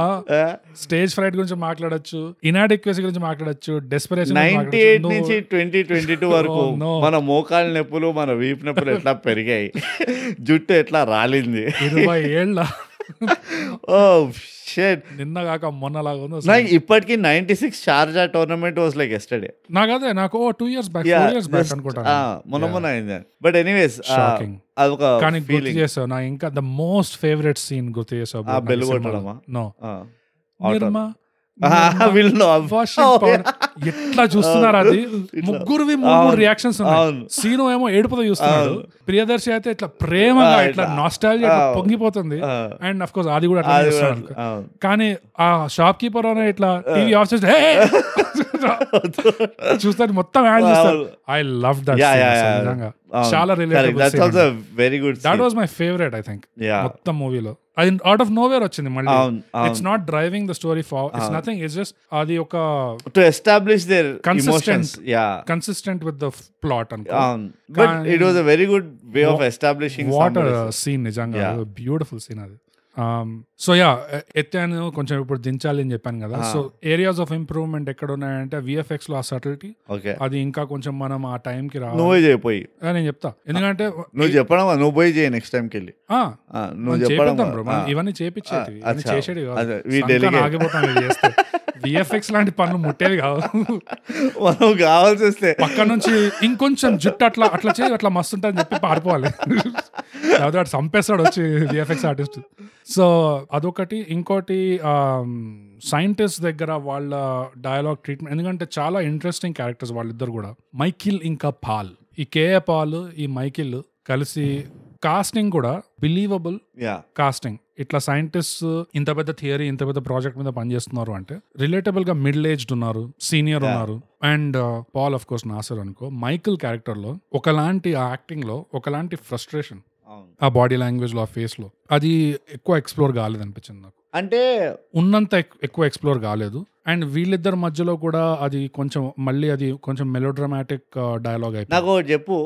Speaker 1: స్టేజ్ ఫ్రైట్ గురించి మాట్లాడొచ్చు ఇనాడిక్వసీ గురించి మాట్లాడొచ్చు డెస్పరేషన్
Speaker 2: నైన్టీ ఎయిట్ నుంచి ట్వంటీ ట్వంటీ టూ వరకు
Speaker 1: Oh, no.
Speaker 2: మన మోకాళ్ళ నొప్పులు మన వీపు నొప్పులు ఎట్లా
Speaker 1: *laughs*
Speaker 2: పెరిగాయి జుట్టు ఎట్లా రాలింది *laughs* Oh,
Speaker 1: ఇరవై Hmm. ఏళ్ళ
Speaker 2: ఓ షెట్
Speaker 1: నిన్న కాక మొన్న లాగా ఉంది అసలు.
Speaker 2: నాకు ఇప్పటికీ ninety six Sharjah tournament was like yesterday
Speaker 1: నాకు అదే నాకు two years back four years back అనుకుంటాను
Speaker 2: ah, మొన్న మొన్న అయింది బట్ ఎనీవేస్
Speaker 1: Shocking.
Speaker 2: అదొక
Speaker 1: కానీ గుర్తు
Speaker 2: ఫీలింగ్
Speaker 1: చేసావు నా ఇంకా ద మోస్ట్ ఫేవరెట్ సీన్ గుర్తు చేసావు
Speaker 2: Ah. *laughs* ఆ, బెల్ కొట్టడమా?
Speaker 1: *laughs* నో నిర్మా
Speaker 2: Ah, వీళ్ళు
Speaker 1: *laughs*
Speaker 2: Oh,
Speaker 1: ఎట్లా చూస్తున్నారు అది ముగ్గురువి మూడు రియాక్షన్స్ ఉన్నాయి
Speaker 2: అవును.
Speaker 1: సీను ఏమో ఏడుపుతో చూస్తున్నాడు ప్రియదర్శి అయితే ఇట్లా ప్రేమగా ఇట్లా నాస్టాలజీ
Speaker 2: అవును.
Speaker 1: పొంగిపోతుంది
Speaker 2: Ah,
Speaker 1: అండ్ అఫ్ కోర్స్ అది కూడా అట్లా చేస్తున్నాడు
Speaker 2: అవును
Speaker 1: కానీ ఆ షాప్ కీపర్ అనే ఇట్లా టీవీ ఆఫ్ చేసి "Hey!"
Speaker 2: *laughs*
Speaker 1: చూస్తాడు మొత్తం యాడ్ చేస్తాడు
Speaker 2: అవును.
Speaker 1: I love that
Speaker 2: Yeah, yeah, yeah. Ah,
Speaker 1: నిజంగా చాలా
Speaker 2: that's also
Speaker 1: relatable
Speaker 2: very good
Speaker 1: that was my favourite I think
Speaker 2: Yeah. Um,
Speaker 1: మొత్తం మూవీలో అది అవుట్ ఆఫ్ నోవేర్ వచ్చింది మళ్ళీ
Speaker 2: అవును, అవును.
Speaker 1: It's not driving the story far it's nothing it's just అది ఒక
Speaker 2: to establish there
Speaker 1: Consistent.
Speaker 2: Emotions yeah
Speaker 1: consistent with the plot అనుకో
Speaker 2: అవును బట్
Speaker 1: కానీ-
Speaker 2: it was a very good way of establishing
Speaker 1: water scene నిజంగా
Speaker 2: Yeah.
Speaker 1: Beautiful scene అది Um, so yeah ఎత్తాను కొంచెం ఇప్పుడు దించాలి అని చెప్పాను కదా
Speaker 2: Ah.
Speaker 1: So areas of improvement ఎక్కడ ఉన్నాయంటే విఎఫ్ఎక్స్ లో ఆ సటిల్టీ
Speaker 2: ఓకే
Speaker 1: అది ఇంకా కొంచెం మనం ఆ టైంకి రా
Speaker 2: నువ్వే చేయిపోయి
Speaker 1: నేను చెప్తా ఎందుకంటే
Speaker 2: నువ్వు చెప్పడం నువ్వు పోయి చేయి నెక్స్ట్ టైంకి వెళ్ళి
Speaker 1: ఆ,
Speaker 2: ఆ, Ah. నువ్వు
Speaker 1: మనం
Speaker 2: చెప్పడం
Speaker 1: చేపిద్దాం bro. మనం
Speaker 2: ఆ,
Speaker 1: ఇవన్నీ చేపించేటివి
Speaker 2: ఆ, అచ్చా.
Speaker 1: చేసేది
Speaker 2: అదే, we delegate. *laughs*
Speaker 1: విఎఫ్ఎక్స్ లాంటి పనులు ముట్టేవి కావు
Speaker 2: మనం కావాల్సి వస్తే
Speaker 1: పక్క నుంచి ఇంకొంచెం జుట్టు అట్లా అట్లా చేయి అట్లా మస్తు ఉంటుంది చెప్పి పారిపోవాలి లేకపోతే అటు చంపేస్తాడు వచ్చి విఎఫ్ఎక్స్ ఆర్టిస్ట్ సో అదొకటి ఇంకోటి సైంటిస్ట్ దగ్గర వాళ్ళ డైలాగ్ ట్రీట్మెంట్ ఎందుకంటే చాలా ఇంట్రెస్టింగ్ క్యారెక్టర్స్ వాళ్ళిద్దరు కూడా మైకిల్ ఇంకా పాల్ ఈ కేఏ పాల్ ఈ మైకిల్ కలిసి కాస్టింగ్ కూడా బిలీవబుల్
Speaker 2: యా
Speaker 1: కాస్టింగ్ ఇట్లా సైంటిస్ట్ ఇంత పెద్ద థియరీ ఇంత పెద్ద ప్రాజెక్ట్ మీద పనిచేస్తున్నారు అంటే రిలేటబుల్ గా మిడిల్ ఏజ్డ్ ఉన్నారు సీనియర్ ఉన్నారు and uh, Paul of course Nassar అనుకో మైకిల్ క్యారెక్టర్ లో ఒకలాంటి ఆ యాక్టింగ్ లో ఒకలాంటి ఫ్రస్ట్రేషన్
Speaker 2: అవును
Speaker 1: ఆ బాడీ లాంగ్వేజ్ లో ఆ ఫేస్ లో అది ఎక్కువ ఎక్స్ప్లోర్ కాలేదనిపించింది నాకు
Speaker 2: అంటే
Speaker 1: ఉన్నంత ఎక్- ఎక్కువ ఎక్స్ప్లోర్ కాలేదు అండ్ వీళ్ళిద్దరి మధ్యలో కూడా అది కొంచెం మళ్ళీ అది కొంచెం మెలోడ్రమాటిక్ డైలాగ్ అయిపోయింది
Speaker 2: నాకు ఒకటి చెప్పు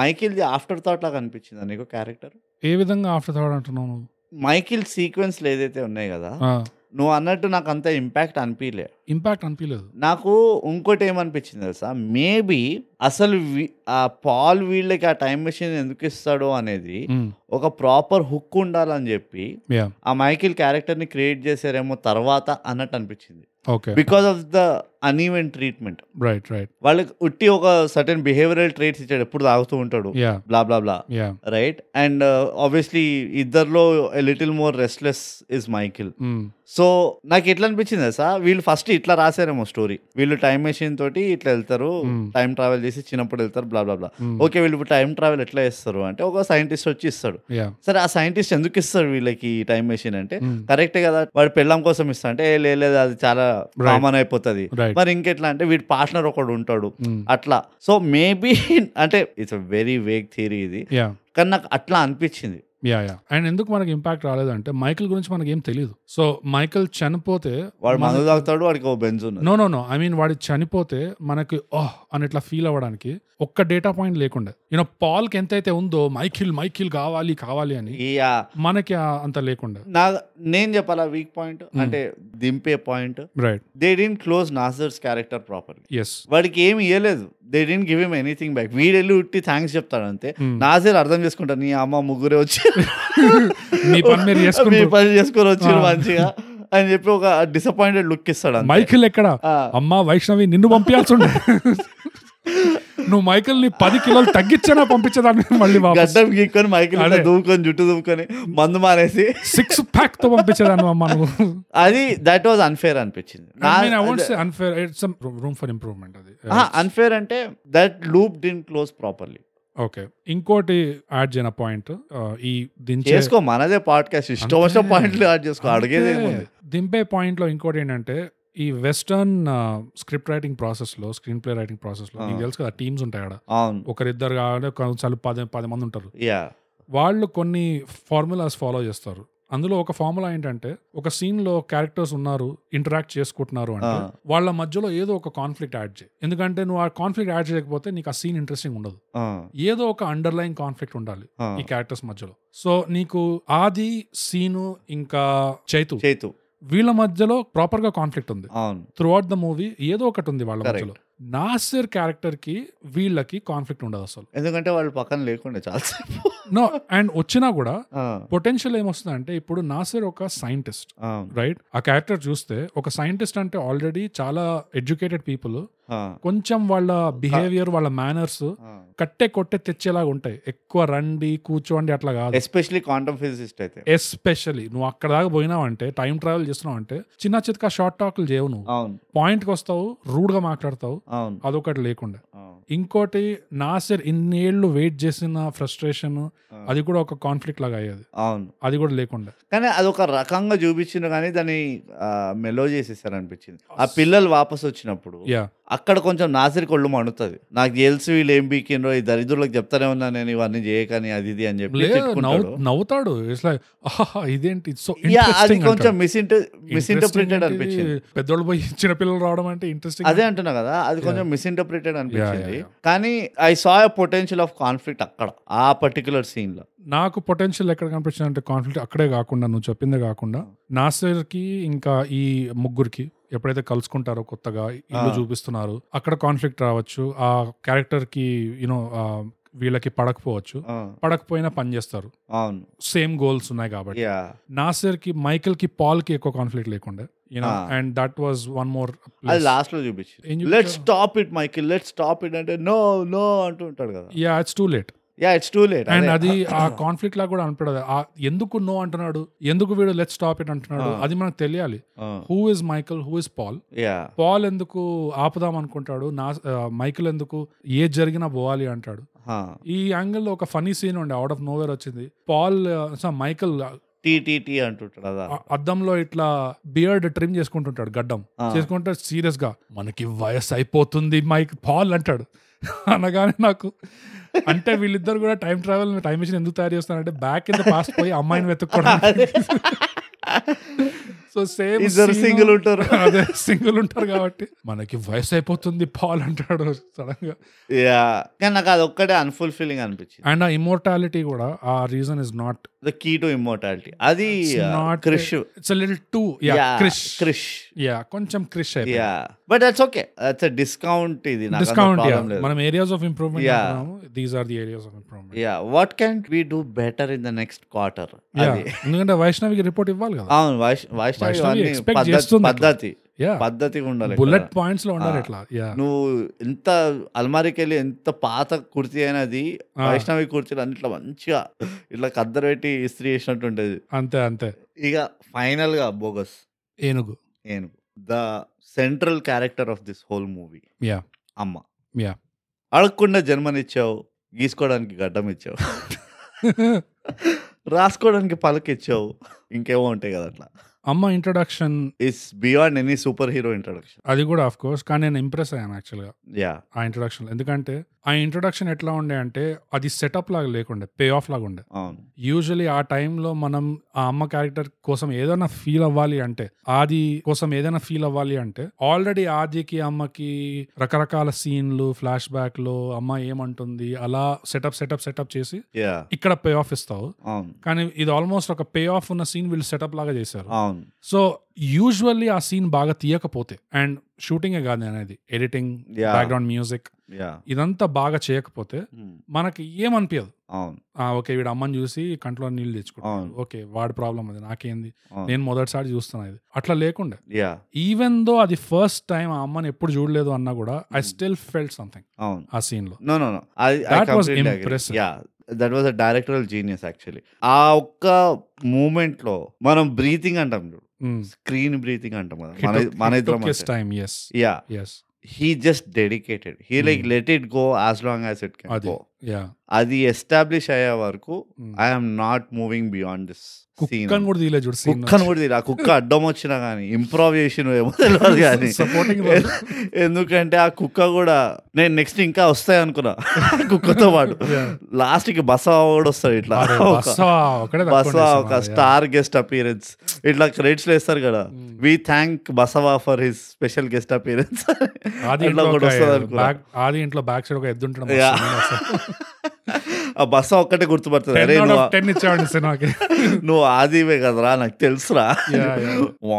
Speaker 2: మైకిల్ ది ఆఫ్టర్ థాట్ లాగా అనిపించిందా నీకు క్యారెక్టర్
Speaker 1: ఏ విధంగా ఆఫ్టర్ థర్డ్ అంటున్నావు నువ్వు?
Speaker 2: మైకిల్ సీక్వెన్స్లు ఏదైతే ఉన్నాయి కదా
Speaker 1: ఆ,
Speaker 2: నువ్వు అన్నట్టు నాకు అంత ఇంపాక్ట్ అనిపించలే
Speaker 1: ఇంపాక్ట్ అనిపించలేదు
Speaker 2: నాకు ఇంకోటి ఏమనిపించింది తెలుసా మేబీ అసలు వీ- ఆ పాల్ వీళ్ళకి ఆ టైం మెషిన్ ఎందుకు ఇస్తాడో అనేది
Speaker 1: మ్,
Speaker 2: ఒక ప్రాపర్ హుక్ ఉండాలని చెప్పి
Speaker 1: Hmm. yeah,
Speaker 2: ఆ మైకిల్ క్యారెక్టర్ని క్రియేట్ చేశారేమో తర్వాత అన్నట్టు అనిపించింది
Speaker 1: okay
Speaker 2: because of the uneven treatment
Speaker 1: right right
Speaker 2: వాళ్ళకి ఉట్టి ఒక సర్టెన్ బిహేవియరల్ ట్రేట్స్ ఇచ్చాడు ఎప్పుడు తాగుతూ ఉంటాడు
Speaker 1: yeah
Speaker 2: blah blah blah
Speaker 1: yeah
Speaker 2: right and obviously ఇద్దర్లో little more restless is Michael
Speaker 1: Mm.
Speaker 2: So నాకు ఎట్లా అనిపించింది సార్ వీళ్ళు ఫస్ట్ ఇట్లా రాశారేమో స్టోరీ వీళ్ళు టైం మెషిన్ తోటి ఇట్లా వెళ్తారు
Speaker 1: Hmm.
Speaker 2: టైం ట్రావెల్ చేసి చిన్నప్పుడు వెళ్తారు blah blah blah
Speaker 1: Mm.
Speaker 2: Okay వీళ్ళు ఇప్పుడు టైం ట్రావెల్ ఎట్లా చేస్తారు అంటే ఒక సైంటిస్ట్ వచ్చి ఇస్తాడు
Speaker 1: యా
Speaker 2: సరే ఆ సైంటిస్ట్ ఎందుకు ఇస్తాడు వీళ్ళకి ఈ టైం మెషిన్ అంటే
Speaker 1: Mm.
Speaker 2: కరెక్టే కదా వాడు పెళ్ళం కోసం ఇస్తా అంటే "ఏ, లే, లేదు అది చాలా
Speaker 1: Right. Mm.
Speaker 2: కామన్ అయిపోతుంది
Speaker 1: రైట్
Speaker 2: మరి ఇంకెట్లా అంటే వీడి పార్ట్నర్ ఒకడు ఉంటాడు అట్లా సో మేబీ *laughs* అంటే ఇట్స్ వెరీ వేగ్ థియరీ ఇది
Speaker 1: యా
Speaker 2: కానీ నాకు అట్లా అనిపించింది
Speaker 1: యా యా అండ్ ఎందుకు మనకి ఇంపాక్ట్ రాలేదంటే మైకిల్ గురించి మనకి ఏం తెలియదు సో మైకిల్ చనిపోతే
Speaker 2: వాడు మందు తాగుతాడు వాడికి ఓ బెంజ్ ఉన్నది
Speaker 1: no no no I mean వాడి చనిపోతే మనకి ఓహ్ అని ఇట్లా ఫీల్ అవ్వడానికి ఒక్క డేటా పాయింట్ లేకుండా యూనో పాల్కి ఎంతైతే ఉందో మైకిల్ మైకిల్ కావాలి కావాలి అని
Speaker 2: ఇయ్యా,
Speaker 1: మనకి ఆ- అంత లేకుండా
Speaker 2: నా నేను చెప్పాలా వీక్ పాయింట్ అంటే దింపే point
Speaker 1: right
Speaker 2: they didn't close నాసర్స్ character properly *laughs*
Speaker 1: yes
Speaker 2: వాడికి ఏమి ఇవ్వలేదు they didn't give him anything back వీడెళ్ళి ఉట్టి థ్యాంక్స్ చెప్తాడు అంతే నాజర్ అర్థం చేసుకుంటా నీ అమ్మ ముగ్గురే వచ్చి
Speaker 1: *laughs* మీ పని మీరు
Speaker 2: మీ
Speaker 1: చేసుకుంటారు
Speaker 2: పని చేసుకొని వచ్చి
Speaker 1: ఆ.
Speaker 2: మంచిగా అని చెప్పి ఒక డిసప్పాయింటెడ్ లుక్ ఇస్తాడు అంతే.
Speaker 1: మైకిల్ ఎక్కడ
Speaker 2: ఆ.
Speaker 1: అమ్మా వైష్ణవి నిన్ను పంపించాల్సి ఉండే నువ్వు మైకిల్ ని పది కిలోలు తగ్గించేనా పంపించేదాన్ని మళ్ళీ వాపస్
Speaker 2: గడ్డం గీక్కొని మైకిల్ ఇట్లా
Speaker 1: అదే.
Speaker 2: దూకొని జుట్టు దూకొని మందు మానేసి
Speaker 1: సిక్స్ ప్యాక్ తో పంపించేదాన్ని అమ్మా నువ్వు
Speaker 2: అది దట్ వాజ్ అన్ఫేర్ అనిపించింది
Speaker 1: unfair it's room for improvement అది
Speaker 2: అన్ఫేర్ అంటే that loop didn't close properly
Speaker 1: okay ఇంకోటి యాడ్ చేయన పాయింట్ ఈ దించే
Speaker 2: చేసుకో మనదే పాడ్కాస్ట్ ఇష్టం వచ్చిన పాయింట్లు యాడ్ చేసుకో అడిగేది ఏముంది
Speaker 1: దింపే పాయింట్ లో ఇంకోటి ఏంటంటే ఈ వెస్టర్న్ స్క్రిప్ట్ రైటింగ్ ప్రాసెస్ లో స్క్రీన్ ప్లే రైటింగ్ ప్రాసెస్ లో మీకు తెలుసు కదా టీమ్స్ ఉంటాయి ఆడ
Speaker 2: అవును
Speaker 1: ఒకరిద్దరు కావాలి కొంచెం పది పది మంది ఉంటారు
Speaker 2: యా
Speaker 1: వాళ్ళు కొన్ని ఫార్ములాస్ ఫాలో చేస్తారు అందులో ఒక ఫార్ములా ఏంటంటే ఒక సీన్ లో క్యారెక్టర్స్ ఉన్నారు ఇంటరాక్ట్ చేసుకుంటున్నారు అంటే
Speaker 2: Ah.
Speaker 1: వాళ్ళ మధ్యలో ఏదో ఒక కాన్ఫ్లిక్ట్ యాడ్ చేయి ఎందుకంటే నువ్వు ఆ కాన్ఫ్లిక్ట్ యాడ్ చేయకపోతే నీకు ఆ సీన్ ఇంట్రెస్టింగ్ ఉండదు ఏదో ఒక అండర్లైన్ కాన్ఫ్లిక్ట్ ఉండాలి ఈ క్యారెక్టర్స్ మధ్యలో సో నీకు ఆది సీను ఇంకా చైతు
Speaker 2: చేతు
Speaker 1: వీళ్ళ మధ్యలో ప్రాపర్ గా కాన్ఫ్లిక్ట్ ఉంది
Speaker 2: అవును
Speaker 1: త్రూఅవుట్ ద మూవీ ఏదో ఒకటి ఉంది వాళ్ళ
Speaker 2: Correct.
Speaker 1: మధ్యలో నాసిర్ క్యారెక్టర్ కి వీళ్ళకి కాన్ఫ్లిక్ట్ ఉండదు అసలు
Speaker 2: ఎందుకంటే వాళ్ళు పక్కన లేకుండా చాలా
Speaker 1: నో అండ్ వచ్చినా కూడా పొటెన్షియల్ ఏమొస్తుంది అంటే ఇప్పుడు నాసర్ ఒక సైంటిస్ట్ రైట్ ఆ క్యారెక్టర్ చూస్తే ఒక సైంటిస్ట్ అంటే ఆల్రెడీ చాలా ఎడ్యుకేటెడ్ పీపుల్ కొంచెం వాళ్ళ బిహేవియర్ వాళ్ళ మేనర్స్ కట్టే కొట్టే తెచ్చేలాగా ఉంటాయి ఎక్కువ రండి కూర్చోండి అట్లా కాదు
Speaker 2: ఎస్పెషలీ క్వాంటమ్ ఫిజిసిస్ట్ అయితే
Speaker 1: ఎస్పెషలీ నువ్వు అక్కడ దాకా పోయినావు అంటే టైం ట్రావెల్ చేస్తున్నావు అంటే చిన్న చిత్కా షార్ట్ టాక్లు చేయవు నువ్వు
Speaker 2: అవును
Speaker 1: పాయింట్ కి వస్తావు రూడ్ గా మాట్లాడతావు
Speaker 2: అవును
Speaker 1: అదొకటి లేకుండా
Speaker 2: అవును
Speaker 1: ఇంకోటి నాసర్ ఇన్నేళ్లు వెయిట్ చేసిన ఫ్రస్ట్రేషన్
Speaker 2: ఆ.
Speaker 1: అది కూడా ఒక కాన్ఫ్లిక్ట్ లాగా అయ్యేది
Speaker 2: అవును
Speaker 1: అది కూడా లేకుండా
Speaker 2: కానీ అదొక రకంగా చూపించిండు కానీ దాన్ని మెలో చేసేసారు అనిపించింది ఆ పిల్లలు వాపస్ వచ్చినప్పుడు
Speaker 1: యా
Speaker 2: అక్కడ కొంచెం నాసిరి కొళ్ళు మండుతుంది నాకు తెలిసి వీళ్ళు ఏం బీకిండ్రో ఈ దరిద్రులకు చెప్తానే ఉన్నా నేను ఇవన్నీ చేయకని అది ఇది అని చెప్పి
Speaker 1: లేదు
Speaker 2: తిట్టుకుంటాడు.
Speaker 1: నవ్వు నవ్వుతాడు ఇట్స్ లైక్ ఇదేంటి సో
Speaker 2: Yeah, అది కొంచెం మిస్ఇంట మిస్ఇంటర్ప్రిటెడ్ అనిపించింది
Speaker 1: పెద్దోళ్ళు పోయి చిన్న పిల్లలు రావడం అంటే ఇంట్రెస్టింగ్
Speaker 2: అదే అంటున్నా కదా అది కొంచెం మిస్ఇంటర్ప్రిటెడ్ అనిపించింది
Speaker 1: yeah,
Speaker 2: కానీ I saw potential of conflict అక్కడ ఆ పర్టికులర్ సీన్ లో
Speaker 1: నాకు పొటెన్షియల్ ఎక్కడ కనిపించింది అంటే కాన్ఫ్లిక్ట్ అక్కడే కాకుండా నువ్వు చెప్పిందే కాకుండా నాసిర్ కి ఇంకా ఈ ముగ్గురికి ఎప్పుడైతే కలుసుకుంటారో కొత్తగా ఇల్లు
Speaker 2: ఆ.
Speaker 1: చూపిస్తున్నారు అక్కడ కాన్ఫ్లిక్ట్ రావచ్చు ఆ క్యారెక్టర్ కి యూనో వీళ్ళకి పడకపోవచ్చు
Speaker 2: ఆ,
Speaker 1: పడకపోయినా పని చేస్తారు
Speaker 2: అవును
Speaker 1: సేమ్ గోల్స్ ఉన్నాయి కాబట్టి
Speaker 2: యా
Speaker 1: నాసిర్ కి మైకిల్ కి పాల్ కి ఎక్కువ కాన్ఫ్లిక్ట్ లేకుండా యూనో
Speaker 2: ఆ.
Speaker 1: And that was one more
Speaker 2: అది లాస్ట్ లో చూపించింది
Speaker 1: ఏం
Speaker 2: లెట్
Speaker 1: చూపించారు?
Speaker 2: Stop it Michael let stop it అంటే నో నో అంటూ ఉంటాడు కదా
Speaker 1: yeah it's too late
Speaker 2: yeah it's too late
Speaker 1: and అది ఆ
Speaker 2: *laughs*
Speaker 1: కాన్ఫ్లిక్ట్ లా కూడా అనిపడదు ఆ ఎందుకు నో అంటున్నాడు ఎందుకు వీడు లెట్ స్టాప్ ఇట్ అంటున్నాడు
Speaker 2: ఆ.
Speaker 1: అది మనకు తెలియాలి who is Michael who is Paul
Speaker 2: yeah
Speaker 1: Paul ఎందుకు ఆపుదాం అనుకుంటాడు నా మైకిల్ ఎందుకు ఏ జరిగినా పోవాలి అంటాడు ఈ angle లో ఒక ఫనీ సీన్ ఉండే అవుట్ ఆఫ్ నోవేర్ వచ్చింది Paul Michael
Speaker 2: tea tea tea అంటుంటాడు
Speaker 1: *laughs*
Speaker 2: అదా
Speaker 1: అద్దంలో ఇట్లా బియర్డ్ ట్రిమ్ చేసుకుంటుంటాడు గడ్డం
Speaker 2: ఆ.
Speaker 1: చేసుకుంటే సీరియస్ గా మనకి వయసు అయిపోతుంది మైక్ పాల్ అంటాడు *laughs* అనగానే నాకు అంటే వీళ్ళిద్దరు కూడా టైం ట్రావెల్ టైం మిషన్ ఎందుకు తయారు చేస్తున్నారంటే బ్యాక్ ఇన్ ద పాస్ట్ పోయి అమ్మాయిని
Speaker 2: *laughs*
Speaker 1: వెతుక్కోవడానికి సో సేమ్
Speaker 2: ఇద్దరు సింగిల్ ఉంటారు
Speaker 1: *laughs* అదే సింగిల్ ఉంటారు కాబట్టి మనకి వయసు అయిపోతుంది పాల్ అంటాడు సడన్ గా
Speaker 2: యా కానీ నాకు అది ఒక్కటే అన్ఫుల్ ఫీలింగ్ అనిపించింది
Speaker 1: అండ్ ఆ ఇమోర్టాలిటీ కూడా ఆ reason is not
Speaker 2: the key to immortality అది uh,
Speaker 1: not
Speaker 2: crisp
Speaker 1: it's little too yeah crisp
Speaker 2: crisp
Speaker 1: yeah కొంచెం క్రిష్ అయిపోయింది
Speaker 2: yeah but that's okay that's discount ఇది నాకు
Speaker 1: డిస్కౌంట్
Speaker 2: ప్రాబ్లం లేదు
Speaker 1: మనం areas of improvement
Speaker 2: Yeah.
Speaker 1: These are the areas of improvement
Speaker 2: yeah what can we do better in the next quarter అది
Speaker 1: ఎందుకంటే వైష్ణవికి report ఇవ్వాలి కదా
Speaker 2: అవును వైష్- వైష్ణవి
Speaker 1: వైష్ణవి
Speaker 2: ఇవన్నీ
Speaker 1: expect
Speaker 2: పద్ధతి
Speaker 1: చేస్తుంది అట్లా.
Speaker 2: పద్ధతి
Speaker 1: యా
Speaker 2: పద్ధతిగా ఉండాలి
Speaker 1: బుల్లెట్
Speaker 2: కదా.
Speaker 1: పాయింట్స్ లో ఉండాలి
Speaker 2: Ah.
Speaker 1: ఇట్లా యా
Speaker 2: నువ్వు ఎంత అల్మారికి వెళ్ళి ఎంత పాత కుర్తి అయినది వైష్ణవి కుర్చీలు అన్నిట్లో మంచిగా ఇట్లా కద్దరు పెట్టి ఇస్త్రీ చేసినట్టు ఉండేది
Speaker 1: అంతే అంతే
Speaker 2: ఇక ఫైనల్ గా బోగస్
Speaker 1: ఏనుగు *laughs*
Speaker 2: నేను the central character of this whole movie
Speaker 1: Yeah.
Speaker 2: అమ్మ
Speaker 1: Yeah.
Speaker 2: అడగకుండా జన్మనిచ్చావు గీసుకోవడానికి గడ్డం ఇచ్చావు రాసుకోవడానికి పలక ఇచ్చావు ఇంకేమో ఉంటాయి కదా అట్లా
Speaker 1: అమ్మ introduction
Speaker 2: it's beyond any superhero introduction
Speaker 1: అది కూడా ఆఫ్ కోర్స్ కానీ నేను ఇంప్రెస్ అయ్యాను యాక్చువల్ గా
Speaker 2: యా
Speaker 1: ఆ ఇంట్రొడక్షన్ ఎందుకంటే ఆ ఇంట్రొడక్షన్ ఎట్లా ఉండే అంటే అది సెటప్ లాగా లేకుండే పే ఆఫ్ లాగా ఉండే
Speaker 2: అవును
Speaker 1: యూజువలీ ఆ టైంలో మనం ఆ అమ్మ క్యారెక్టర్ కోసం ఏదైనా ఫీల్ అవ్వాలి అంటే ఆది కోసం ఏదైనా ఫీల్ అవ్వాలి అంటే ఆల్రెడీ ఆదికి అమ్మకి రకరకాల సీన్లు ఫ్లాష్ బ్యాక్ లో అమ్మ ఏమంటుంది అలా సెటప్ సెటప్ సెటప్ చేసి
Speaker 2: యా
Speaker 1: ఇక్కడ పే ఆఫ్ ఇస్తావు
Speaker 2: అవును
Speaker 1: కానీ ఇది ఆల్మోస్ట్ ఒక పే ఆఫ్ ఉన్న సీన్ వీళ్ళు సెటప్ లాగా చేశారు
Speaker 2: అవును
Speaker 1: సో యూజువల్లీ ఆ సీన్ బాగా తీయకపోతే అండ్ షూటింగే కాదు నేను అనేది editing
Speaker 2: Yeah.
Speaker 1: Background music
Speaker 2: yeah
Speaker 1: ఇదంతా బాగా చేయకపోతే మనకి ఏమనిపించదు
Speaker 2: అవును
Speaker 1: ఆ, ఓకే వీడు అమ్మని చూసి కంట్లో నీళ్ళు తెచ్చుకుంటాను
Speaker 2: అవును.
Speaker 1: ఓకే వాడి ప్రాబ్లం అది నాకేంది
Speaker 2: అవును.
Speaker 1: నేను మొదటిసారి చూస్తున్నా ఇది అట్లా లేకుండా
Speaker 2: యా
Speaker 1: ఈవెన్ దో అది ఫస్ట్ టైం ఆ అమ్మని ఎప్పుడు చూడలేదు అన్నా కూడా ఐ స్టిల్ ఫెల్ట్ సంథింగ్
Speaker 2: అవును
Speaker 1: ఆ సీన్ లో
Speaker 2: no no no
Speaker 1: That was impressive.
Speaker 2: Yeah that was a directorial genius actually ఆ ఒక్క మూమెంట్ లో మనం బ్రీతింగ్ అంటాం చూడు స్క్రీన్ బ్రీతింగ్ అంటాం కదా మన మన ఇద్దరం
Speaker 1: time yes
Speaker 2: yeah
Speaker 1: yes
Speaker 2: he just dedicated he like
Speaker 1: Hmm.
Speaker 2: Let it go as long as it can
Speaker 1: అది
Speaker 2: గో
Speaker 1: యా
Speaker 2: అది ఎస్టాబ్లిష్ అయ్యే వరకు
Speaker 1: Hmm.
Speaker 2: I'm not moving beyond this scene
Speaker 1: కుక్కని కూడా తీయలేదు చూడు సీన్
Speaker 2: కుక్కను కూడా తీరా కుక్క అడ్డం వచ్చినా కానీ ఇంప్రూవ్ చేసిన ఏమో
Speaker 1: *laughs*
Speaker 2: తెలియదు కానీ
Speaker 1: Supporting
Speaker 2: *laughs*
Speaker 1: role.
Speaker 2: ఎందుకంటే ఆ కుక్క కూడా నేను నెక్స్ట్ ఇంకా వస్తాయి అనుకున్నా *laughs* కుక్కతో పాటు
Speaker 1: Yeah.
Speaker 2: లాస్ట్ కి బస కూడా వస్తాడు ఇట్లా ఒక-
Speaker 1: ఒకటే
Speaker 2: బసవ ఒక స్టార్ గెస్ట్ అపీరెన్స్ ఇట్లా క్రెడిట్స్ వేస్తారు కదా
Speaker 1: Hmm.
Speaker 2: We thank Basava for his special guest appearance
Speaker 1: Aadi
Speaker 2: ఇట్లా
Speaker 1: ఇంట్లో
Speaker 2: కూడా
Speaker 1: ఒక
Speaker 2: వస్తుంది అనుకున్నా *laughs*
Speaker 1: back- ఆది ఇంట్లో బ్యాక్ సైడ్ ఒక ఎద్దు
Speaker 2: Yeah.
Speaker 1: ఎద్దుంటాం
Speaker 2: *laughs* ఆ బస్సు ఒక్కటే గుర్తుపడుతుంది అరే నువ్వు ఆ-
Speaker 1: టెన్ ఇచ్చేవాడిని సినిమాకి
Speaker 2: *laughs* నువ్వు ఆదివే కదరా నాకు తెలుసురా
Speaker 1: Yeah, yeah.
Speaker 2: *laughs* వా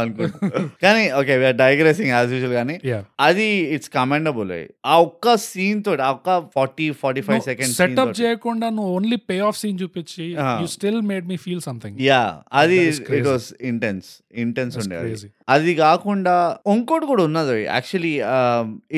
Speaker 2: అనుకుంటా కానీ okay we're digressing as usual కానీ
Speaker 1: యా
Speaker 2: అది ఇట్స్ కమెండబుల్ ఆ ఒక్క సీన్ తోటి ఆ ఒక్క forty forty five seconds
Speaker 1: setup చేయకుండా నువ్వు ఓన్లీ పే ఆఫ్ సీన్ చూపించి
Speaker 2: Ah.
Speaker 1: You still made me feel something
Speaker 2: yeah అది
Speaker 1: That is
Speaker 2: it
Speaker 1: crazy.
Speaker 2: Was intense intense ఉండే అది. అది కాకుండా ఇంకోటి కూడా ఉన్నది యాక్చువల్లీ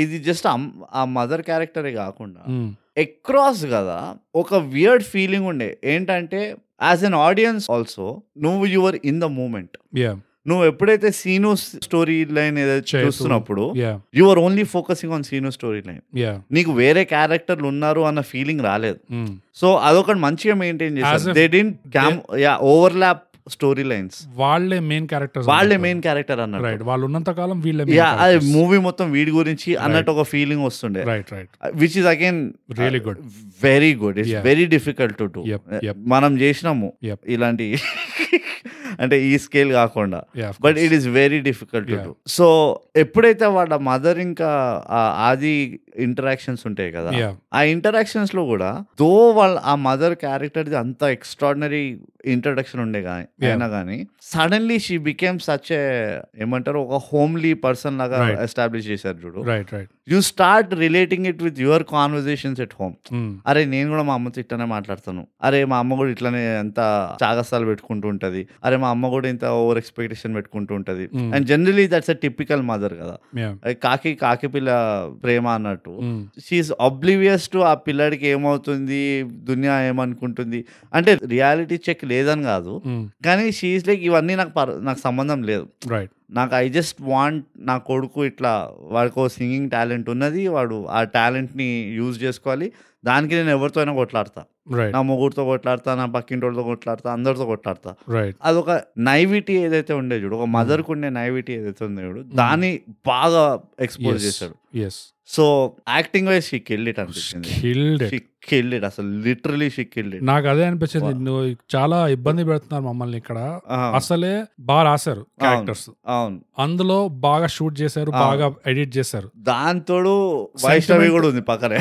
Speaker 2: ఇది జస్ట్ ఆ మదర్ క్యారెక్టరే కాకుండా
Speaker 1: Hmm. Mm.
Speaker 2: అక్రాస్ కదా ఒక వియర్డ్ ఫీలింగ్ ఉండే ఏంటంటే యాజ్ అన్ ఆడియన్స్ ఆల్సో నువ్వు your in the moment
Speaker 1: yeah
Speaker 2: నువ్వు ఎప్పుడైతే సీను స్టోరీ లైన్ ఏదైతే
Speaker 1: చేతు.
Speaker 2: చూస్తున్నప్పుడు
Speaker 1: yeah
Speaker 2: your only focusing on scene story line
Speaker 1: yeah
Speaker 2: నీకు వేరే క్యారెక్టర్లు ఉన్నారు అన్న ఫీలింగ్ రాలేదు
Speaker 1: mm.
Speaker 2: సో అదొకటి మంచిగా మెయింటైన్
Speaker 1: As
Speaker 2: చేశారు
Speaker 1: if
Speaker 2: దే డి యా ఓవర్లాప్ స్టోరీ లైన్స్
Speaker 1: వాళ్ళే మెయిన్ క్యారెక్టర్స్
Speaker 2: వాళ్ళే మెయిన్ క్యారెక్టర్ అన్నట్టు
Speaker 1: రైట్ వాళ్ళు ఉన్నంత కాలం వీళ్ళే
Speaker 2: యా అది మూవీ మొత్తం వీడి గురించి అన్నట్టు ఒక ఫీలింగ్ వస్తుండే Uh,
Speaker 1: right right
Speaker 2: which is again
Speaker 1: Really good.
Speaker 2: Very good it's
Speaker 1: Yeah.
Speaker 2: Very difficult to do
Speaker 1: Yep, yep.
Speaker 2: Uh, మనం చేసినాము
Speaker 1: Yep.
Speaker 2: ఇలాంటి *laughs* అంటే ఈ స్కేల్ కాకుండా
Speaker 1: yeah
Speaker 2: but it is very difficult to
Speaker 1: Yeah.
Speaker 2: Do so ఎప్పుడైతే వాళ్ళ mother ఇంకా ఆ ఆది ఇంటరాక్షన్స్ ఉంటాయి కదా
Speaker 1: యా
Speaker 2: ఆ ఇంటరాక్షన్స్ లో కూడా దో వాళ్ళ ఆ మదర్ క్యారెక్టర్ అంత ఎక్స్ట్రాడినరీ ఇంట్రడక్షన్ ఉండే కానీ
Speaker 1: Yeah.
Speaker 2: అయినా కానీ సడన్లీ షీ బికేమ్ సచ్ ఏమంటారు ఒక హోమ్లీ పర్సన్ లాగా
Speaker 1: Right.
Speaker 2: ఎస్టాబ్లిష్ చేశారు చూడు
Speaker 1: right right
Speaker 2: you start relating it with your conversations at home
Speaker 1: Mm,
Speaker 2: అరే నేను కూడా మా అమ్మతో ఇట్లానే మాట్లాడతాను అరే మా అమ్మ కూడా ఇట్లానే ఎంత చాగసాలు పెట్టుకుంటూ ఉంటది అరే మా అమ్మ కూడా ఇంత ఓవర్ ఎక్స్పెక్టేషన్ పెట్టుకుంటూ ఉంటది
Speaker 1: Mm.
Speaker 2: And generally that's a typical mother కదా
Speaker 1: యా
Speaker 2: అది కాకి కాకి పిల్ల ప్రేమ అన్నట్టు
Speaker 1: mm,
Speaker 2: షీఈస్ అబ్లివియస్ టు ఆ పిల్లడికి ఏమవుతుంది దునియా ఏమనుకుంటుంది అంటే రియాలిటీ చెక్ లేదని కాదు
Speaker 1: mm.
Speaker 2: కానీ షీఈస్ లైక్ ఇవన్నీ నాకు పర్- నాకు సంబంధం లేదు
Speaker 1: రైట్
Speaker 2: నాకు ఐ జస్ట్ వాంట్ నా కొడుకు ఇట్లా వాడికి సింగింగ్ టాలెంట్ ఉన్నది వాడు ఆ టాలెంట్ని యూజ్ చేసుకోవాలి దానికి నేను ఎవరితో అయినా కొట్లాడతా
Speaker 1: రైట్
Speaker 2: నా మొగుడితో కొట్లాడతా నా పక్కింటోళ్ళతో కొట్లాడతా అందరితో కొట్లాడతా
Speaker 1: రైట్
Speaker 2: అదొక నైవిటీ ఏదైతే ఉండే చూడు ఒక మదర్కి ఉండే నైవిటీ ఏదైతే ఉండే చూడు దాన్ని బాగా ఎక్స్పోజ్ చేశాడు
Speaker 1: yes
Speaker 2: so acting wise she killed it అనిపించింది
Speaker 1: కిల్డ్
Speaker 2: షీ కిల్డ్ ఇట్ అసలు లిటరలీ షీ కిల్డ్ ఇట్
Speaker 1: నాకు అదే అనిపించింది నువ్వు చాలా ఇబ్బంది పెడుతున్నారు మమ్మల్ని ఇక్కడ అసలే బాగా రాశారు క్యారెక్టర్స్
Speaker 2: అవును
Speaker 1: అందులో బాగా షూట్ చేశారు
Speaker 2: Ah.
Speaker 1: బాగా ఎడిట్ చేశారు
Speaker 2: దాంతోడు వైష్ణవి కూడా ఉంది పక్కనే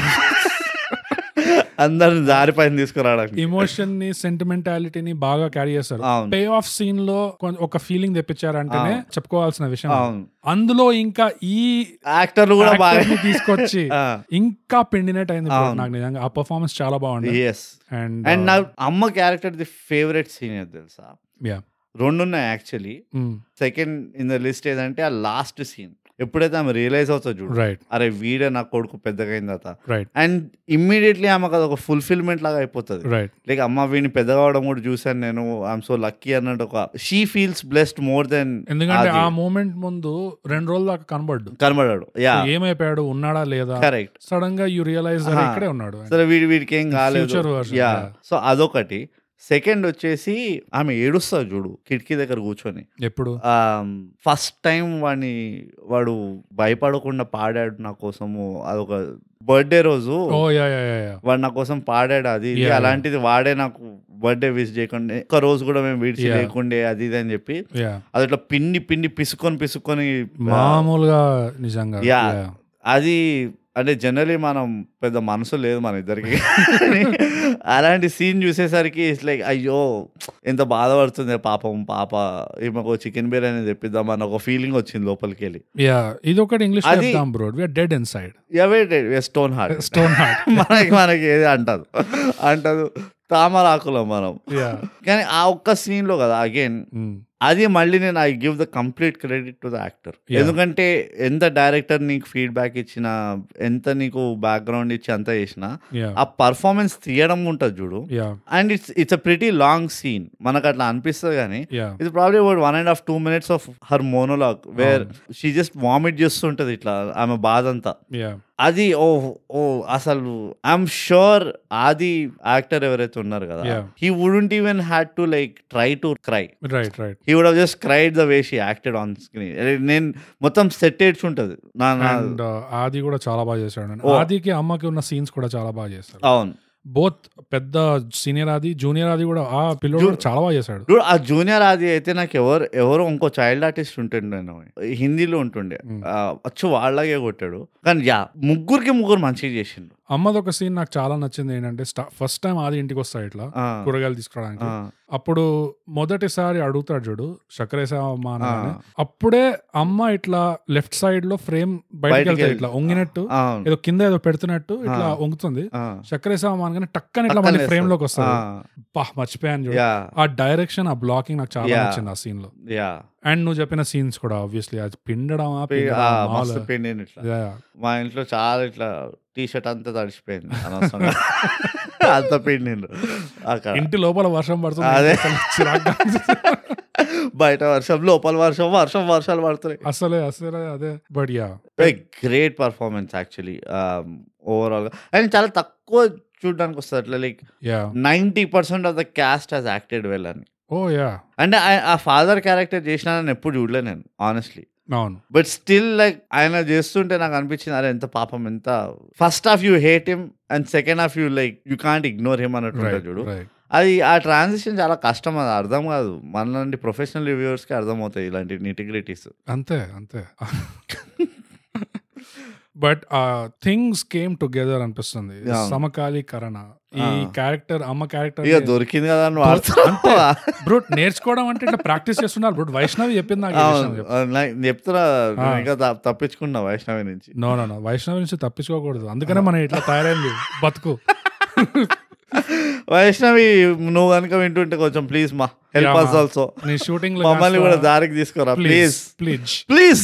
Speaker 2: అందరిని దారిపైన తీసుకురావడానికి
Speaker 1: ఇమోషన్ ని సెంటిమెంటాలిటీని బాగా క్యారీ చేశారు
Speaker 2: అవును.
Speaker 1: పే ఆఫ్ సీన్ లో కొం- ఒక ఫీలింగ్ తెప్పించారంటేనే చెప్పుకోవాల్సిన విషయం
Speaker 2: అవును
Speaker 1: అందులో ఇంకా ఈ
Speaker 2: యాక్టర్లు కూడా బాగా
Speaker 1: actor ని
Speaker 2: *laughs*
Speaker 1: తీసుకొచ్చి ఇంకా పిండినట్టు అయింది ఇప్పుడు
Speaker 2: అవును.
Speaker 1: నాకు నిజంగా ఆ పర్ఫార్మెన్స్ చాలా బాగుంది uh,
Speaker 2: ఎస్
Speaker 1: అండ్
Speaker 2: అండ్ నా అమ్మ క్యారెక్టర్ ది ఫేవరెట్ సీన్ ఏది తెలుసా
Speaker 1: Yeah.
Speaker 2: రెండు ఉన్నాయి actually second in the list ఏదంటే ఆ లాస్ట్ సీన్ ఎప్పుడైతే ఆమె రియలైజ్ అవుతుందో చూడు
Speaker 1: రైట్
Speaker 2: అరే వీడే నా కొడుకు పెద్దగా అయిన తర్వాత
Speaker 1: రైట్
Speaker 2: అండ్ ఇమ్మీడియట్లీ ఆమెకు అది ఒక ఫుల్ఫిల్మెంట్ లాగా అయిపోతుంది
Speaker 1: రైట్
Speaker 2: లైక్ అమ్మ వీడిని పెద్దగా అవడం కూడా చూశాను నేను ఐఎమ్ సో లక్కీ అన్నట్టు ఒక she feels blessed more than
Speaker 1: ఎందుకంటే ఆ మూమెంట్ ముందు రెండు రోజుల దాకా కనబడ్డు
Speaker 2: కనబడాడు యా
Speaker 1: ఏమైపోయాడు ఉన్నాడా లేదా
Speaker 2: కరెక్ట్
Speaker 1: సడన్ గా యూ రియలైజ్
Speaker 2: Ah.
Speaker 1: ఇక్కడే ఉన్నాడు
Speaker 2: సరే వీడి వీడికి ఏం కాలేదు
Speaker 1: Future version,
Speaker 2: yeah
Speaker 1: yeah.
Speaker 2: So అదొకటి సెకండ్ వచ్చేసి ఆమె ఏడుస్తుంది చూడు కిటికీ దగ్గర కూర్చొని Um,
Speaker 1: ఎప్పుడు
Speaker 2: ఫస్ట్ టైం వాడిని వాడు భయపడకుండా పాడాడు నా కోసము అదొక బర్త్డే రోజు
Speaker 1: ఓ యా యా యా
Speaker 2: వాడు నా కోసం పాడాడు అది ఇది.
Speaker 1: Yeah.
Speaker 2: అలాంటిది వాడే నాకు బర్త్డే విష్ చేయకుండా ఒక్క రోజు కూడా మేము విడిచి
Speaker 1: Yeah.
Speaker 2: లేకుండే అది ఇది అని చెప్పి
Speaker 1: యా
Speaker 2: అది ఇట్లా పిండి పిండి పిసుకొని పిసుకొని ఆ,
Speaker 1: మామూలుగా నిజంగా
Speaker 2: యా.
Speaker 1: Yeah.
Speaker 2: అది అంటే జనరలీ మనం పెద్ద మనసు లేదు మన ఇద్దరికి అలాంటి సీన్ చూసేసరికి ఇట్స్ లైక్ అయ్యో ఎంత బాధపడుతుంది పాపం పాప ఈమెకు చికెన్ బిర్యానీ తెప్పిద్దాం అన్న ఒక ఫీలింగ్ వచ్చింది లోపలికి వెళ్ళి
Speaker 1: యా ఇది ఒకటి ఇంగ్లీష్
Speaker 2: అది-
Speaker 1: చెప్తాం bro we're dead in
Speaker 2: *laughs*
Speaker 1: side
Speaker 2: away stone heart
Speaker 1: stone heart
Speaker 2: మనకి మనకి ఏది అంటారు అంటారు తామరాకులం మనం
Speaker 1: యా
Speaker 2: కానీ ఆ ఒక్క scene లో కదా అగైన్ అది మళ్ళీ నేను I give the complete credit to the actor
Speaker 1: Yeah.
Speaker 2: ఎందుకంటే ఎంత డైరెక్టర్ నీకు ఫీడ్బ్యాక్ ఇచ్చినా ఎంత నీకు బ్యాక్గ్రౌండ్ ఇచ్చి అంత చేసినా
Speaker 1: యా
Speaker 2: ఆ పర్ఫార్మెన్స్ తీయడం ఉంటుంది చూడు
Speaker 1: yeah
Speaker 2: and it's it's a pretty long scene మనకు అట్లా అనిపిస్తుంది కానీ
Speaker 1: యా
Speaker 2: ఇది probably about one and half two minutes of her monologue where she just vomit చేస్తుంటది ఇట్లా ఆమె బాధ అంతా
Speaker 1: యా
Speaker 2: అది ఓ ఓ అసలు ఐఎమ్ షూర్ ఆది యాక్టర్ ఎవరైతే ఉన్నారు కదా
Speaker 1: Yeah.
Speaker 2: He wouldn't even had to like try to cry
Speaker 1: right right
Speaker 2: he would just cried the way she acted on screen నేను మొత్తం సెట్ ఉంటుంది నా నా
Speaker 1: అండ్ uh, ఆది కూడా చాలా బాగా చేశాడు And
Speaker 2: Oh.
Speaker 1: ఆదికి అమ్మకి ఉన్న సీన్స్ కూడా చాలా బాగా చేశారు
Speaker 2: అవును
Speaker 1: బోత్ పెద్ద సీనియర్ ఆది జూనియర్ ఆది కూడా ఆ పిల్లోడు కూడా చాలా బాగా చేశాడు
Speaker 2: ఇప్పుడు ఆ జూనియర్ ఆది అయితే నాకు ఎవరు ఎవరో ఇంకో చైల్డ్ ఆర్టిస్ట్ ఉంటుండే నేను. హిందీలో ఉంటుండే
Speaker 1: Mm.
Speaker 2: ఆ, అచ్చు వాళ్ళగే కొట్టాడు కానీ యా ముగ్గురికి ముగ్గురు మంచిగా చేసిండు
Speaker 1: అమ్మది ఒక సీన్ నాకు చాలా నచ్చింది ఏంటంటే ఫస్ట్ టైం ఆది ఇంటికి వస్తాయి ఇట్లా కూరగాయలు తీసుకురావడానికి అప్పుడు మొదటిసారి అడుగుతాడు చూడు చక్రేసావా అమ్మా అని అని. అప్పుడే అమ్మ ఇట్లా లెఫ్ట్ సైడ్ లో ఫ్రేమ్ బయటకు
Speaker 2: బయటికి
Speaker 1: వెళ్తాయి
Speaker 2: వెళ్తా-
Speaker 1: ఇట్లా ఒంగినట్టు
Speaker 2: అవును
Speaker 1: ఏదో కింద ఏదో పెడుతున్నట్టు ఇట్లా
Speaker 2: ఆ.
Speaker 1: ఒంగుతుంది
Speaker 2: ఆ.
Speaker 1: చక్రేసావా అమ్మా అనగానే టక్కన ఇట్లా మళ్ళీ
Speaker 2: పక్కన
Speaker 1: ఫ్రేమ్
Speaker 2: వేస్తాడు.
Speaker 1: లోకి వస్తుంది
Speaker 2: ఆ,
Speaker 1: బా మర్చిపోయాను చూడు
Speaker 2: యా
Speaker 1: ఆ డైరెక్షన్ ఆ బ్లాకింగ్ నాకు చాలా
Speaker 2: Yeah.
Speaker 1: నచ్చింది ఆ సీన్ లో
Speaker 2: యా
Speaker 1: అండ్ నువ్వు చెప్పిన సీన్స్ కూడా ఆబ్వియస్లీ అది పిండడమా
Speaker 2: ఆ,
Speaker 1: పిండడమా,
Speaker 2: మస్తు
Speaker 1: మాల.
Speaker 2: పిండిని ఇట్లా
Speaker 1: Yeah.
Speaker 2: మా ఇంట్లో చాలా ఇట్లా టీ షర్ట్ అంతా తడిచిపోయింది అనవసరంగా *laughs* అంత పిండిండు అక్కడ
Speaker 1: ఇంటి లోపల వర్షం పడుతుంది
Speaker 2: అదే.
Speaker 1: అసలు చిరాగ్గా ఉంది.
Speaker 2: బయట వర్షం లోపల వర్షం వర్షం వర్షాలు పడుతున్నాయి
Speaker 1: *laughs* అసలే అసలే అదే but yeah
Speaker 2: great performance actually overall and um, చాలా తక్కువ చూడడానికి వస్తుంది అట్లా like
Speaker 1: yeah
Speaker 2: ninety percent of the cast has acted well అని
Speaker 1: ఓ యా
Speaker 2: అంటే ఆ- ఆ ఫాదర్ క్యారెక్టర్ చేసిన నేను ఎప్పుడు చూడలే నేను ఆనెస్ట్లీ
Speaker 1: అవును
Speaker 2: బట్ స్టిల్ లైక్ ఆయన చేస్తుంటే నాకు అనిపించింది అరే ఎంత పాపం ఎంత first half you hate him and second half you like you can't ignore him అన్నట్టు ఉంటుంది
Speaker 1: రైట్
Speaker 2: చూడు
Speaker 1: రైట్
Speaker 2: అది ఆ ట్రాన్సిషన్ చాలా కష్టం అది అర్థం కాదు మనలాంటి ప్రొఫెషనల్ రివ్యూవర్స్కి అర్థమవుతాయి ఇలాంటి నిటిగ్రిటీస్
Speaker 1: అంతే అంతే బట్ థింగ్స్ కేమ్ టుగెదర్ అనిపిస్తుంది
Speaker 2: Yeah.
Speaker 1: సమకాలీకరణ ఈ
Speaker 2: Ah.
Speaker 1: క్యారెక్టర్ అమ్మ క్యారెక్టర్
Speaker 2: ఇక దొరికింది కదా అని
Speaker 1: అంతే.
Speaker 2: వాడుతున్నావా?
Speaker 1: బ్రో నేర్చుకోవడం అంటే ఇట్లా ప్రాక్టీస్ చేస్తున్నారు బ్రో వైష్ణవి చెప్పింది నాకు ఈ విషయం
Speaker 2: అవును.
Speaker 1: చెప్పు.
Speaker 2: నాకు చెప్తున్నా
Speaker 1: ఆ.
Speaker 2: ఇంకా త- తప్పించుకున్నా వైష్ణవి నుంచి
Speaker 1: నో నో నో వైష్ణవి నుంచి తప్పించుకోకూడదు అందుకనే మనం ఇట్లా తయారైంది బతుకు
Speaker 2: వైష్ణవి నువ్వు కనుక వింటుంటే కొంచెం ప్లీజ్ మా హెల్ప్
Speaker 1: Yeah,
Speaker 2: అస్
Speaker 1: ma.
Speaker 2: ఆల్సో
Speaker 1: నీ షూటింగ్
Speaker 2: మమ్మల్ని కూడా దారికి తీసుకోరా please
Speaker 1: please please
Speaker 2: please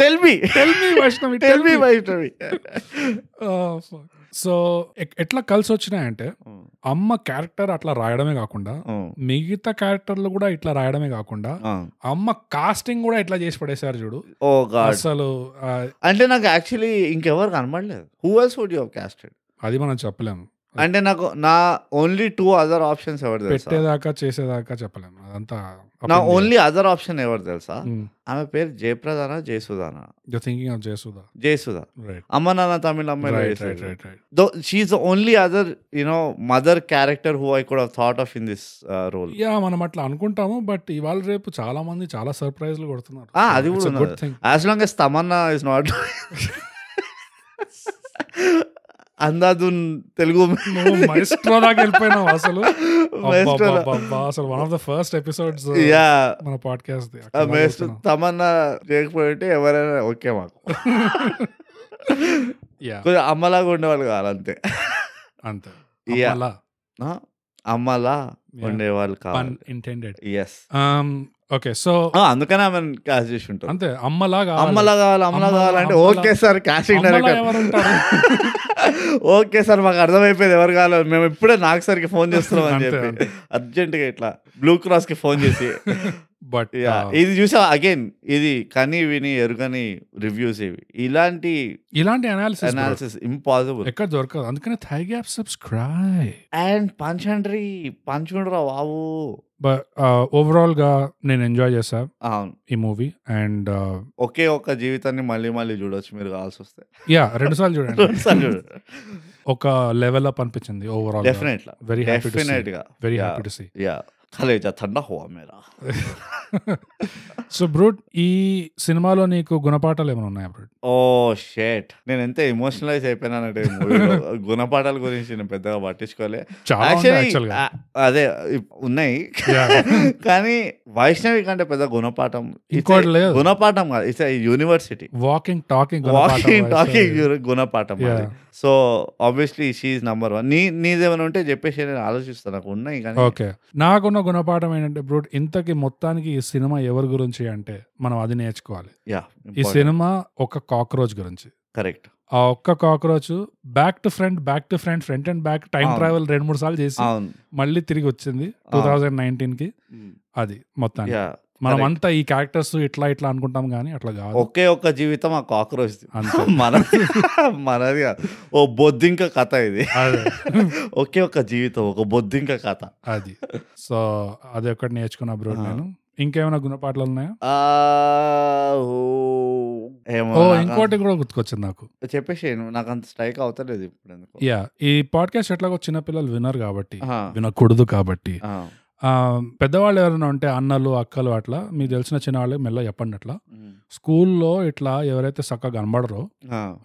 Speaker 2: tell me
Speaker 1: tell me Vaishnavi
Speaker 2: tell
Speaker 1: tell
Speaker 2: me
Speaker 1: me
Speaker 2: *laughs* Vaishnavi
Speaker 1: so Oh, ఎక్- ఎట్లా కలిసి వచ్చినాయంటే
Speaker 2: Oh,
Speaker 1: అమ్మ క్యారెక్టర్ అట్లా రాయడమే కాకుండా మిగతా క్యారెక్టర్లు కూడా ఇట్లా రాయడమే కాకుండా
Speaker 2: oh.
Speaker 1: అమ్మ కాస్టింగ్ కూడా ఇట్లా చేసి పడేశారు చూడు
Speaker 2: ఓ గాడ్
Speaker 1: అసలు ఆ,
Speaker 2: Oh, అంటే నాకు యాక్చువల్లీ ఇంకెవరు కనబడలేదు who else would you casted
Speaker 1: అది మనం చెప్పలేము
Speaker 2: అంటే నాకు నా ఓన్లీ టూ అదర్ ఆప్షన్స్ ఎవరు తెలుసా
Speaker 1: పెట్టేదాకా చేసేదాకా చెప్పలేము అదంతా
Speaker 2: నా ఓన్లీ అదర్ ఆప్షన్ ఎవరు తెలుసా
Speaker 1: Hmm.
Speaker 2: ఆమె పేరు జయప్రదానా జయసుధానా
Speaker 1: thinking of Jayasudha
Speaker 2: Jayasudha
Speaker 1: right
Speaker 2: అమ్మ నాన్న తమిళ
Speaker 1: రైట్ రైట్
Speaker 2: అమ్మాయి
Speaker 1: right right
Speaker 2: she's the only other you know mother character who I could thought of in this role
Speaker 1: yeah మనం అట్లా అనుకుంటాము బట్ ఇవాళ రేపు చాలా మంది చాలా సర్ప్రైజ్లు కొడుతున్నారు
Speaker 2: Ah, అది కూడా
Speaker 1: గుడ్
Speaker 2: ఉన్నది.
Speaker 1: Thing
Speaker 2: as long as Tamannaah is not *laughs* Andhadhun *laughs* Telugu
Speaker 1: నువ్వు మైస్ట్రో దాకా వెళ్ళిపోయినావు అసలు
Speaker 2: *laughs* Maestro.
Speaker 1: అబ్బబ్బబ్బబ్బా, అసలు one of the first episodes
Speaker 2: yeah
Speaker 1: uh, మన పాడ్కాస్ట్
Speaker 2: మేస్ట్ తమన్నా చేయకపోయింటే ఎవరైనా ఓకే మాకు
Speaker 1: యా
Speaker 2: కొంచెం అమ్మలాగా ఉండేవాళ్ళు కావాలంతే
Speaker 1: అంతే
Speaker 2: Yeah.
Speaker 1: అలా
Speaker 2: ఆ? అమ్మలా ఉండేవాళ్ళు
Speaker 1: పన్
Speaker 2: కావాలి
Speaker 1: ఇంటెండెడ్
Speaker 2: ఎస్
Speaker 1: ఓకే సో
Speaker 2: అందుకనే ఆమె క్యాష్ చేసి ఉంటాం
Speaker 1: Um, అంతే అమ్మలాగా
Speaker 2: అమ్మలా కావాలి అమ్మలా
Speaker 1: అమ్మలా,
Speaker 2: కావాలంటే
Speaker 1: అమ్మలా.
Speaker 2: ఓకే సార్ క్యాషింగ్ డైరెక్టర్
Speaker 1: ఎవరు
Speaker 2: *laughs*
Speaker 1: ఉంటారు
Speaker 2: ఓకే సార్ మాకు అర్థమైపోయింది ఎవరు కావాలో మేము ఇప్పుడే నాకు సరికి ఫోన్ చేస్తున్నాం అని
Speaker 1: అంతే,
Speaker 2: చెప్పి
Speaker 1: అంతే.
Speaker 2: అర్జెంట్ గా ఇట్లా బ్లూ క్రాస్ కి ఫోన్ చేసి
Speaker 1: *laughs* బట్
Speaker 2: Yeah, ఇది చూసా అగైన్ ఇది కని విని ఎరుగని రివ్యూస్ ఇవి ఇలాంటి
Speaker 1: ఇలాంటి అనాలిసిస్
Speaker 2: అనాలిసిస్ ఇంపాసిబుల్
Speaker 1: ఎక్కడ దొరకదు అందుకనే థై గ్యాప్ సబ్స్క్రైబ్
Speaker 2: అండ్ పంచండ్రి పంచుండ్రా బాబు
Speaker 1: బట్ ఓవరాల్ uh, గా నేను ఎంజాయ్ చేశా
Speaker 2: అవును
Speaker 1: ఈ uh, మూవీ అండ్
Speaker 2: ఒకే ఒక్క జీవితాన్ని మళ్ళీ మళ్ళీ చూడొచ్చు మీరు కావాల్సి వస్తే *laughs*
Speaker 1: యా రెండు సార్లు చూడండి
Speaker 2: రెండుసార్లు
Speaker 1: *laughs*
Speaker 2: చూడొచ్చు.
Speaker 1: ఒక లెవెల్ అప్ అనిపించింది overall
Speaker 2: Definitely.
Speaker 1: Very happy
Speaker 2: Definite గా
Speaker 1: very
Speaker 2: Yeah.
Speaker 1: Happy to see
Speaker 2: yeah కలే తండా హోవా మేరా
Speaker 1: సో బ్రూట్ ఈ సినిమాలో నీకు గుణపాఠాలు ఏమైనా ఉన్నాయా బ్రూట్
Speaker 2: ఓ
Speaker 1: Oh,
Speaker 2: షేట్ నేను ఎంత ఎమోషనలైజ్ అయిపోయినానంటే ఈ
Speaker 1: *laughs*
Speaker 2: మూవీలో. గుణపాఠాల గురించి నేను పెద్దగా పట్టించుకోలే
Speaker 1: చాలా ఉన్నాయి
Speaker 2: యాక్చువల్లీ
Speaker 1: actual గా.
Speaker 2: అదే ఇప్- ఉన్నాయి *laughs* కానీ వైష్ణవి కంటే పెద్ద గుణపాఠం It's a
Speaker 1: ఇంకోటి లేదు.
Speaker 2: గుణపాఠం కాదు it's university
Speaker 1: walking talking
Speaker 2: walking talking గుణపాఠం అది.
Speaker 1: Yeah.
Speaker 2: So obviously she number one నీ నీదేమైనా ఉంటే చెప్పేసి నేను ఆలోచిస్తాను నాకు ఉన్నాయి కానీ
Speaker 1: ఓకే నాకున్న గుణపాఠం ఏంటంటే బ్రూట్ ఇంతకి మొత్తానికి ఈ సినిమా ఎవరి గురించి అంటే మనం అది నేర్చుకోవాలి
Speaker 2: యా
Speaker 1: ఈ సినిమా ఒక కాక్రోచ్ గురించి
Speaker 2: కరెక్ట్
Speaker 1: ఆ ఒక్క cockroach back to front back to front front and back time
Speaker 2: అవును.
Speaker 1: ట్రావెల్ రెండు మూడు సార్లు చేసి
Speaker 2: అవును
Speaker 1: మళ్ళీ తిరిగి వచ్చింది టూ థౌజండ్ నైన్టీన్ కి అది మొత్తానికి
Speaker 2: యా
Speaker 1: మనం అంతా ఈ క్యారెక్టర్స్ ఇట్లా ఇట్లా అనుకుంటాం కానీ అట్లా కాదు
Speaker 2: ఒకే ఒక్క జీవితం ఆ కాక్రోచ్ *laughs*
Speaker 1: అంతే.
Speaker 2: మనది మనది కాదు. ఓ బొద్దింక కథ ఇది
Speaker 1: అదే.
Speaker 2: ఒకే ఒక్క జీవితం ఒక బొద్దింక కథ
Speaker 1: అది సో అది ఒకటి నేర్చుకున్నా బ్రో
Speaker 2: ఆ.
Speaker 1: నేను ఇంకేమైనా గుణపాఠాలు ఉన్నాయా
Speaker 2: ఆ, ఓ, ఏమో
Speaker 1: ఓ
Speaker 2: నాకు
Speaker 1: ఇంకోటి కూడా గుర్తుకొచ్చింది నాకు
Speaker 2: అంత- చెప్పేసి నువ్వు నాకు అంత స్ట్రైక్ అవుతలేదు ఇప్పుడు ఎందుకు
Speaker 1: యా ఈ పాడ్కాస్ట్ ఎట్లాగో చిన్నపిల్లలు వినరు కాబట్టి
Speaker 2: ఆ,
Speaker 1: వినకూడదు కాబట్టి
Speaker 2: ఆ,
Speaker 1: పెద్దవాళ్ళు ఎవరైనా ఉంటే అన్నలు అక్కలు అట్లా మీకు తెలిసిన చిన్న వాళ్ళు మెల్ల చెప్పండి అట్లా స్కూల్లో ఇట్లా ఎవరైతే చక్కగా కనబడరో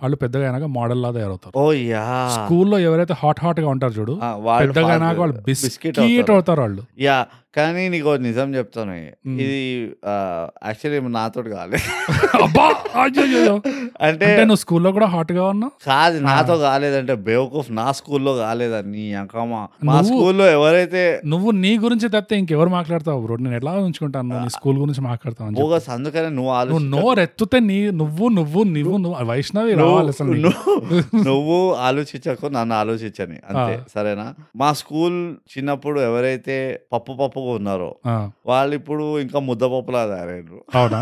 Speaker 1: వాళ్ళు పెద్దగా అయినాక మోడల్ లా తయారవుతారు
Speaker 2: ఓ యా
Speaker 1: స్కూల్లో ఎవరైతే హాట్ హాట్ గా ఉంటారు చూడు
Speaker 2: ఆ, వాళ్ళు
Speaker 1: పెద్దగా
Speaker 2: fast-
Speaker 1: అయినాక వాళ్ళు
Speaker 2: biscuit
Speaker 1: బిస్కెట్
Speaker 2: అవుతారు.
Speaker 1: అవుతారు వాళ్ళు
Speaker 2: యా కానీ నీకు ఓ నిజం చెప్తాను
Speaker 1: మ్మ్.
Speaker 2: ఇది యాక్చువల్లీ నాతో కాలేదు
Speaker 1: అబ్బా
Speaker 2: *laughs*
Speaker 1: అయ్యయ్యో.
Speaker 2: అంటే
Speaker 1: అంటే నువ్వు స్కూల్లో కూడా హాట్ గా ఉన్నావు
Speaker 2: కాదు నాతో కాలేదంటే బేవకూఫ్ నా స్కూల్లో కాలేదని నీ అంకమా మా
Speaker 1: నువ్వు-
Speaker 2: స్కూల్లో ఎవరైతే
Speaker 1: నువ్వు నీ గురించి తప్పితే ఇంకెవరు మాట్లాడతావు బ్రో నేను ఎలా ఉంచుకుంటాను నువ్వు నీ స్కూల్ గురించి మాట్లాడతావు అని చెప్పి.
Speaker 2: బోగస్ అందుకనే నువ్వు
Speaker 1: నువ్వు
Speaker 2: ఆలోచి
Speaker 1: నోరు ఎత్తుతే నీ నువ్వు నువ్వు నువ్వు నువ్వు వైష్ణవి రావాలి అసలు నీకు.
Speaker 2: నువ్వు- నువ్వు ఆలోచించకు నన్ను ఆలోచించని అంతే
Speaker 1: ఆ.
Speaker 2: సరేనా మా స్కూల్ చిన్నప్పుడు ఎవరైతే పప్పు పప్పుగా ఉన్నారో
Speaker 1: ఆ,
Speaker 2: వాళ్ళు ఇప్పుడు ఇంకా ముద్దపప్పులా
Speaker 1: *laughs*
Speaker 2: తయారైనరు
Speaker 1: అవునా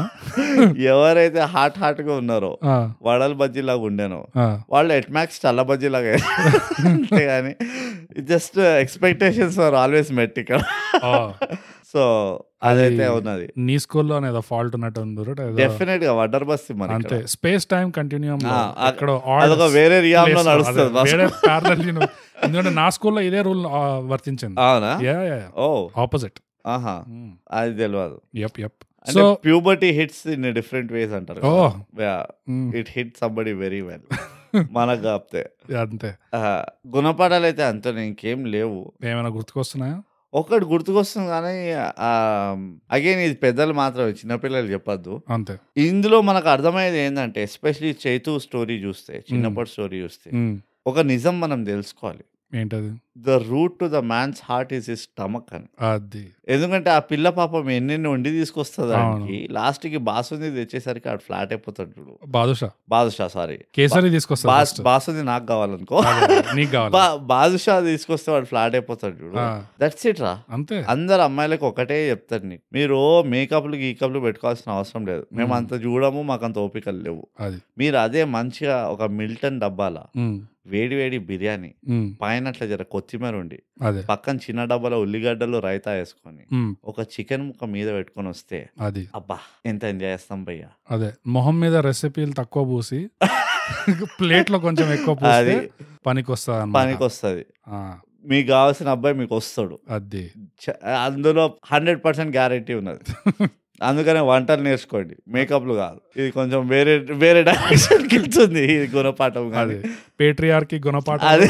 Speaker 2: ఎవరైతే హాట్ హాట్ గా ఉన్నారో
Speaker 1: ఆ,
Speaker 2: వడల బజ్జీలాగా ఉండేనో
Speaker 1: ఆ,
Speaker 2: వాళ్ళు ఎట్మాక్స్ చల్ల బజ్జీలాగా
Speaker 1: *laughs*
Speaker 2: *laughs* అంతే కానీ just expectations are always met ఇక్కడ
Speaker 1: ఆ.
Speaker 2: సో అదైతే ఉన్నది
Speaker 1: నీ స్కూల్లో ఏదో ఫాల్ట్ ఉన్నట్టు ఉంది బ్రో, ఏదో-
Speaker 2: డెఫినెట్ గా వడ్డర్ బస్తి మరి
Speaker 1: అంతే స్పేస్ టైం కంటిన్యూమ్
Speaker 2: ఆ, ఆ-
Speaker 1: అక్కడ
Speaker 2: అదొక వేరే రియామ్ లో నడుస్తుంది బస్
Speaker 1: ఎందుకంటే నా స్కూల్లో ఇదే రూల్ వర్తించింది
Speaker 2: అవునా Hmm. ఓ
Speaker 1: ఆపోజిట్
Speaker 2: ఆహా అది తెలియదు
Speaker 1: యప్ యప్
Speaker 2: అంటే
Speaker 1: so
Speaker 2: puberty hits in different ways అంటారు
Speaker 1: ఓ
Speaker 2: it hit somebody very well మనకు కాపితే
Speaker 1: అంతే
Speaker 2: ఆ, గుణపాఠాలు అయితే అంత ఇంకేం లేవు
Speaker 1: ఏమైనా గుర్తుకొస్తున్నాయా
Speaker 2: ఒకటి గుర్తుకొస్తుంది కానీ అగైన్ ఇది పెద్దలు మాత్రమే చిన్నపిల్లలు చెప్పొద్దు
Speaker 1: అంతే
Speaker 2: ఇందులో మనకు అర్థమయ్యేది ఏంటంటే ఎస్పెషలీ చైతు స్టోరీ చూస్తే
Speaker 1: Hmm.
Speaker 2: చిన్నప్పటి స్టోరీ చూస్తే
Speaker 1: ఉమ్,
Speaker 2: ఒక నిజం మనం తెలుసుకోవాలి
Speaker 1: ఏంటది
Speaker 2: the root to the man's heart is is stomach అని
Speaker 1: అది
Speaker 2: ఎందుకంటే ఆ పిల్ల పాపం ఎన్నెన్ని వండి తీసుకొస్తుంది
Speaker 1: అవును.
Speaker 2: ఆయనకి లాస్ట్కి బాసుంది తెచ్చేసరికి ఆడు ఫ్లాట్ అయిపోతాడు చూడు
Speaker 1: బాదుషా
Speaker 2: బాదుషా సారీ
Speaker 1: కేసరి తీసుకొస్తా
Speaker 2: బాస్
Speaker 1: first.
Speaker 2: బాసుంది నాకు కావాలనుకో
Speaker 1: అదే, నీకు కావాలి
Speaker 2: బా- బాదుషా తీసుకొస్తే వాడు ఫ్లాట్ అయిపోతాడు చూడు
Speaker 1: ఆ,
Speaker 2: దట్స్ ఇట్ రా
Speaker 1: అంతే
Speaker 2: అందరు అమ్మాయిలకు ఒకటే చెప్తారు నీకు మీరు మేకప్లు గీకప్లు పెట్టుకోవాల్సిన అవసరం లేదు మేము
Speaker 1: మ్మ్.
Speaker 2: అంత చూడము మాకు అంత ఓపికలు లేవు
Speaker 1: అది
Speaker 2: మీరు అదే మంచిగా ఒక మిల్టన్ డబ్బాల
Speaker 1: ఉమ్,
Speaker 2: వేడి వేడి బిర్యానీ
Speaker 1: ఉమ్,
Speaker 2: పైన అట్లా జర కొత్తిమీర ఉండి
Speaker 1: అదే
Speaker 2: పక్కన చిన్న డబ్బాలో ఉల్లిగడ్డలు రైతా వేసుకొని
Speaker 1: ఉమ్,
Speaker 2: ఒక చికెన్ ముక్క మీద పెట్టుకొని వస్తే
Speaker 1: అది
Speaker 2: అబ్బా ఎంత ఎంజాయ్ చేస్తాం భయ్యా
Speaker 1: అదే మొహం మీద రెసిపీలు తక్కువ పూసి *laughs* ప్లేట్ లో కొంచెం ఎక్కువ పూసి
Speaker 2: *laughs* అది
Speaker 1: పనికి వస్తుంది
Speaker 2: పనికి వస్తుంది మీకు కావాల్సిన అబ్బాయి మీకు వస్తాడు
Speaker 1: అది
Speaker 2: చ- అందులో హండ్రెడ్ పర్సెంట్ గ్యారంటీ
Speaker 1: *laughs*
Speaker 2: ఉన్నది అందుకనే వంటలు నేర్చుకోండి మేకప్లు కాదు ఇది కొంచెం వేరే వేరే డైరెక్షన్ వెళ్తుంది ఇది గుణపాఠం కాదు
Speaker 1: అది పేట్రియార్కి గుణపాఠం
Speaker 2: అది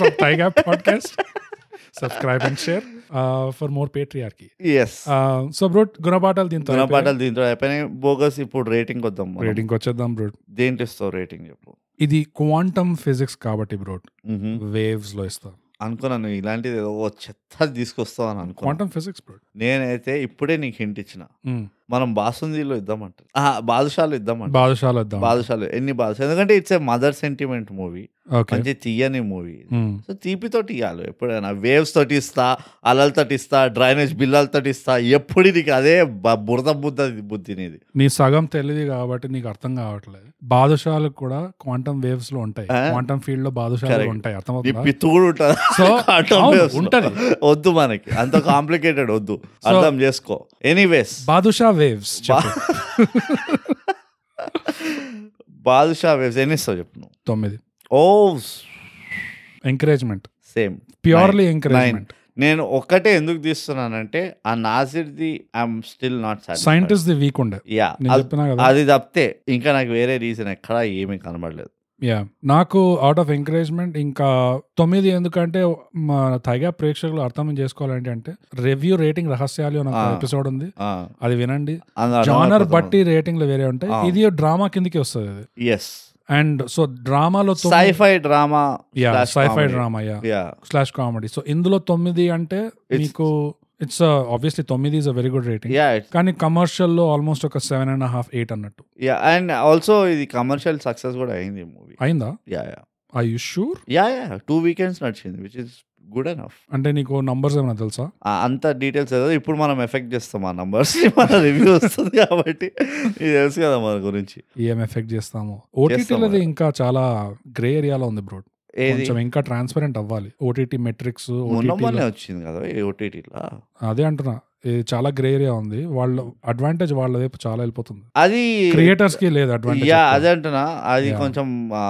Speaker 1: from Tiger Podcast. Subscribe and share uh, for more patriarchy.
Speaker 2: Yes
Speaker 1: Uh, so bro గుణపాఠాలు దీంతో
Speaker 2: గుణపాఠాలు దీంట్లో అయిపోయినాయి బోగస్ ఇప్పుడు రేటింగ్ వద్దాం మనం.
Speaker 1: రేటింగ్ వచ్చేద్దాం బ్రో
Speaker 2: దేంట్లో ఇస్తావు రేటింగ్ చెప్పు
Speaker 1: ఇది క్వాంటమ్ ఫిజిక్స్ కాబట్టి బ్రో
Speaker 2: మ్హూ.
Speaker 1: వేవ్స్ లో ఇస్తాం
Speaker 2: అనుకున్నాను ఇలాంటిది ఏదో ఓ చెత్త తీసుకొస్తావు అని అనుకున్నాను
Speaker 1: క్వాంటమ్ ఫిజిక్స్ బ్రో
Speaker 2: నేనైతే ఇప్పుడే నీకు హింట్ ఇచ్చిన మనం బాసుందీలో ఇద్దామంట బాదుషాలు ఇద్దామంట
Speaker 1: బాదుషాలు ఇద్దాం
Speaker 2: బాదుషాలు ఎన్ని బాదుషాలు ఎందుకంటే it's a mother sentiment movie
Speaker 1: okay
Speaker 2: మంచి తీయని మూవీ
Speaker 1: Hmm.
Speaker 2: సో తీపితోటి ఇవ్వాలి ఎప్పుడైనా వేవ్స్ తోటి ఇస్తా అలలతోటి ఇస్తా డ్రైనేజ్ బిల్లలతోటి ఇస్తా ఎప్పుడు నీకు అదే బ- బురద బుద్ధ బుద్ధి నీది
Speaker 1: నీ సగం తెలియదు కాబట్టి నీకు అర్థం కావట్లేదు బాదుషాలు కూడా క్వాంటమ్ వేవ్స్ లో ఉంటాయి
Speaker 2: ఆ?
Speaker 1: క్వాంటమ్ ఫీల్డ్ లో బాదుషాలు
Speaker 2: Correct.
Speaker 1: ఉంటాయి
Speaker 2: ఈ
Speaker 1: అర్థమవుతుందా
Speaker 2: పిత్తు కూడా ఉంటుంది *laughs*
Speaker 1: సో
Speaker 2: Quantum
Speaker 1: అవును,
Speaker 2: waves లో.
Speaker 1: ఉంటది
Speaker 2: వద్దు మనకి అంత కాంప్లికేటెడ్ వద్దు అర్థం చేసుకో ఎనీవేస్
Speaker 1: బాదుషా వేవ్స్
Speaker 2: బాదుషా వేవ్స్ ఎన్ని ఇస్తావు చెప్పు నువ్వు
Speaker 1: తొమ్మిది
Speaker 2: ఓ
Speaker 1: encouragement
Speaker 2: same
Speaker 1: purely
Speaker 2: nine
Speaker 1: encouragement
Speaker 2: నేను ఒక్కటే ఎందుకు తీస్తున్నానంటే ఆ నాసిర్ది I'm still not
Speaker 1: scientist the week ఉండే
Speaker 2: యా
Speaker 1: నేను చెప్పినా కదా
Speaker 2: అది తప్పితే ఇంకా నాకు వేరే రీజన్ ఎక్కడా ఏమీ కనబడలేదు
Speaker 1: యా నాకు అవుట్ ఆఫ్ ఎంకరేజ్మెంట్ ఇంకా తొమ్మిది ఎందుకంటే మా తైగా ప్రేక్షకులు అర్థం చేసుకోవాలంటే అంటే రివ్యూ రేటింగ్ రహస్యాలు అని ఒక
Speaker 2: ఆ.
Speaker 1: ఎపిసోడ్ ఉంది అది వినండి
Speaker 2: అందులో
Speaker 1: జానర్
Speaker 2: అర్థమైపోతుంది.
Speaker 1: బట్టి రేటింగ్లు వేరే ఉంటాయి
Speaker 2: ఆ.
Speaker 1: ఇది డ్రామా కిందకి వస్తుంది ఇది
Speaker 2: ఎస్
Speaker 1: అండ్ సో డ్రామాలో
Speaker 2: sci-fi drama
Speaker 1: yeah
Speaker 2: slash
Speaker 1: sci-fi
Speaker 2: comedy.
Speaker 1: Drama yeah
Speaker 2: yeah
Speaker 1: slash comedy so ఇందులో తొమ్మిది అంటే
Speaker 2: It's-
Speaker 1: మీకు ఇట్స్ ఆబ్వియస్లీ తొమ్మిది is a very good rating
Speaker 2: yeah
Speaker 1: కానీ commercial లో ఆల్మోస్ట్ ఒక సెవెన్ అండ్ హాఫ్ ఎయిట్ అన్నట్టు
Speaker 2: యా అండ్ ఆల్సో ఇది కమర్షియల్ సక్సెస్ కూడా అయింది మూవీ
Speaker 1: అయిందా
Speaker 2: yeah yeah
Speaker 1: I you sure
Speaker 2: yeah yeah two weekends నడిచింది విచ్ ఇస్ గుడ్ అన్
Speaker 1: అంటే నీకు నంబర్స్ ఏమైనా తెలుసా
Speaker 2: అంత డీటెయిల్స్ ఏదో ఇప్పుడు మనం ఎఫెక్ట్ చేస్తాం ఆ నంబర్స్ మన రివ్యూ వస్తుంది కాబట్టి ఇది తెలుసు కదా మన గురించి
Speaker 1: ఏం ఎఫెక్ట్ చేస్తాము
Speaker 2: చేస్తాము.
Speaker 1: ఓటీటీలది ఇంకా చాలా గ్రే ఏరియాలో ఉంది బ్రో
Speaker 2: ఏది
Speaker 1: కొంచెం ఇంకా ట్రాన్స్పరెంట్ అవ్వాలి ఓటీటీ మెట్రిక్స్
Speaker 2: మొన్న మొన్నే వచ్చింది కదా ఈ ఓటీటీలో
Speaker 1: అదే అంటున్నా ఇది చాలా గ్రే ఏరియా ఉంది వాళ్ళ అడ్వాంటేజ్ వాళ్ళ వైపు చాలా వెళ్ళిపోతుంది
Speaker 2: అది
Speaker 1: క్రియేటర్స్ కి లేదు అడ్వాంటేజ్
Speaker 2: యా అదే అంటున్నా అది
Speaker 1: Yeah.
Speaker 2: కొంచెం ఆ,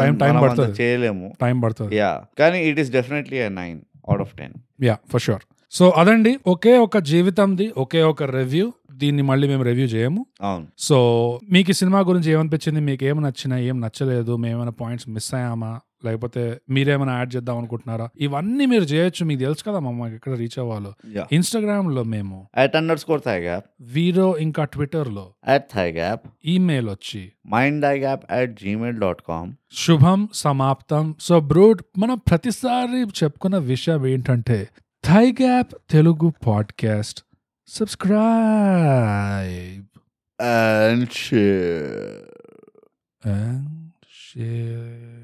Speaker 1: Time- time
Speaker 2: మనం అంత
Speaker 1: పడుతుంది.
Speaker 2: చేయలేము
Speaker 1: టైం పడుతుంది
Speaker 2: యా కానీ it is definitely nine out of ten
Speaker 1: yeah for sure so అదండి ఒకే ఒక జీవితంది ఒకే ఒక రివ్యూ దీన్ని మళ్ళీ మేము రివ్యూ చేయము
Speaker 2: అవును
Speaker 1: సో మీకు ఈ సినిమా గురించి ఏమనిపించింది మీకు ఏం నచ్చినా ఏం నచ్చలేదు మేమైనా పాయింట్స్ మిస్ అయ్యామా లేకపోతే మీరేమైనా యాడ్ చేద్దాం అనుకుంటున్నారా ఇవన్నీ మీరు చేయొచ్చు మీకు తెలుసు కదా మాకు ఎక్కడ రీచ్ అవ్వాలో ఇన్స్టాగ్రామ్ లో మేము
Speaker 2: at under score thigh gap
Speaker 1: వీరో ఇంకా ట్విట్టర్ లో
Speaker 2: అట్ థై గ్యాప్
Speaker 1: ఈమెయిల్ వచ్చి
Speaker 2: mind I gap at Gmail dot com
Speaker 1: శుభం సమాప్తం సో బ్రూడ్ మనం ప్రతిసారి చెప్పుకున్న విషయం ఏంటంటే thigh gap Telugu podcast subscribe
Speaker 2: and share
Speaker 1: and share.